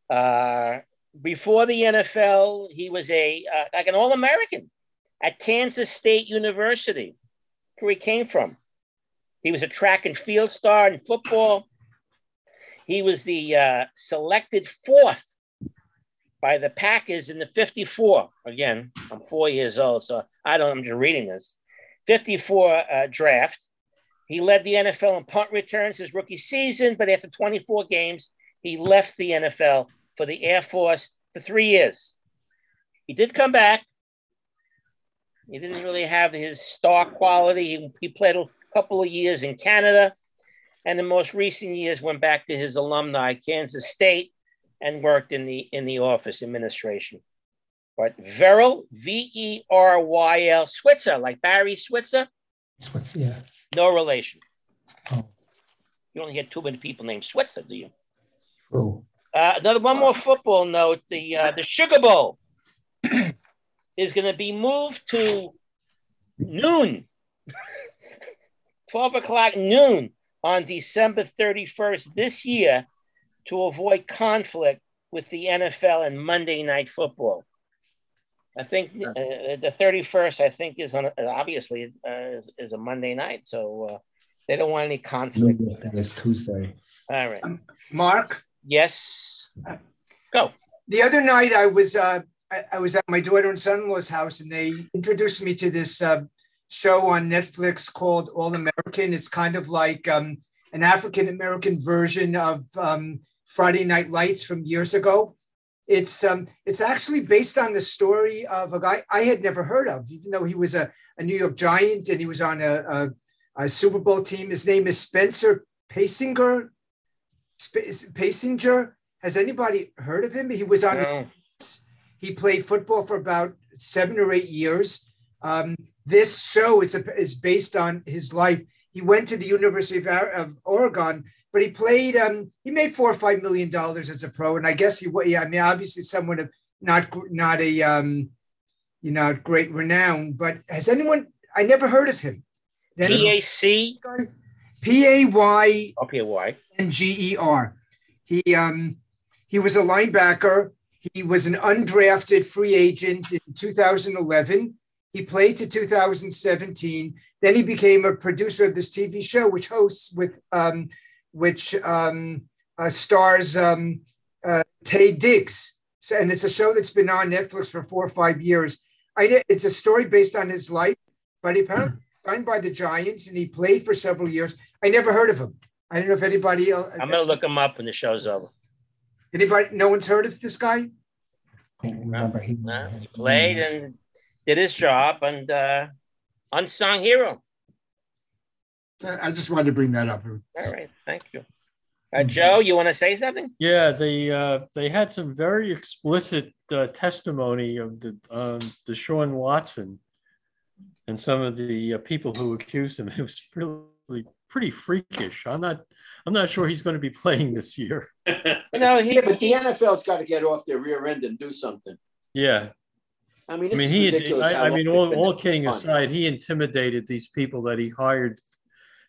[SPEAKER 1] Uh, before the NFL, he was a uh, like an All American at Kansas State University, where he came from. He was a track and field star in football. He was the uh, selected fourth by the Packers in the 54. Again, I'm four years old, so I don't, I'm just reading this. 54 uh, draft. He led the NFL in punt returns his rookie season, but after 24 games, he left the NFL for the Air Force for three years. He did come back. He didn't really have his star quality. He, he played a couple of years in Canada, and the most recent years went back to his alumni, Kansas State, and worked in the in the office administration. But Verrill, V E R Y L, Switzer, like Barry Switzer.
[SPEAKER 10] Switzer, yeah.
[SPEAKER 1] No relation. Oh. You only hear too many people named Switzer, do you?
[SPEAKER 10] True.
[SPEAKER 1] Uh, another one more football note: the uh, the Sugar Bowl is going to be moved to noon, twelve o'clock noon on December thirty first this year, to avoid conflict with the NFL and Monday Night Football. I think uh, the 31st, I think, is on a, obviously uh, is, is, a Monday night, so uh, they don't want any conflict.
[SPEAKER 10] It's Tuesday.
[SPEAKER 1] All right, um,
[SPEAKER 13] Mark.
[SPEAKER 1] Yes. Go.
[SPEAKER 13] The other night, I was I, I, was at my daughter and son-in-law's house, and they introduced me to this uh, show on Netflix called All American. It's kind of like um, an African American version of um, Friday Night Lights from years ago it's um, it's actually based on the story of a guy I had never heard of, even though he was a, a New York Giant and he was on a, a, a Super Bowl team. His name is Spencer Pasinger. Sp- Pasinger. Has anybody heard of him? He was on. No. He played football for about seven or eight years. Um, this show is a, is based on his life. He went to the University of, of Oregon but he played um, he made four or five million dollars as a pro and i guess he yeah, i mean obviously someone of not not a um, you know great renown but has anyone i never heard of him
[SPEAKER 1] then p-a-c
[SPEAKER 13] p-a-y
[SPEAKER 1] p-a-y
[SPEAKER 13] and g-e-r he um he was a linebacker he was an undrafted free agent in 2011 he played to 2017 then he became a producer of this tv show which hosts with um, which um, uh, stars um, uh, Tay Diggs. So, and it's a show that's been on Netflix for four or five years. I, it's a story based on his life, but he apparently signed by the Giants and he played for several years. I never heard of him. I don't know if anybody else.
[SPEAKER 1] I'm going to look him up when the show's over.
[SPEAKER 13] Anybody? No one's heard of this guy?
[SPEAKER 10] I remember he,
[SPEAKER 1] no, he played and did his job and uh, unsung hero.
[SPEAKER 13] I just wanted to bring that up.
[SPEAKER 1] All right, thank you. Uh, Joe, you want to say something?
[SPEAKER 12] Yeah, they uh, they had some very explicit uh, testimony of the um, Deshaun Watson and some of the uh, people who accused him. (laughs) It was really pretty freakish. I'm not I'm not sure he's going to be playing this year.
[SPEAKER 2] you know, he,
[SPEAKER 7] yeah, but the NFL's got to get off their rear end and do something.
[SPEAKER 12] Yeah,
[SPEAKER 7] I mean,
[SPEAKER 12] I mean, he, I, I mean, all, all kidding aside, he intimidated these people that he hired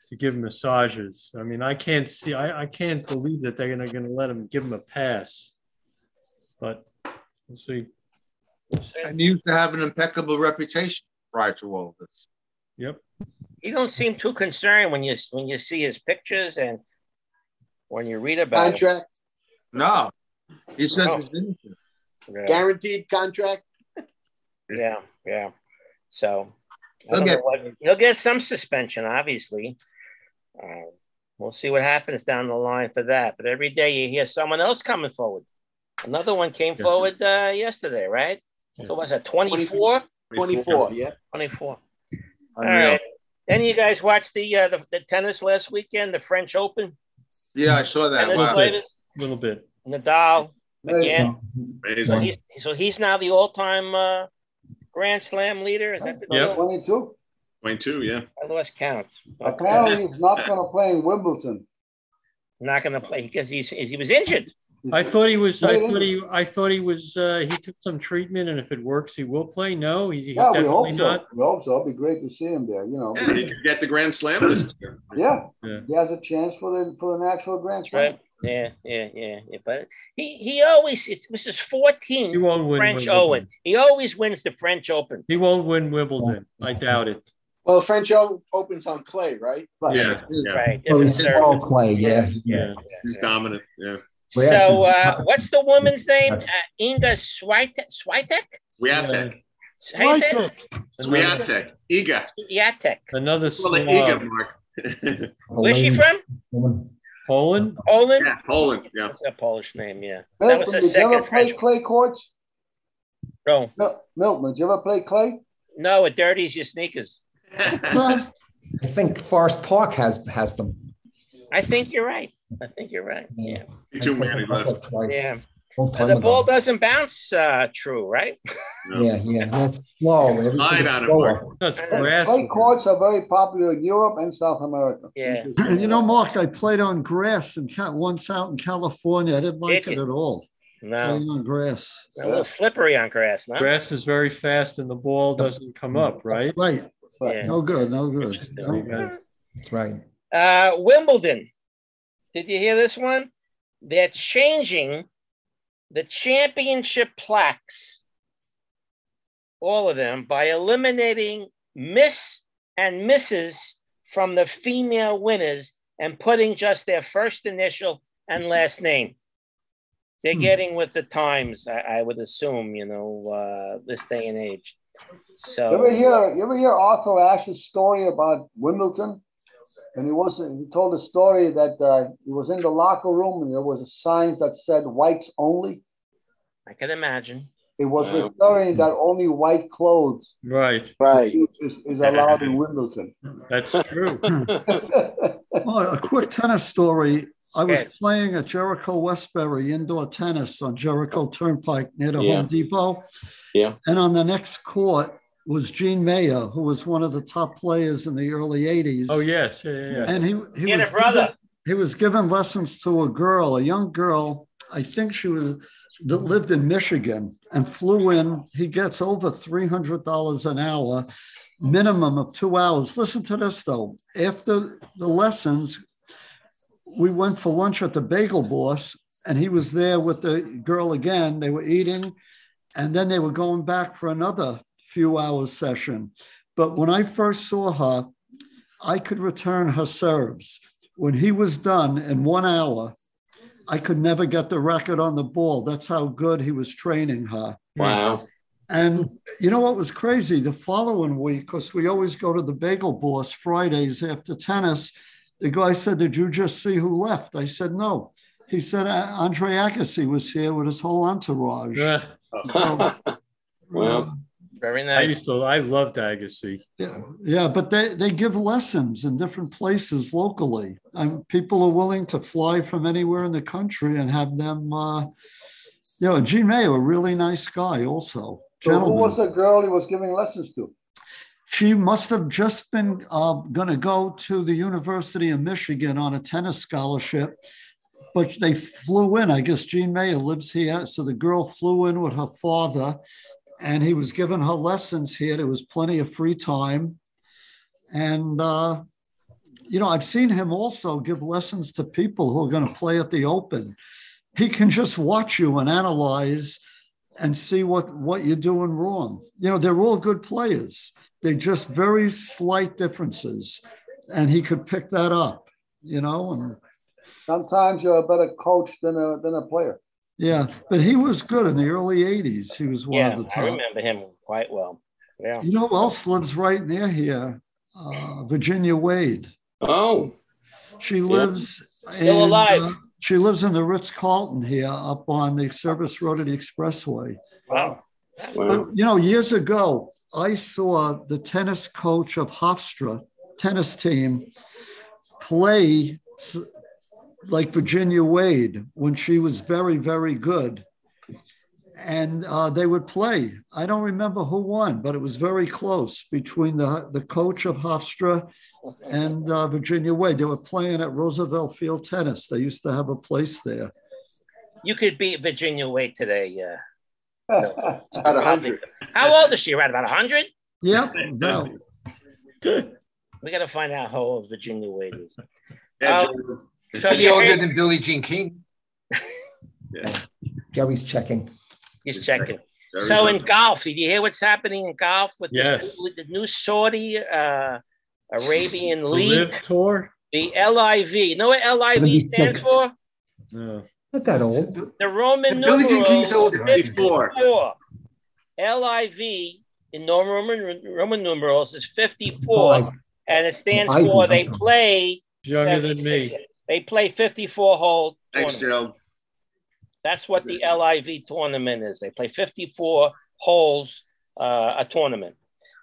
[SPEAKER 12] to give massages. I mean, I can't see, I, I can't believe that they're going to let him give him a pass. But we'll see.
[SPEAKER 5] And he used to have an impeccable reputation prior to all this.
[SPEAKER 12] Yep.
[SPEAKER 1] You don't seem too concerned when you when you see his pictures and when you read about
[SPEAKER 7] contract.
[SPEAKER 5] Him. No, he says oh.
[SPEAKER 7] yeah. guaranteed contract.
[SPEAKER 1] yeah, yeah. So He'll get, what, he'll get some suspension, obviously. Uh, we'll see what happens down the line for that. But every day you hear someone else coming forward. Another one came yeah. forward uh, yesterday, right? Yeah. So was that 24?
[SPEAKER 7] 24, 24 yeah.
[SPEAKER 1] 24. All right. Then you guys watched the, uh, the, the tennis last weekend, the French Open.
[SPEAKER 5] Yeah, I saw that. Wow.
[SPEAKER 12] A little bit.
[SPEAKER 1] Nadal again. So he's, so he's, now the all-time uh, Grand Slam leader? Is that the
[SPEAKER 12] yep.
[SPEAKER 11] 22?
[SPEAKER 9] 22, yeah.
[SPEAKER 1] I lost count.
[SPEAKER 11] Apparently, he's not going to play in Wimbledon.
[SPEAKER 1] Not going to play because he's he was injured.
[SPEAKER 12] I thought he was. I thought he. I thought he was. Uh, he took some treatment, and if it works, he will play. No, he, he's
[SPEAKER 11] yeah,
[SPEAKER 12] definitely
[SPEAKER 11] we hope
[SPEAKER 12] not.
[SPEAKER 11] So. We hope so. It'd be great to see him there. You know,
[SPEAKER 12] (clears throat)
[SPEAKER 9] yeah, he could get the Grand Slam this year.
[SPEAKER 11] Yeah. yeah, he has a chance for the for the actual Grand Slam.
[SPEAKER 1] Right. Yeah, yeah, yeah, yeah. But he he always it's this is 14
[SPEAKER 12] He won't win
[SPEAKER 1] French
[SPEAKER 12] Wimbledon.
[SPEAKER 1] Owen. He always wins the French Open.
[SPEAKER 12] He won't win Wimbledon. I doubt it.
[SPEAKER 7] Well, French O- Open's on clay, right?
[SPEAKER 9] Yeah, yeah.
[SPEAKER 1] Right.
[SPEAKER 10] Well, Oh, he's all clay, yeah.
[SPEAKER 12] Yeah.
[SPEAKER 9] He's dominant. Yeah.
[SPEAKER 1] So uh, what's the woman's name? Uh, Inga Swiatek. Swiatek.
[SPEAKER 9] Swiatek.
[SPEAKER 1] How you say it?
[SPEAKER 9] Swiatek. Iga.
[SPEAKER 1] Swiatek.
[SPEAKER 12] Another
[SPEAKER 9] Well, like
[SPEAKER 12] Slav.
[SPEAKER 9] Iga, Mark.
[SPEAKER 1] Where's she from?
[SPEAKER 12] Poland?
[SPEAKER 1] Poland.
[SPEAKER 9] Yeah, Poland. Yeah.
[SPEAKER 1] That's a Polish name. Yeah. That
[SPEAKER 11] Milton,
[SPEAKER 1] was the
[SPEAKER 11] did you ever
[SPEAKER 1] second
[SPEAKER 11] play
[SPEAKER 1] French.
[SPEAKER 11] clay courts?
[SPEAKER 1] No,
[SPEAKER 11] Mil- Milton, did you ever play clay?
[SPEAKER 1] no, it dirties your sneakers.
[SPEAKER 10] I think Forest Park has has them.
[SPEAKER 1] I think you're right. I think you're right.
[SPEAKER 10] Yeah.
[SPEAKER 9] He too many left.
[SPEAKER 1] Yeah.
[SPEAKER 10] Long
[SPEAKER 1] Uh,
[SPEAKER 10] time
[SPEAKER 1] the
[SPEAKER 10] ago.
[SPEAKER 1] ball doesn't bounce uh, true, right?
[SPEAKER 10] Yeah, yeah. That's slow.
[SPEAKER 9] Slide
[SPEAKER 10] Everything is
[SPEAKER 9] on it,
[SPEAKER 10] slower.
[SPEAKER 12] That's
[SPEAKER 1] Yeah.
[SPEAKER 12] grass.
[SPEAKER 11] Clay courts are very popular in Europe and South America.
[SPEAKER 1] Yeah.
[SPEAKER 3] (clears throat) You know, Mark, I played on grass and cat once out in California. I didn't like it at all.
[SPEAKER 1] No.
[SPEAKER 3] Playing on grass.
[SPEAKER 1] A little
[SPEAKER 3] (laughs)
[SPEAKER 1] slippery on grass, no?
[SPEAKER 12] Grass is very fast and the ball doesn't come up, right?
[SPEAKER 3] Right.
[SPEAKER 1] Yeah.
[SPEAKER 3] No good. No good.
[SPEAKER 1] Yeah.
[SPEAKER 3] No good.
[SPEAKER 10] That's right.
[SPEAKER 1] Uh, Wimbledon. Did you hear this one? They're changing the championship plaques, all of them, by eliminating Miss and Mrs. from the female winners and putting just their first initial and last name. They're
[SPEAKER 3] Hmm.
[SPEAKER 1] getting with the times, I, I would assume, you know, uh, this day and age. So, (laughs)
[SPEAKER 11] You ever hear you ever hear Arthur Ashe's story about Wimbledon? And he wasn't he told a story that uh, he was in the locker room and there was signs that said whites only.
[SPEAKER 1] I can imagine.
[SPEAKER 11] It was
[SPEAKER 9] Wow.
[SPEAKER 11] referring that only white clothes
[SPEAKER 12] Right.
[SPEAKER 7] Right.
[SPEAKER 11] is, is allowed in
[SPEAKER 3] (laughs)
[SPEAKER 11] Wimbledon.
[SPEAKER 12] That's true.
[SPEAKER 3] Well, Oh, a quick tennis story. I was
[SPEAKER 1] Okay.
[SPEAKER 3] playing at Jericho Westbury indoor tennis on Jericho Turnpike near the
[SPEAKER 2] Yeah.
[SPEAKER 3] Home Depot.
[SPEAKER 2] Yeah.
[SPEAKER 3] And on the next court was Gene Mayer, who was one of the top players in the early 80s.
[SPEAKER 12] Oh, yes. Yeah, yeah, yeah.
[SPEAKER 3] And he, he
[SPEAKER 1] He had
[SPEAKER 3] was
[SPEAKER 1] a brother.
[SPEAKER 3] Given, he was given lessons to a girl, a young girl. I think she was that lived in Michigan and flew in. He gets over three hundred dollars an hour, minimum of two hours. Listen to this though. After the lessons, we went for lunch at the Bagel Boss, and he was there with the girl again. They were eating, and then they were going back for another few hours session. But when I first saw her, I could return her serves. When he was done in one hour, I could never get the record on the ball. That's how good he was training her.
[SPEAKER 1] Hmm.
[SPEAKER 2] Wow.
[SPEAKER 3] And you know what was crazy? The following week, because we always go to the bagel boss Fridays after tennis, the guy said, Did you just see who left? I said, No. He said, "Uh, Andre Agassi was here with his whole entourage.
[SPEAKER 12] Yeah.
[SPEAKER 10] Oh. (laughs)
[SPEAKER 3] So,
[SPEAKER 12] (laughs)
[SPEAKER 3] uh,
[SPEAKER 2] Wow.
[SPEAKER 1] Very
[SPEAKER 12] I
[SPEAKER 1] nice.
[SPEAKER 12] used to, I loved Agassi.
[SPEAKER 3] Yeah, yeah, but they, they give lessons in different places locally. And people are willing to fly from anywhere in the country and have them, uh, you know, Gene Mayo, a really nice guy also,
[SPEAKER 11] So who
[SPEAKER 3] gentleman.
[SPEAKER 11] was the girl he was giving lessons to?
[SPEAKER 3] she must have just been uh, going to go to the University of Michigan on a tennis scholarship, but they flew in. I guess Gene Mayo lives here. So the girl flew in with her father and he was giving her lessons here. There was plenty of free time. And, uh, you know, I've seen him also give lessons to people who are going to play at the Open. He can just watch you and analyze and see what, what you're doing wrong. You know, they're all good players, they're just very slight differences. And he could pick that up, you know, and
[SPEAKER 11] Sometimes you're a better coach than a than a player.
[SPEAKER 3] yeah, but he was good in the early 80s. He was one
[SPEAKER 1] Yeah,
[SPEAKER 3] of the
[SPEAKER 1] I
[SPEAKER 3] top.
[SPEAKER 1] remember him quite well. Yeah.
[SPEAKER 3] You know who else lives right near here? Uh, Virginia Wade.
[SPEAKER 2] Oh,
[SPEAKER 3] She lives
[SPEAKER 1] Still
[SPEAKER 3] in,
[SPEAKER 1] alive.
[SPEAKER 3] uh, she lives in the Ritz Carlton here, up on the Service Road and the Expressway.
[SPEAKER 1] Wow.
[SPEAKER 2] wow.
[SPEAKER 3] But you know, years ago, I saw the tennis coach of Hofstra tennis team play s- like Virginia Wade when she was very, very good. And uh, they would play. I don't remember who won, but it was very close between the, the coach of Hofstra and uh, Virginia Wade. They were playing at Roosevelt Field Tennis. They used to have a place there.
[SPEAKER 1] You could beat Virginia Wade today. Yeah.
[SPEAKER 7] It's About 100.
[SPEAKER 1] How old is she? Right about 100?
[SPEAKER 9] (laughs)
[SPEAKER 3] Yep. Well,
[SPEAKER 13] (laughs)
[SPEAKER 1] We got to find out how old Virginia Wade is.
[SPEAKER 9] Yeah,
[SPEAKER 1] Uh,
[SPEAKER 9] John,
[SPEAKER 13] He'd be older than Billie Jean King.
[SPEAKER 10] Yeah. Gary's checking.
[SPEAKER 1] He's checking.
[SPEAKER 10] Very
[SPEAKER 1] so
[SPEAKER 10] good.
[SPEAKER 1] in golf, did you hear what's happening in golf with,
[SPEAKER 12] Yes.
[SPEAKER 1] this, with the new Saudi uh, Arabian
[SPEAKER 12] The
[SPEAKER 1] League?
[SPEAKER 12] Live tour.
[SPEAKER 1] The LIV. You know what LIV stands
[SPEAKER 12] six.
[SPEAKER 1] for?
[SPEAKER 10] Not that old.
[SPEAKER 1] The Roman
[SPEAKER 10] The Billie Jean
[SPEAKER 1] numeral
[SPEAKER 10] King's older.
[SPEAKER 1] 54. LIV in Norman Roman, Roman numerals is 54,
[SPEAKER 12] Five.
[SPEAKER 1] and it stands
[SPEAKER 12] Ivy,
[SPEAKER 1] for they
[SPEAKER 12] that's all.
[SPEAKER 1] play
[SPEAKER 12] Younger than me.
[SPEAKER 1] they play 54 hole.
[SPEAKER 9] Thanks,
[SPEAKER 1] tournament.
[SPEAKER 9] Gerald.
[SPEAKER 1] That's what the LIV tournament is. They play 54 holes uh, a tournament.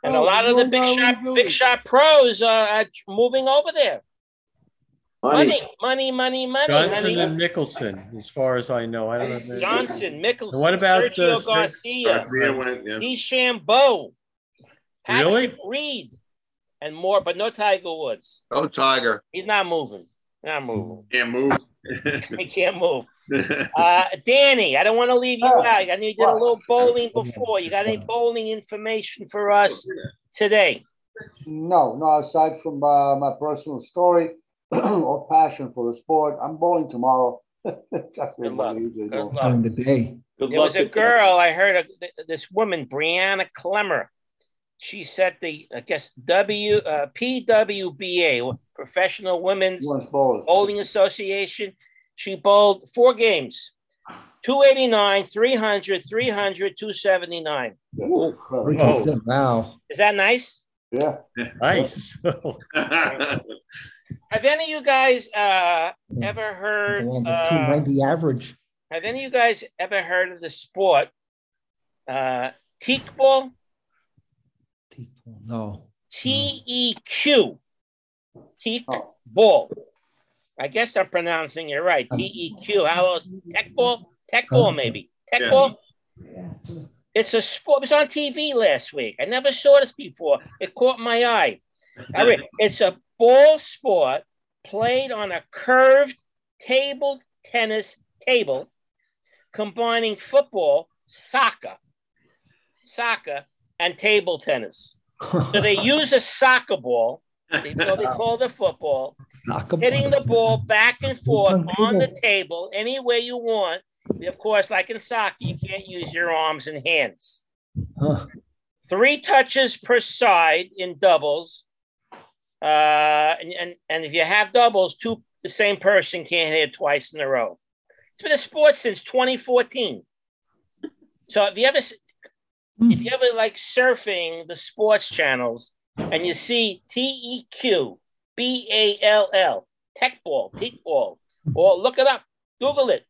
[SPEAKER 1] And a
[SPEAKER 8] Oh,
[SPEAKER 1] lot of the
[SPEAKER 8] no,
[SPEAKER 1] big
[SPEAKER 8] no,
[SPEAKER 1] shot, big shot pros are, are moving over there. Money, money, money, money,
[SPEAKER 12] Johnson and
[SPEAKER 1] money.
[SPEAKER 12] Nicholson, as far as I know. I don't know. if they-
[SPEAKER 1] Johnson, Mickelson,
[SPEAKER 12] And what about
[SPEAKER 1] Sergio
[SPEAKER 12] uh, Ser-
[SPEAKER 1] Garcia,
[SPEAKER 12] Garcia went, yeah.
[SPEAKER 1] DeChambeau, Patrick
[SPEAKER 12] Really?
[SPEAKER 1] Reed, and more, but no Tiger Woods.
[SPEAKER 5] Oh, Tiger.
[SPEAKER 1] He's not moving. Not moving.
[SPEAKER 9] Can't move. (laughs)
[SPEAKER 1] He can't move. Uh, Danny, I don't want to leave you out. I know you did a little bowling before. You got any bowling information for us today?
[SPEAKER 11] No, no, aside from uh, my personal story (clears throat) or passion for the sport, I'm bowling tomorrow. (laughs) Just everybody usually
[SPEAKER 1] Good
[SPEAKER 11] bowls.
[SPEAKER 1] luck.
[SPEAKER 10] During the day.
[SPEAKER 1] There
[SPEAKER 11] luck
[SPEAKER 1] was a
[SPEAKER 11] with that.
[SPEAKER 1] girl I heard of, th- this woman, Brianna Clemmer. She set the, I guess, W uh, PWBA, Professional Women's
[SPEAKER 11] Women's Bowling.
[SPEAKER 1] Association. She bowled four games 289, 300, 300, 279.
[SPEAKER 10] Whoa. Wow.
[SPEAKER 1] Is that nice?
[SPEAKER 11] Yeah.
[SPEAKER 1] (laughs)
[SPEAKER 12] Nice.
[SPEAKER 1] Have any of you guys uh, ever heard?
[SPEAKER 10] Around the
[SPEAKER 1] Uh,
[SPEAKER 10] 290 average.
[SPEAKER 1] have any of you guys ever heard of the sport uh, teak ball?
[SPEAKER 10] No.
[SPEAKER 9] Hmm.
[SPEAKER 1] T E Q. Teak
[SPEAKER 9] Oh.
[SPEAKER 1] ball. I guess I'm pronouncing it right. T E Q. How else? Tech ball? Tech ball, maybe. Tech
[SPEAKER 9] Um, Yeah.
[SPEAKER 1] ball? It's a sport. It was on TV last week. I never saw this before. It caught my eye. All right. It's a ball sport played on a curved table tennis table combining football, soccer, soccer, and table tennis. So they use a soccer ball, they call they call it a football,
[SPEAKER 10] Soccer ball.
[SPEAKER 1] hitting the ball back and forth
[SPEAKER 10] Ping pong
[SPEAKER 1] on the table any way you want. Of course, like in soccer, you can't use your arms and hands.
[SPEAKER 10] Huh.
[SPEAKER 1] Three touches per side in doubles. Uh, and, and, and if you have doubles, two the same person can't hit it twice in a row. It's been a sport since 2014. So if you ever s- if you ever like surfing the sports channels and you see T E Q B A L L tech ball, teak ball, or look it up, Google it.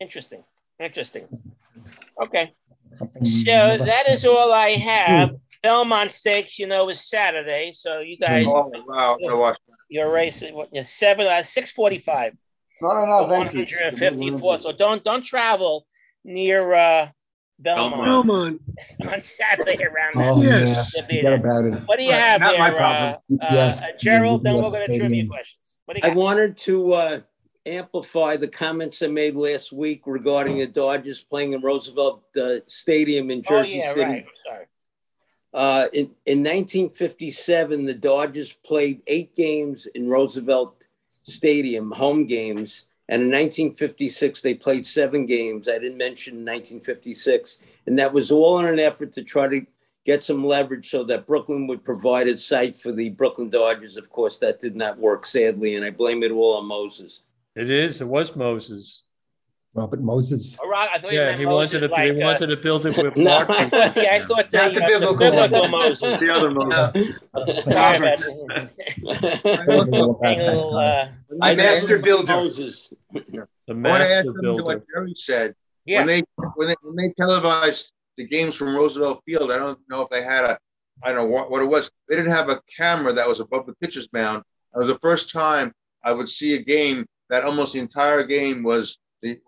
[SPEAKER 1] Interesting, interesting. Okay,
[SPEAKER 10] Something
[SPEAKER 1] so
[SPEAKER 10] Mm-hmm.
[SPEAKER 1] that is all I have. Belmont Stakes, you know, is Saturday, so you guys,
[SPEAKER 5] Oh, wow. I watched
[SPEAKER 1] your race is what, you're seven, uh, six forty-five.
[SPEAKER 11] No,
[SPEAKER 1] no,
[SPEAKER 11] thank you.
[SPEAKER 1] 154. So don't don't travel near uh, Belmont,
[SPEAKER 8] Belmont.
[SPEAKER 1] (laughs) on Saturday around that.
[SPEAKER 10] Oh,
[SPEAKER 8] Yes.
[SPEAKER 10] yeah. Forget about it.
[SPEAKER 1] What do you have
[SPEAKER 13] Not
[SPEAKER 1] there,
[SPEAKER 13] my
[SPEAKER 1] uh, uh,
[SPEAKER 10] Yes.
[SPEAKER 1] Gerald? Then we'll
[SPEAKER 10] Yes,
[SPEAKER 1] go to trivia
[SPEAKER 10] stadium.
[SPEAKER 1] questions. What do you
[SPEAKER 2] I
[SPEAKER 1] got?
[SPEAKER 2] wanted to uh, amplify the comments I made last week regarding the Dodgers playing in Roosevelt uh, Stadium in
[SPEAKER 1] oh
[SPEAKER 2] Jersey
[SPEAKER 1] yeah,
[SPEAKER 2] City.
[SPEAKER 1] right. Sorry.
[SPEAKER 2] Uh, in, in 1957, the Dodgers played eight games in Roosevelt Stadium, home games. And in 1956, they played seven games. I didn't mention 1956. And that was all in an effort to try to get some leverage so that Brooklyn would provide a site for the Brooklyn Dodgers. Of course, that did not work, sadly. And I blame it all on Moses.
[SPEAKER 12] It is. It was Moses.
[SPEAKER 10] Robert Moses.
[SPEAKER 1] All right. I thought you
[SPEAKER 12] Yeah,
[SPEAKER 1] meant
[SPEAKER 12] he
[SPEAKER 1] Moses,
[SPEAKER 12] wanted to.
[SPEAKER 1] like,
[SPEAKER 12] he
[SPEAKER 1] uh,
[SPEAKER 12] wanted to build it
[SPEAKER 1] (laughs)
[SPEAKER 12] with
[SPEAKER 2] No.
[SPEAKER 12] Mark.
[SPEAKER 1] yeah, I thought the,
[SPEAKER 13] Not the
[SPEAKER 1] uh,
[SPEAKER 13] biblical
[SPEAKER 1] biblical
[SPEAKER 13] one.
[SPEAKER 1] Moses.
[SPEAKER 13] (laughs)
[SPEAKER 9] The other Moses.
[SPEAKER 1] (laughs) Sorry about
[SPEAKER 13] Robert.
[SPEAKER 2] I
[SPEAKER 10] I don't know about
[SPEAKER 1] being a
[SPEAKER 10] that.
[SPEAKER 1] little. Uh,
[SPEAKER 5] I
[SPEAKER 13] The master builder.
[SPEAKER 2] Moses.
[SPEAKER 12] The
[SPEAKER 5] I want to add
[SPEAKER 12] master
[SPEAKER 5] something to
[SPEAKER 12] builder.
[SPEAKER 5] what Jerry said.
[SPEAKER 1] yeah.
[SPEAKER 5] When they when they when they televised the games from Roosevelt Field, I don't know if they had a I don't know what, what it was. They didn't have a camera that was above the pitcher's mound. It was the first time I would see a game that almost the entire game was the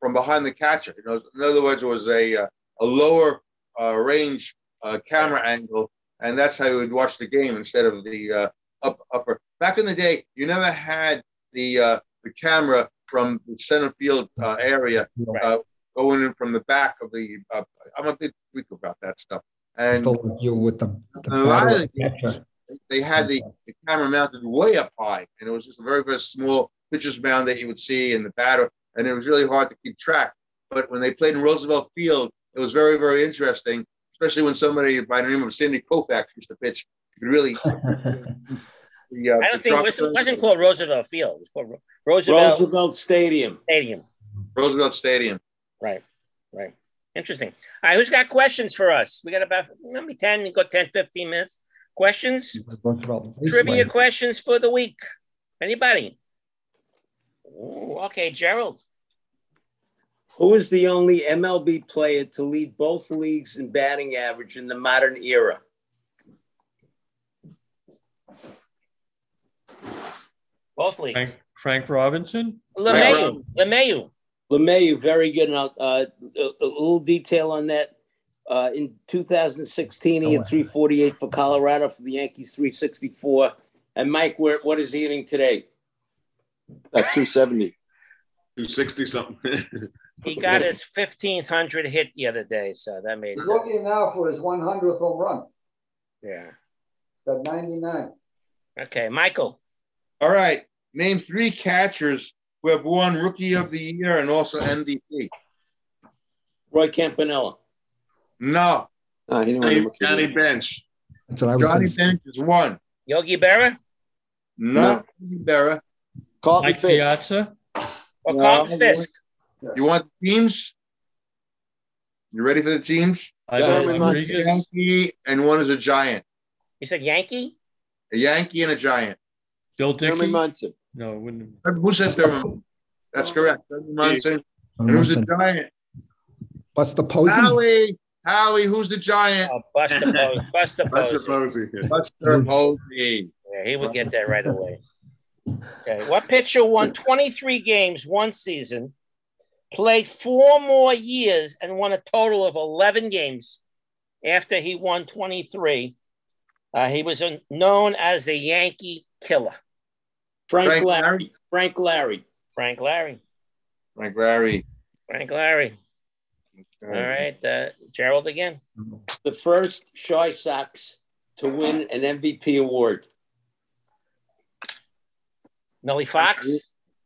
[SPEAKER 5] from behind the catcher. You know, in other words, it was a uh, a lower uh, range uh, camera angle, and that's how you would watch the game instead of the uh, up, upper. Back in the day, you never had the uh, the camera from the center field uh, area
[SPEAKER 1] Right.
[SPEAKER 5] uh, going in from the back of the. Uh, I'm a big freak about that stuff. And
[SPEAKER 10] Still with you with the, the
[SPEAKER 5] a lot of
[SPEAKER 10] battle
[SPEAKER 5] the games,
[SPEAKER 10] catcher.
[SPEAKER 5] they had the, the camera mounted way up high, and it was just a very very small pitcher's mound that you would see and the batter, and it was really hard to keep track. But when they played in Roosevelt Field, it was very, very interesting, especially when somebody by the name of Sandy Koufax used to pitch. You could
[SPEAKER 2] (laughs)
[SPEAKER 5] really. uh,
[SPEAKER 1] the, uh, I don't think it wasn't, wasn't called Roosevelt Field. It was called Ro- Roosevelt,
[SPEAKER 2] Roosevelt Stadium.
[SPEAKER 1] Stadium.
[SPEAKER 5] Roosevelt Stadium.
[SPEAKER 1] Right, right. Interesting. All right, who's got questions for us? We got about maybe 10, we got 10, 15 minutes. Questions? Trivia questions for the week. Anybody? Ooh, okay, Gerald.
[SPEAKER 2] Who is the only MLB player to lead both leagues in batting average in the modern era?
[SPEAKER 1] Both leagues.
[SPEAKER 12] Frank, Frank Robinson?
[SPEAKER 1] LeMayu. LeMayu.
[SPEAKER 2] LeMayu, very good. And I'll, uh, a, a little detail on that. Uh, in 2016, he had 348 for Colorado for the Yankees, 364. And Mike, where, what is he hitting today?
[SPEAKER 7] At 270.
[SPEAKER 9] 260 something. (laughs)
[SPEAKER 1] he got his 1500 hit the other day, so that made
[SPEAKER 11] He's looking now for his 100th home run.
[SPEAKER 1] Yeah.
[SPEAKER 11] Got 99.
[SPEAKER 1] Okay, Michael.
[SPEAKER 5] All right. Name three catchers who have won Rookie of the Year and also MVP.
[SPEAKER 2] Roy Campanella.
[SPEAKER 5] No.
[SPEAKER 7] No, Uh, he didn't win
[SPEAKER 9] Johnny,
[SPEAKER 7] the rookie.
[SPEAKER 9] Johnny Bench.
[SPEAKER 10] That's what I was
[SPEAKER 5] Johnny
[SPEAKER 10] going to say.
[SPEAKER 5] Bench is one.
[SPEAKER 1] Yogi Berra?
[SPEAKER 5] No. Berra.
[SPEAKER 7] Carlton
[SPEAKER 12] Mike
[SPEAKER 7] Fish.
[SPEAKER 12] Piazza?
[SPEAKER 1] Or
[SPEAKER 5] No.
[SPEAKER 1] Carlton Fisk?
[SPEAKER 5] You want the teams? You ready for the teams?
[SPEAKER 12] Ivan
[SPEAKER 7] Herman
[SPEAKER 12] Rodriguez?
[SPEAKER 5] Yankee and one is a giant.
[SPEAKER 1] You said Yankee?
[SPEAKER 5] A Yankee and a giant.
[SPEAKER 12] Bill
[SPEAKER 7] Herman
[SPEAKER 12] Dickey?
[SPEAKER 7] Munson.
[SPEAKER 12] No, it wouldn't.
[SPEAKER 5] Who said Thurman? That's correct. Thurman Munson. And who's the giant?
[SPEAKER 10] Buster Posey.
[SPEAKER 5] Howie. Howie, who's the giant?
[SPEAKER 1] Oh, Buster
[SPEAKER 5] (laughs)
[SPEAKER 1] Posey. Buster
[SPEAKER 9] That's
[SPEAKER 1] Posey.
[SPEAKER 9] opposing.
[SPEAKER 5] Buster Posey.
[SPEAKER 1] Yeah, he would get that right away. Okay. What pitcher won 23 games one season, played four more years, and won a total of 11 games after he won 23? Uh, he was a- known as the Yankee Killer.
[SPEAKER 2] Frank,
[SPEAKER 5] Frank
[SPEAKER 2] Larry.
[SPEAKER 5] Larry.
[SPEAKER 2] Frank Larry.
[SPEAKER 1] Frank Larry.
[SPEAKER 5] Frank Larry.
[SPEAKER 1] Frank Larry. All right. Uh, Gerald again.
[SPEAKER 2] The first Shy Sox to win an MVP award.
[SPEAKER 1] Nellie Fox.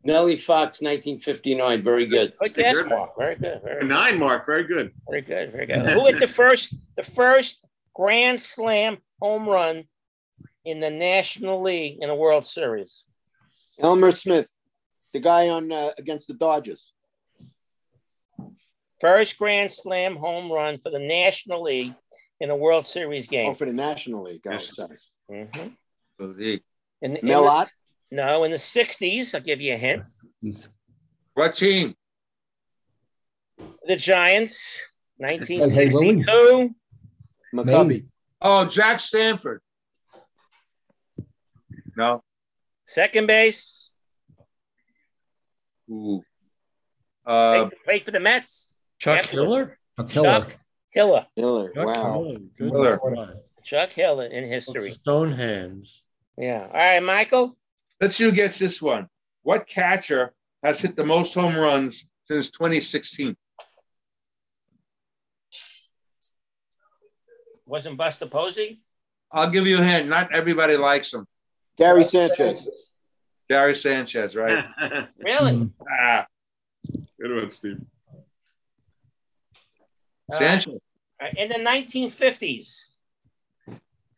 [SPEAKER 2] Nellie Fox, 1959. Very good.
[SPEAKER 1] Good guess, Mark. Very good. Very good.
[SPEAKER 9] Nine, Mark. Very good.
[SPEAKER 1] Very good, very
[SPEAKER 9] (laughs)
[SPEAKER 1] good. Who hit the first the first grand slam home run in the National League in a World Series?
[SPEAKER 7] Elmer Smith, the guy on uh, against the Dodgers.
[SPEAKER 1] First grand slam home run for the National League in a World Series
[SPEAKER 7] Oh,
[SPEAKER 1] game.
[SPEAKER 7] for the National League. Oh, sorry.
[SPEAKER 1] Mhm. In, in
[SPEAKER 7] Melot.
[SPEAKER 1] the, no, in the '60s. I'll give you a hint.
[SPEAKER 5] What team?
[SPEAKER 1] The Giants,
[SPEAKER 10] said, hey,
[SPEAKER 1] 1962.
[SPEAKER 7] McCovey.
[SPEAKER 5] Oh, Jack Stanford. No.
[SPEAKER 1] second base.
[SPEAKER 5] Ooh. Uh,
[SPEAKER 1] played, played for the Mets.
[SPEAKER 12] Chuck
[SPEAKER 1] Absolutely.
[SPEAKER 12] Hiller?
[SPEAKER 10] A killer.
[SPEAKER 1] Chuck Hiller.
[SPEAKER 7] Miller.
[SPEAKER 12] Chuck
[SPEAKER 7] Wow.
[SPEAKER 12] Hiller. Good
[SPEAKER 5] Miller.
[SPEAKER 12] God.
[SPEAKER 1] Chuck Hiller in history.
[SPEAKER 12] Stonehands.
[SPEAKER 1] Yeah. All right, Michael.
[SPEAKER 5] let's see who gets this one. What catcher has hit the most home runs since 2016?
[SPEAKER 1] Wasn't Buster Posey? (laughs)
[SPEAKER 5] I'll give you a hint. Not everybody likes him.
[SPEAKER 7] Gary Sanchez.
[SPEAKER 5] Gary Sanchez, right?
[SPEAKER 1] Really?
[SPEAKER 5] ah,
[SPEAKER 9] Good one, Steve.
[SPEAKER 1] Uh,
[SPEAKER 5] Sanchez.
[SPEAKER 1] In the 1950s,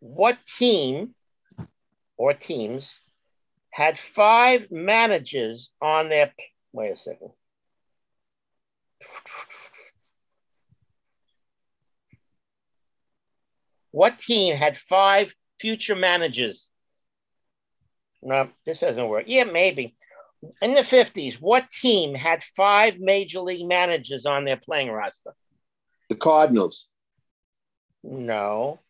[SPEAKER 1] what team or teams had five managers on their? Wait a second. What team had five future managers? No, this doesn't work. Yeah, maybe. In the 50s, what team had five major league managers on their playing roster?
[SPEAKER 7] The Cardinals.
[SPEAKER 1] No.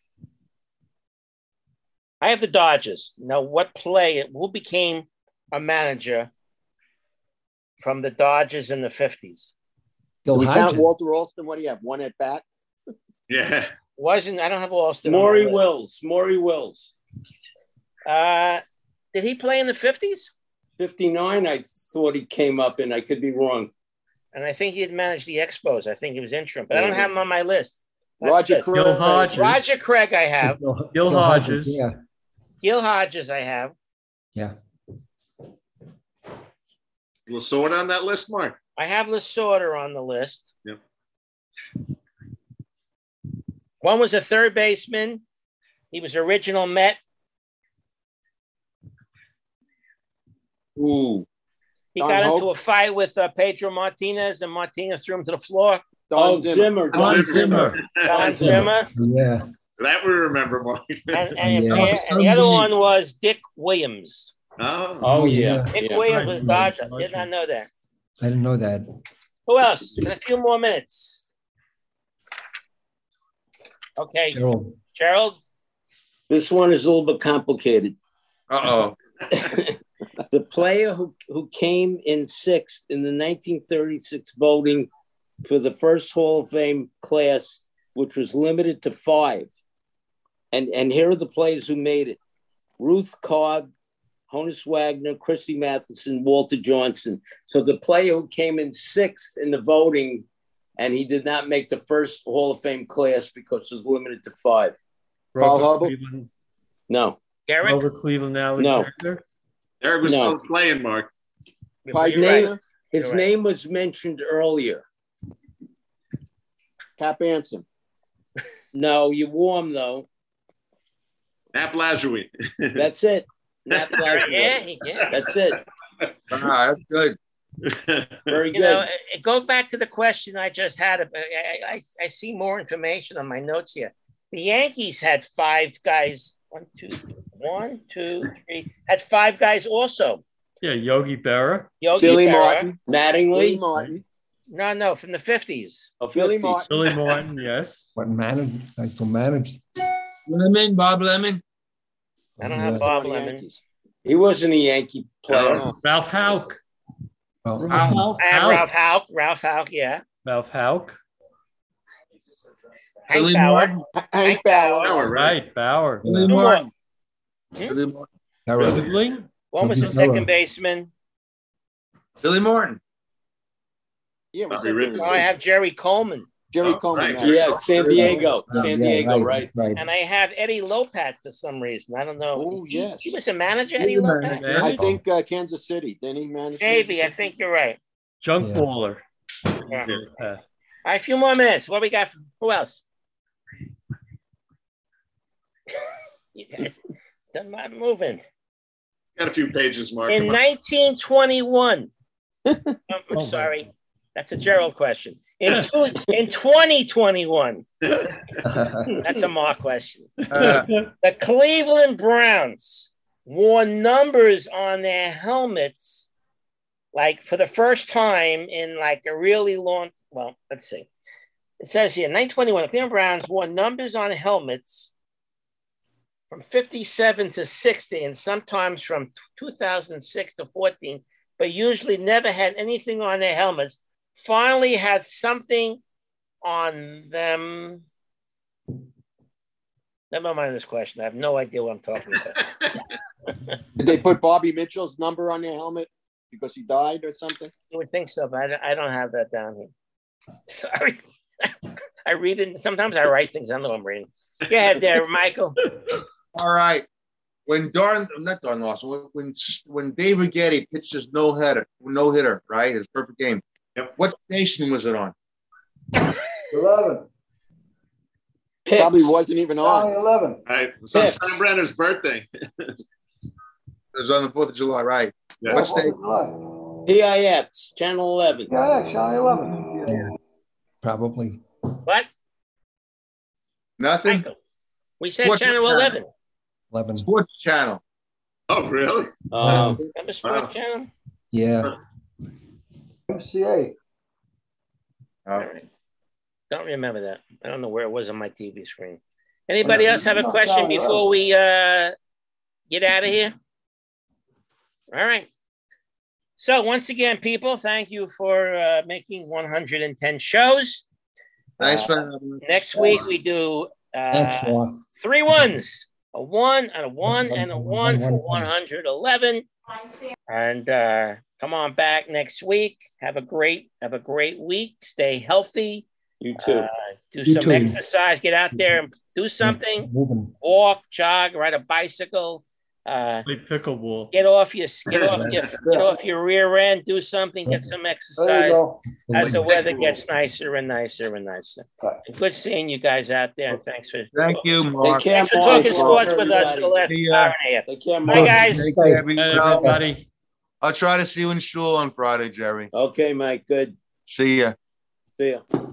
[SPEAKER 1] I have the Dodgers. Now, what play, who became a manager from the Dodgers in the 50s?
[SPEAKER 10] Gil
[SPEAKER 7] Do we count
[SPEAKER 10] Hodges.
[SPEAKER 7] Walter Alston? What do you have? One at bat?
[SPEAKER 9] Yeah.
[SPEAKER 1] Wasn't, I don't have Alston. on my
[SPEAKER 2] Maury
[SPEAKER 1] list.
[SPEAKER 2] Wills. Maury Wills.
[SPEAKER 1] Uh, did he play in the 50s?
[SPEAKER 2] 59, I thought he came up in. I could be wrong.
[SPEAKER 1] And I think he had managed the Expos. I think he was interim, but I don't have him on my list. That's
[SPEAKER 7] Roger
[SPEAKER 1] good.
[SPEAKER 7] Craig.
[SPEAKER 12] Gil Hodges.
[SPEAKER 1] Roger Craig, I have.
[SPEAKER 10] Gil,
[SPEAKER 12] Gil Hodges.
[SPEAKER 10] Yeah.
[SPEAKER 1] Gil Hodges, I have.
[SPEAKER 10] Yeah.
[SPEAKER 9] Lasorda on that list, Mark?
[SPEAKER 1] I have Lasorda on the list.
[SPEAKER 9] Yep.
[SPEAKER 1] One was a third baseman. He was original Met.
[SPEAKER 5] Ooh.
[SPEAKER 1] He
[SPEAKER 5] Don
[SPEAKER 1] got
[SPEAKER 5] Hope?
[SPEAKER 1] into a fight with uh, Pedro Martinez, and Martinez threw him to the floor.
[SPEAKER 2] Don Oh, Zimmer. Zimmer. Don Zimmer.
[SPEAKER 1] Don Zimmer.
[SPEAKER 10] Yeah.
[SPEAKER 9] That we remember, Mark. (laughs)
[SPEAKER 1] And,
[SPEAKER 2] (laughs)
[SPEAKER 1] and, and the other one was Dick Williams.
[SPEAKER 9] Oh,
[SPEAKER 10] Oh, yeah.
[SPEAKER 1] Dick
[SPEAKER 10] Yeah.
[SPEAKER 1] Williams
[SPEAKER 10] Right.
[SPEAKER 1] was a Dodger. Did not know that.
[SPEAKER 10] I didn't know that.
[SPEAKER 1] Who else? In a few more minutes. Okay,
[SPEAKER 10] Gerald.
[SPEAKER 1] Gerald.
[SPEAKER 2] This one is a little bit complicated.
[SPEAKER 5] Uh oh.
[SPEAKER 2] (laughs) the player who, who came in sixth in the 1936 voting for the first Hall of Fame class, which was limited to five. And, and here are the players who made it Ruth Cobb, Honus Wagner, Christy Matheson, Walter Johnson. So the player who came in sixth in the voting and he did not make the first Hall of Fame class because it was limited to five.
[SPEAKER 12] Paul
[SPEAKER 2] Hubble? No.
[SPEAKER 1] Derek?
[SPEAKER 12] Over Cleveland
[SPEAKER 2] No.
[SPEAKER 12] Alexander.
[SPEAKER 9] Derek was
[SPEAKER 2] No.
[SPEAKER 9] still playing, Mark.
[SPEAKER 2] His
[SPEAKER 7] You're
[SPEAKER 2] name,
[SPEAKER 7] right.
[SPEAKER 2] his
[SPEAKER 7] You're right.
[SPEAKER 2] name was mentioned earlier.
[SPEAKER 7] Cap (laughs) Anson.
[SPEAKER 2] No, you're warm though.
[SPEAKER 9] Nap (laughs) Lazarui.
[SPEAKER 2] That's
[SPEAKER 7] (laughs)
[SPEAKER 2] it. Nat (laughs) Black-
[SPEAKER 1] Yeah, yeah.
[SPEAKER 2] That's it.
[SPEAKER 5] Ah, that's good.
[SPEAKER 2] Very
[SPEAKER 1] You know,
[SPEAKER 2] good.
[SPEAKER 1] it- it goes back to the question I just had. I, I, I- I see more information on my notes here. The Yankees had five guys. One, two, one, two, three. Had five guys also.
[SPEAKER 12] Yeah, Yogi Berra.
[SPEAKER 1] Yogi Berra.
[SPEAKER 2] Mattingly. Oh,
[SPEAKER 7] Martin.
[SPEAKER 1] No, no, from the fifties.
[SPEAKER 7] Billy Martin.
[SPEAKER 12] Billy Martin, yes.
[SPEAKER 10] What managed? I still managed.
[SPEAKER 5] Lemon, Bob Lemon.
[SPEAKER 1] I don't
[SPEAKER 10] Yeah.
[SPEAKER 1] have Bob Lemon.
[SPEAKER 2] He wasn't a Yankee player.
[SPEAKER 12] Ralph Houck.
[SPEAKER 10] Oh,
[SPEAKER 12] Ralph
[SPEAKER 1] I have Ralph Houck. Ralph Houck. Yeah.
[SPEAKER 12] Ralph Houck.
[SPEAKER 1] Hank Bauer.
[SPEAKER 7] Hank
[SPEAKER 1] Bauer.
[SPEAKER 9] Bauer, right?
[SPEAKER 12] Right, Bauer.
[SPEAKER 5] Billy
[SPEAKER 1] Two
[SPEAKER 5] Martin.
[SPEAKER 1] more.
[SPEAKER 5] Billy Martin.
[SPEAKER 10] All right.
[SPEAKER 12] Goodling.
[SPEAKER 1] One was
[SPEAKER 10] Yogi
[SPEAKER 1] a second
[SPEAKER 10] Berra.
[SPEAKER 1] baseman.
[SPEAKER 5] Billy Martin.
[SPEAKER 7] Yeah, was
[SPEAKER 9] Bobby
[SPEAKER 7] that
[SPEAKER 9] Richardson.
[SPEAKER 1] Now I have Jerry Coleman,
[SPEAKER 7] Jerry
[SPEAKER 9] Oh, right.
[SPEAKER 7] Coleman. that's
[SPEAKER 2] Yeah, San Diego. San
[SPEAKER 10] Yeah,
[SPEAKER 2] Diego, right?
[SPEAKER 10] that's Right.
[SPEAKER 1] and I have Eddie Lopat for some reason. I don't know.
[SPEAKER 7] Oh,
[SPEAKER 1] He-
[SPEAKER 7] yes.
[SPEAKER 1] He was a manager.
[SPEAKER 5] He's
[SPEAKER 1] Eddie
[SPEAKER 5] a
[SPEAKER 1] Lopat.
[SPEAKER 5] manager.
[SPEAKER 7] I
[SPEAKER 12] Managed.
[SPEAKER 7] think uh, Kansas City. Then he managed. Kansas
[SPEAKER 1] Maybe I
[SPEAKER 7] City.
[SPEAKER 1] think you're right.
[SPEAKER 12] Junk
[SPEAKER 10] Yeah.
[SPEAKER 12] baller.
[SPEAKER 1] Yeah.
[SPEAKER 12] Uh,
[SPEAKER 1] All right, a few more minutes. What we got? From, who else? (laughs) you guys, they're not moving.
[SPEAKER 9] Got a few pages, Mark.
[SPEAKER 1] In
[SPEAKER 9] Come on.
[SPEAKER 1] 1921, I'm
[SPEAKER 12] my
[SPEAKER 1] sorry, that's a Gerald question. In, two,
[SPEAKER 9] (laughs)
[SPEAKER 1] in 2021,
[SPEAKER 10] (laughs)
[SPEAKER 1] that's a Mark question.
[SPEAKER 5] Uh,
[SPEAKER 1] (laughs) The Cleveland Browns wore numbers on their helmets, like for the first time in like a really long. Well, let's see. It says here, 921. The Cleveland Browns wore numbers on helmets from 57 to 60, and sometimes from 2006 to 14, but usually never had anything on their helmets. Finally, had something on them. Never mind this question. I have no idea what I'm talking about.
[SPEAKER 7] Did they put Bobby Mitchell's number on their helmet because he died or something?
[SPEAKER 1] I would think so, but I don't, I don't have that down here. (laughs) Sorry. I read it. Sometimes I write things. I don't know what I'm reading. Go ahead there, Michael.
[SPEAKER 5] All right. When Darn, not Darn Lawson, when when, when David Getty pitched his no hitter, no hitter, right, his perfect game.
[SPEAKER 9] Yep.
[SPEAKER 5] What station was it on?
[SPEAKER 11] Eleven.
[SPEAKER 2] Picks.
[SPEAKER 7] Probably wasn't even on.
[SPEAKER 11] Down eleven.
[SPEAKER 9] All right. It's on
[SPEAKER 2] Yes.
[SPEAKER 9] Sam Brenner's birthday.
[SPEAKER 5] It was on the Fourth of July, right?
[SPEAKER 9] Yeah.
[SPEAKER 5] What station?
[SPEAKER 2] PIX, Channel 11.
[SPEAKER 11] Yeah, yeah, Channel eleven. Yeah.
[SPEAKER 10] Probably.
[SPEAKER 1] What?
[SPEAKER 5] Nothing.
[SPEAKER 1] Michael. We said
[SPEAKER 5] What-
[SPEAKER 1] Channel 11.
[SPEAKER 10] 11.
[SPEAKER 5] Sports Channel.
[SPEAKER 9] Oh, really?
[SPEAKER 2] Um,
[SPEAKER 1] Remember Sports
[SPEAKER 9] Wow.
[SPEAKER 1] Channel?
[SPEAKER 10] Yeah.
[SPEAKER 11] MCA.
[SPEAKER 5] Uh,
[SPEAKER 1] All right. Don't remember that. I don't know where it was on my TV screen. Anybody
[SPEAKER 5] Well,
[SPEAKER 1] else have a
[SPEAKER 11] not
[SPEAKER 1] question
[SPEAKER 11] down
[SPEAKER 1] before we uh, get out of here? All right. So once again, people, thank you for uh, making 110 shows.
[SPEAKER 5] Thanks
[SPEAKER 1] Uh,
[SPEAKER 5] for having us.
[SPEAKER 1] Next week we do
[SPEAKER 10] Thanks,
[SPEAKER 1] uh,
[SPEAKER 10] Law.
[SPEAKER 1] three ones, a one and a one and a one for 111. And uh, come on back next week. Have a great have a great week. Stay healthy.
[SPEAKER 2] You too.
[SPEAKER 1] Uh, do
[SPEAKER 10] You
[SPEAKER 1] some
[SPEAKER 10] too.
[SPEAKER 1] exercise. Get out there and do something.
[SPEAKER 10] Moving.
[SPEAKER 1] Walk, jog, ride a bicycle. Uh,
[SPEAKER 12] Play pickleball.
[SPEAKER 1] get off your get off
[SPEAKER 5] (laughs)
[SPEAKER 1] your get off your rear end. Do something. Get some exercise
[SPEAKER 12] go.
[SPEAKER 1] as the weather gets nicer and nicer and nicer. Good seeing you guys out there. And thanks for
[SPEAKER 5] Thank you, Mark.
[SPEAKER 1] Thanks for talking sports with us for the last
[SPEAKER 5] See
[SPEAKER 1] hour
[SPEAKER 5] ya.
[SPEAKER 1] and a half. Bye, guys.
[SPEAKER 5] Take care,
[SPEAKER 1] everybody.
[SPEAKER 5] I'll try to see you in shul on Friday, Jerry.
[SPEAKER 2] Okay, Mike. Good.
[SPEAKER 5] See ya.
[SPEAKER 2] See ya.